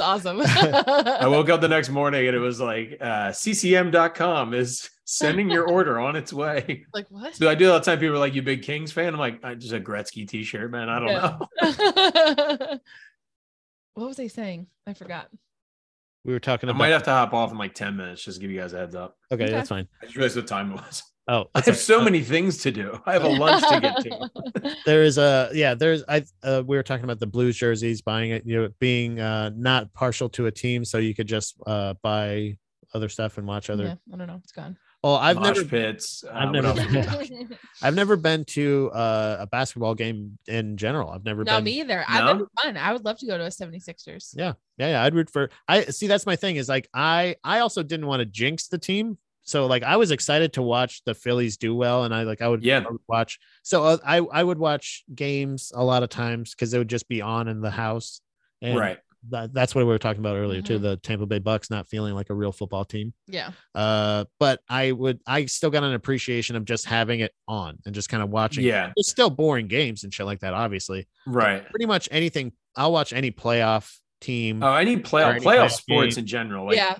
S3: awesome.
S2: I woke up the next morning and it was like uh, CCM.com is sending your order on its way.
S3: like what?
S2: So I do all the time. People are like, "You big Kings fan?" I'm like, "I just a Gretzky T-shirt, man. I don't
S3: Yeah.
S2: know."
S3: what was I saying? I forgot.
S4: we were talking
S2: I
S4: about.
S2: might have to hop off in like 10 minutes just to give you guys a heads up.
S4: okay,
S3: Okay.
S4: that's fine.
S2: I just realized what time it was.
S4: Oh,
S2: I
S4: that's
S2: have
S4: all right.
S2: so many things to do. I have a lunch to get to.
S4: there is a yeah there's i uh, we were talking about the blues jerseys buying it you know being uh not partial to a team so you could just uh buy other stuff and watch other
S3: Yeah, I don't know. It's gone.
S4: oh i've
S2: Mosh
S4: never
S2: pits. uh,
S4: I've
S2: what
S4: never
S2: else?
S4: been- i've never been to uh, a basketball game in general i've never
S3: No,
S4: been
S3: me either.
S2: No?
S3: I, that'd be fun. I would love to go to a 76ers.
S4: yeah yeah yeah i'd root for i see that's my thing is like i i also didn't want to jinx the team so like i was excited to watch the phillies do well and i like i would
S2: Yeah.
S4: I would watch so uh, i i would watch games a lot of times because it would just be on in the house and
S2: Right.
S4: that, that's what we were talking about earlier too
S3: Mhm.
S4: the tampa bay bucks not feeling like a real football team
S3: Yeah.
S4: uh but i would i still got an appreciation of just having it on and just kind of watching
S2: Yeah.
S4: it's still boring games and shit like that obviously
S2: Right.
S4: pretty much anything i'll watch any playoff team
S2: Oh, I need
S4: Or
S2: playoff,
S4: any
S2: playoff
S4: playoff
S2: sports
S4: game.
S2: in general. Like,
S3: yeah.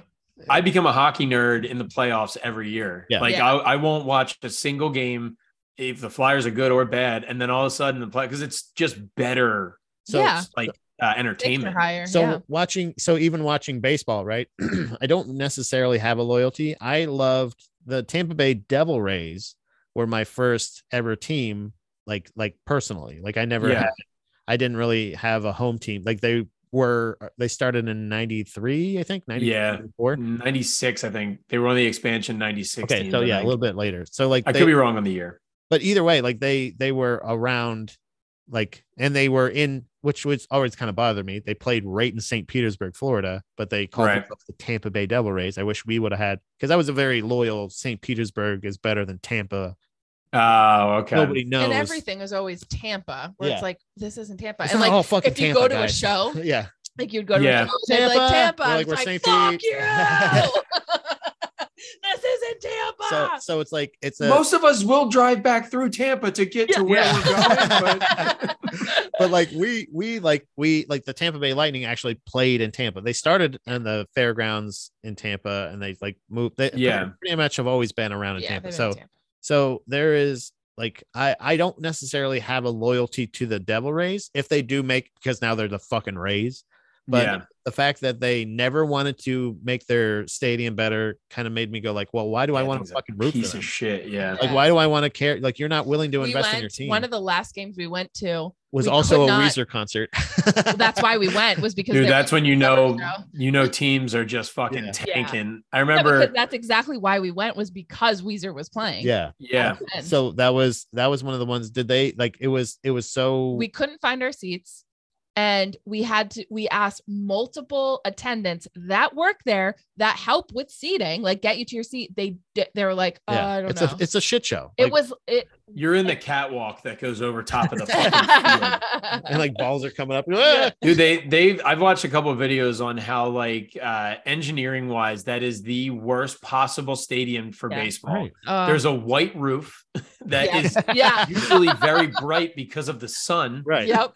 S2: I become a hockey nerd in the playoffs every year.
S4: Yeah.
S2: Like
S3: Yeah.
S2: I, I won't watch a single game if the Flyers are good or bad, and then all of a sudden the play because it's just better
S4: so
S3: yeah.
S2: like uh,
S3: Stakes are
S2: entertainment.
S3: higher.
S4: so
S3: yeah.
S4: watching so even watching baseball right i don't necessarily have a loyalty i loved the tampa bay devil rays were my first ever team like like personally like i never
S2: Yeah.
S4: had i didn't really have a home team like they were they started in 93 i think 93
S2: Yeah.
S4: 94.
S2: Ninety six, I think they were on the expansion ninety six.
S4: okay so yeah a little bit later so like
S2: I
S4: they-
S2: could be wrong on the year.
S4: but either way like they they were around like and they were in which was always kind of bothered me they played right in st petersburg florida but they called
S2: Right.
S4: themselves the tampa bay devil rays i wish we would have had because i was a very loyal st petersburg is better than tampa
S2: Oh, okay.
S4: nobody knows
S3: and everything is always Tampa, where
S4: Yeah.
S3: it's like, this isn't Tampa.
S4: It's
S3: and
S4: not all
S3: like,
S4: fucking
S3: if you
S4: Tampa,
S3: go to
S4: guys.
S3: a show,
S4: yeah
S3: Like you'd go to
S2: Yeah.
S3: yeah. Tampa,
S4: Tampa.
S3: like Tampa.
S4: We're
S3: I
S4: like,
S3: was
S4: we're
S3: like,
S4: St.
S3: fuck
S4: Pete."
S3: you. this isn't Tampa.
S4: So so it's like it's a
S2: Most of us will drive back through Tampa to get to where
S4: Yeah.
S2: we're going. But
S4: but like we we like we like the Tampa Bay Lightning actually played in Tampa. They started in the fairgrounds in Tampa, and they like moved. They
S2: Yeah.
S4: pretty much have always been around in
S3: Yeah,
S4: Tampa.
S3: they've been
S4: So
S3: in Tampa.
S4: so there is like I I don't necessarily have a loyalty to the Devil Rays if they do make because now they're the fucking Rays. But
S2: yeah,
S4: the fact that they never wanted to make their stadium better kind of made me go like, well, why do I
S2: Yeah,
S4: want
S2: things
S4: to
S2: are
S4: fucking root for
S2: piece
S4: them?
S2: of shit. Yeah.
S4: Like, why do I want to care? Like, you're not willing to
S3: we
S4: invest
S3: went,
S4: in your team.
S3: One of the last games we went to,
S4: was
S3: we
S4: also
S3: could
S4: a
S3: not-
S4: Weezer concert.
S3: that's why we went, was because
S2: Dude,
S3: they-
S2: that's when you know
S3: Yeah,
S2: you know teams are just fucking
S4: Yeah.
S2: tanking. I
S3: yeah, because
S2: remember,
S3: that's exactly why we went, was because Weezer was playing.
S4: yeah.
S2: yeah,
S3: And
S4: So that was that was one of the ones. Did they like it was it was so
S3: we couldn't find our seats. And we had to, we asked multiple attendants that work there that help with seating, like get you to your seat. They di- they were like, uh,
S4: yeah.
S3: I don't
S4: it's
S3: know.
S4: a it's a shit show.
S3: it
S4: Like,
S3: was it.
S2: you're in the catwalk that goes over top of the fucking field.
S4: and like balls are coming up.
S3: Yeah.
S2: Dude, they they've I've watched a couple of videos on how like uh engineering wise that is the worst possible stadium for
S3: Yeah.
S2: baseball.
S4: Right.
S3: Uh,
S2: There's a white roof that
S3: Yeah.
S2: is
S3: yeah.
S2: usually very bright because of the sun.
S4: Right.
S3: Yep.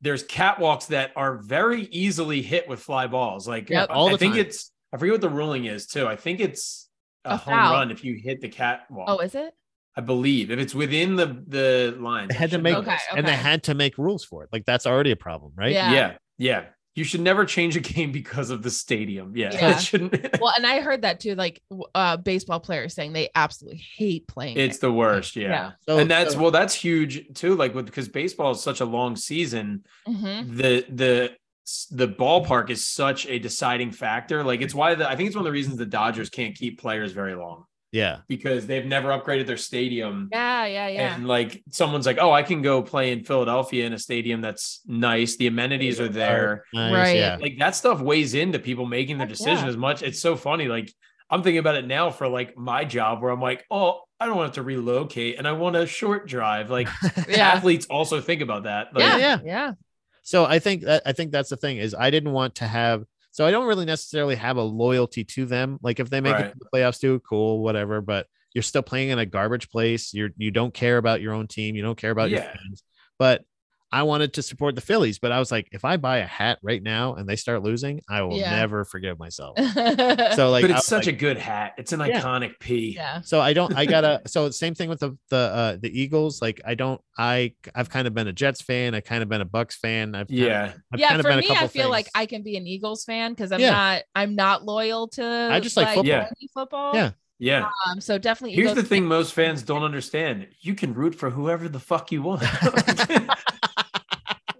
S2: There's catwalks that are very easily hit with fly balls. Like
S3: Yep.
S2: I-
S4: All
S2: I
S4: the
S2: think
S4: time.
S2: it's I forget what the ruling is too. I think it's a,
S3: A
S2: home
S3: foul.
S2: run if you hit the catwalk.
S3: Oh, is it?
S2: I believe if it's within the the lines.
S4: They
S2: I
S4: had to
S2: should
S4: make
S2: know
S3: Okay,
S2: this.
S4: And they
S3: okay.
S4: had to make rules for it. Like that's already a problem, right?
S3: Yeah.
S2: yeah yeah you should never change a game because of the stadium yeah,
S3: Yeah.
S2: it shouldn't
S3: Well, and I heard that too, like w- uh, baseball players saying they absolutely hate playing.
S2: it's
S3: there.
S2: the worst yeah,
S3: Yeah.
S4: So-
S2: and that's
S4: Oh, so-
S2: well that's huge too like with because baseball is such a long season
S3: Mhm.
S2: Mm-hmm. the the the ballpark is such a deciding factor like it's why the i think it's one of the reasons the dodgers can't keep players very long
S4: yeah.
S2: because they've never upgraded their stadium
S3: Yeah, yeah, yeah.
S2: and like someone's like oh i can go play in philadelphia in a stadium that's nice the amenities are there
S4: Nice,
S3: Right.
S4: Yeah.
S2: like that stuff weighs into people making their
S3: Heck,
S2: decision
S3: yeah.
S2: as much. It's so funny. Like I'm thinking about it now for like my job where I'm like, oh, I don't want to have to relocate and I want a short drive. Like
S3: yeah.
S2: athletes also think about that. Like,
S3: yeah,
S4: yeah.
S3: yeah, yeah.
S4: So I think that I think that's the thing is I didn't want to have so I don't really necessarily have a loyalty to them. Like if they make
S2: Right.
S4: it to the playoffs too, cool, whatever. But you're still playing in a garbage place. You're you don't care about your own team. You don't care about your
S2: Yeah.
S4: fans. But I wanted to support the Phillies, but I was like, if I buy a hat right now and they start losing, I will
S3: Yeah.
S4: never forgive myself. So like,
S2: but
S4: I
S2: it's
S4: was
S2: such
S4: like-
S2: a good hat. It's an
S4: Yeah.
S2: iconic P.
S3: yeah.
S4: so I don't I gotta so same thing with the the uh the Eagles like I don't I I've kind of been a Jets fan I've kind of been a Bucks fan I've kind of-
S2: Yeah.
S4: I've
S3: yeah,
S4: kind of
S3: for
S4: been a
S3: me, I
S4: couple
S3: feel like
S4: things.
S3: I can be an Eagles fan because I'm
S4: Yeah.
S3: not I'm not loyal to
S4: I just like football.
S2: Yeah.
S3: only football.
S4: Yeah.
S2: Yeah.
S3: Um, so definitely
S2: Here's the
S3: Eagles
S2: thing most fans don't understand. You can root for whoever the fuck you want.
S3: fan.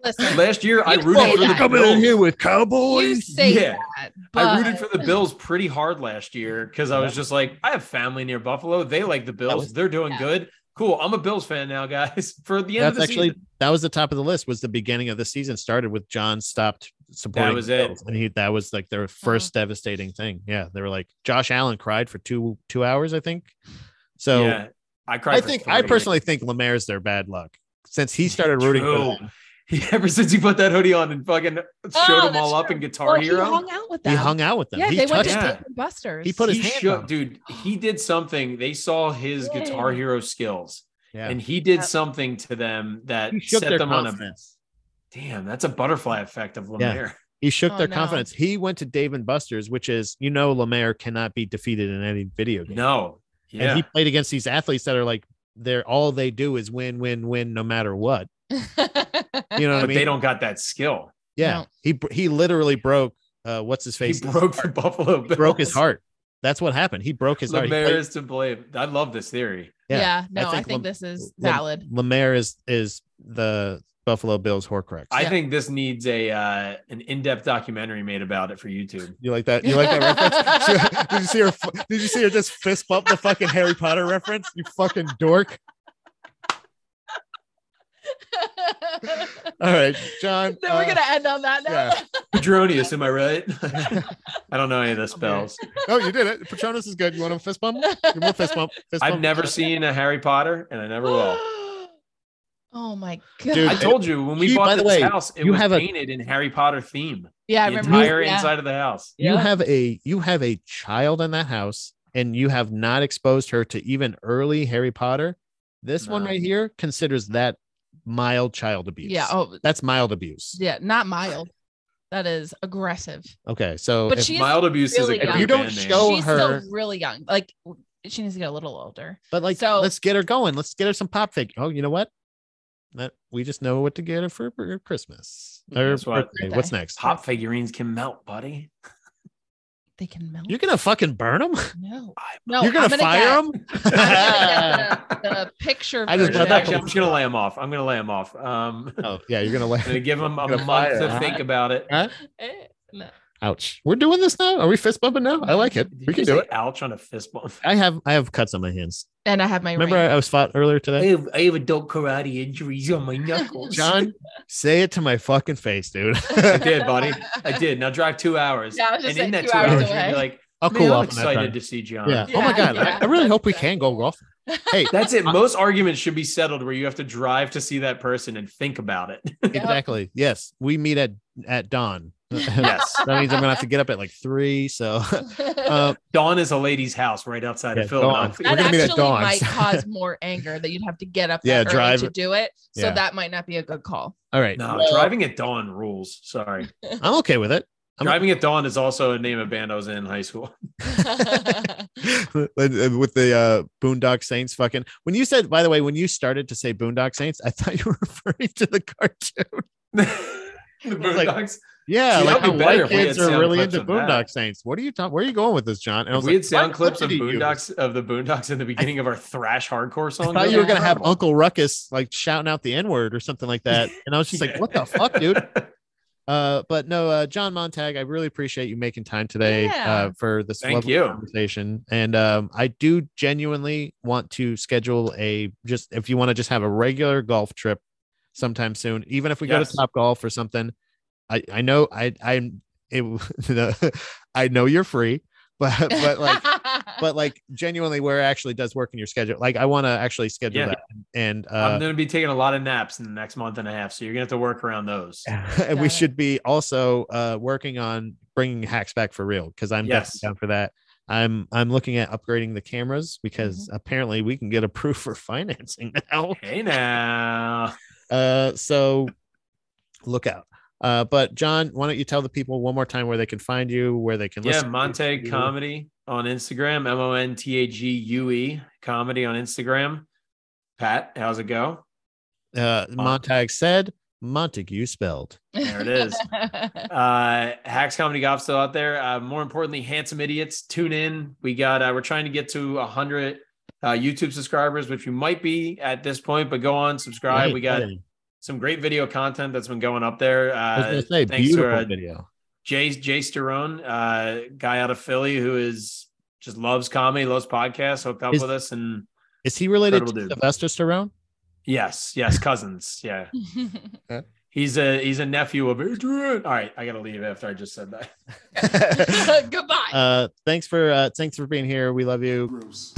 S3: Listen,
S2: Last year I
S3: You
S2: rooted
S3: say
S2: for the
S3: that.
S4: coming in
S2: Bills.
S4: here with
S3: you
S4: Cowboys.
S3: say
S2: Yeah.
S3: that, but
S2: I rooted for the Bills pretty hard last year because I was just like, I have family near Buffalo. They like the Bills.
S4: was-
S2: They're doing
S3: yeah.
S2: good. Cool. I'm a Bills fan now, guys. For the end of
S4: That's
S2: the
S4: actually
S2: season.
S4: that was the top of the list. Was the beginning of the season started with John stopped supporting.
S2: That was
S4: the
S2: it.
S4: Bills, and he that was like
S3: Uh-huh.
S4: their 1st devastating thing. Yeah, they were like Josh Allen cried for two two hours, I think. So
S2: yeah, I cried.
S4: I
S2: for
S4: think I
S2: three.
S4: personally think Lemaire's their bad luck since he started rooting. For
S2: True.
S4: them,
S2: He, ever since he put that hoodie on and fucking showed them
S3: Oh, that's
S2: all up
S3: true.
S2: in Guitar
S3: well, he
S2: Hero.
S3: hung out with them.
S4: he hung out with them.
S3: yeah,
S4: he
S3: they
S4: touched-
S3: went to
S2: touched- Yeah.
S3: Dave and Buster's.
S4: He put his
S2: He
S4: hand
S2: show-
S4: on.
S2: dude, he did something. They saw his Guitar
S3: Yeah.
S2: Hero skills,
S4: yeah.
S2: and he did
S3: Yep.
S2: something to them that
S4: he shook
S2: set
S4: their
S2: them on a
S4: confidence.
S2: damn. That's a butterfly effect of Lemaire.
S4: He shook
S3: Oh,
S4: their
S3: no.
S4: confidence. He went to Dave and Buster's, which is you know Lemaire cannot be defeated in any video game.
S2: No, yeah,
S4: And he played against these athletes that are like they're all they do is win, win, win, no matter what. You know what
S2: but
S4: I mean?
S2: they don't got that skill.
S4: yeah.
S3: No.
S4: He br- he literally broke uh what's his face?
S2: He broke the Buffalo Bills.
S4: broke his heart. That's what happened. He broke his heart. He
S2: Lemaire
S4: played-
S2: is to blame. I love this theory.
S4: yeah,
S3: yeah. no, I think,
S4: think Lem-
S3: this is
S4: Lem-
S3: valid.
S4: Lemaire is is the Buffalo Bills Horcrux.
S2: I
S3: Yeah.
S2: think this needs a uh, an in depth documentary made about it for YouTube.
S4: you like that? You like that reference? did you see her? fu- Did you see her just fist bump the fucking Harry Potter reference? You fucking dork! All right, John.
S3: no, we're
S4: uh,
S3: gonna end on that now.
S4: yeah.
S2: Pedronius, am I right? I don't know any of the spells.
S4: Oh, you did it. Patronus is good. You want a fist bump? You want a fist bump? Fist
S2: I've
S4: bump?
S2: never seen a Harry Potter, and I never will.
S3: oh Oh my god.
S4: Dude,
S2: I told you when we
S4: Gee, by
S2: bought
S4: the
S2: this
S4: way,
S2: house, it
S4: you
S2: was
S4: have a-
S2: painted in Harry Potter theme.
S3: yeah, I
S2: the
S3: remember.
S2: entire
S3: yeah.
S2: inside of the house.
S4: you
S3: Yeah.
S4: have a you have a child in that house and you have not exposed her to even early harry potter this one
S2: No.
S4: right here considers that mild child abuse
S3: Yeah. Oh,
S4: that's mild abuse
S3: yeah. Not mild. That is aggressive.
S4: okay so
S3: But
S4: if-
S3: she is
S2: Mild abuse
S3: really
S2: is a
S3: young.
S2: great
S3: If you
S4: don't
S2: band name.
S4: show-
S3: she's
S4: her-
S3: still really young. Like she needs to get a little older.
S4: but like
S3: so-
S4: let's get her going let's get her some pop fig oh you know what that we just know what to get her for her christmas or
S2: That's what-
S4: birthday. what's next
S2: Pop figurines can melt, buddy.
S3: They can melt.
S4: you're gonna fucking burn them
S3: no.
S2: I'm-
S3: No.
S4: you're gonna,
S3: I'm
S4: fire
S3: get- I'm
S4: them
S3: gonna get the, the picture.
S4: I just
S3: version.
S4: brought that
S2: Actually, I'm just gonna lay them off. I'm gonna lay them off. Um, I'm
S4: oh yeah you're gonna laugh
S2: gonna give them a
S4: Gonna
S2: month
S4: fire,
S2: to
S4: huh?
S2: think about it.
S4: Huh?
S3: Eh, no.
S4: ouch we're doing this now are we fist bumping now i like it
S2: Did
S4: we
S2: you
S4: can do
S2: say
S4: it
S2: Ouch on a fist bump.
S4: i have i have cuts on my hands
S3: And I have my
S4: Remember,
S3: ring.
S4: I, I was fought earlier today.
S2: have, I have adult karate injuries on my knuckles.
S4: John, say it to my fucking face, dude.
S2: I did, buddy. I did. Now drive two hours.
S3: Yeah, I was just
S2: and in
S3: saying
S2: that
S3: two
S2: two
S3: hours
S2: hours, you'd
S3: away.
S2: be like,
S4: I'll
S2: Man,
S4: cool
S2: I'm
S4: off on that time.
S2: excited to see John.
S4: Yeah. Oh my
S3: Yeah,
S4: god, I-
S3: yeah.
S4: I, really hope we can go golfing. Hey,
S2: That's it. Most arguments should be settled where you have to drive to see that person and think about it.
S4: exactly. Yes, we meet at at dawn. that
S2: yes.
S4: means I'm gonna have to get up at like three. So, uh,
S2: Dawn is a lady's house right outside
S4: Yeah,
S2: of Philadelphia.
S4: Dawn. We're
S3: that
S4: gonna meet at
S3: actually
S4: dawn.
S3: might cause more anger that you'd have to get up
S4: Yeah,
S3: that early
S4: drive-
S3: to do it. So
S4: Yeah.
S3: that might not be a good call.
S4: all right,
S2: No,
S4: Well,
S2: driving at dawn rules. Sorry.
S4: I'm okay with it. I'm-
S2: driving at dawn is also a name of band I was in in high school.
S4: with the uh Boondock Saints fucking when you said by the way when you started to say Boondock Saints I thought you were referring to the cartoon
S2: the
S4: like,
S2: Boondocks.
S4: yeah
S2: See,
S4: like
S2: that'd be
S4: the
S2: better
S4: white
S2: if we had
S4: kids are
S2: sound
S4: really
S2: clips
S4: into
S2: of that.
S4: Boondock Saints what are you talking where are you going with this John and I was
S2: If we
S4: like
S2: had sound
S4: what
S2: clips of
S4: did you use?
S2: Boondocks of the Boondocks in the beginning of our thrash hardcore
S4: I
S2: song.
S4: thought
S2: Those
S4: you were
S2: are
S4: gonna have
S2: terrible.
S4: Uncle Ruckus like shouting out the N word or something like that, and I was just like, "What the fuck, dude?" Uh, but no, uh, John Montag, I really appreciate you making time today uh,
S3: Yeah.
S4: for this
S2: Thank
S4: lovely
S2: you.
S4: conversation, and um, I do genuinely want to schedule a just if you want to just have a regular golf trip sometime soon, even if we go
S2: Yes.
S4: to Top Golf or something. I I know I I'm it, the, I know you're free, but but like but like genuinely where it actually does work in your schedule. Like I want to actually schedule
S2: Yeah.
S4: that. And
S2: I'm
S4: uh,
S2: going to be taking a lot of naps in the next month and a half, so you're going to have to work around those.
S4: and
S3: Got
S4: we
S3: it.
S4: should be also uh, working on bringing hacks back for real because I'm
S2: Yes.
S4: definitely down for that. I'm I'm looking at upgrading the cameras because
S3: Mm-hmm.
S4: apparently we can get approved for financing now.
S2: Hey now,
S4: Uh, so look out. Uh, but John, why don't you tell the people one more time where they can find you, where they can
S2: yeah,
S4: listen?
S2: Montague
S4: you.
S2: Comedy on Instagram, M O N T A G U E Comedy on Instagram. Pat, how's it go?
S4: Uh, Montag said Montague spelled.
S2: There it is. Uh, Hacks Comedy Golf still out there. Uh, more importantly, handsome idiots, tune in. We got. Uh, we're trying to get to hundred uh, YouTube subscribers, which you might be at this point, but go on, subscribe.
S4: Right,
S2: we got
S4: hey.
S2: some great video content that's been going up there.
S4: I was
S2: Uh,
S4: gonna say
S2: thanks
S4: beautiful
S2: to uh,
S4: video.
S2: Jay Jay Sterone, uh, guy out of Philly who is just loves comedy, loves podcasts, hooked up
S4: Is-
S2: with us, and
S4: Is he related to
S2: Incredible dude.
S4: Sylvester Stallone?
S2: yes, yes, cousins, yeah. He's a he's a nephew of Adrian. All right, I gotta leave after I just said that.
S3: Goodbye.
S4: uh, thanks for uh, thanks for being here. We love you.
S1: Gross.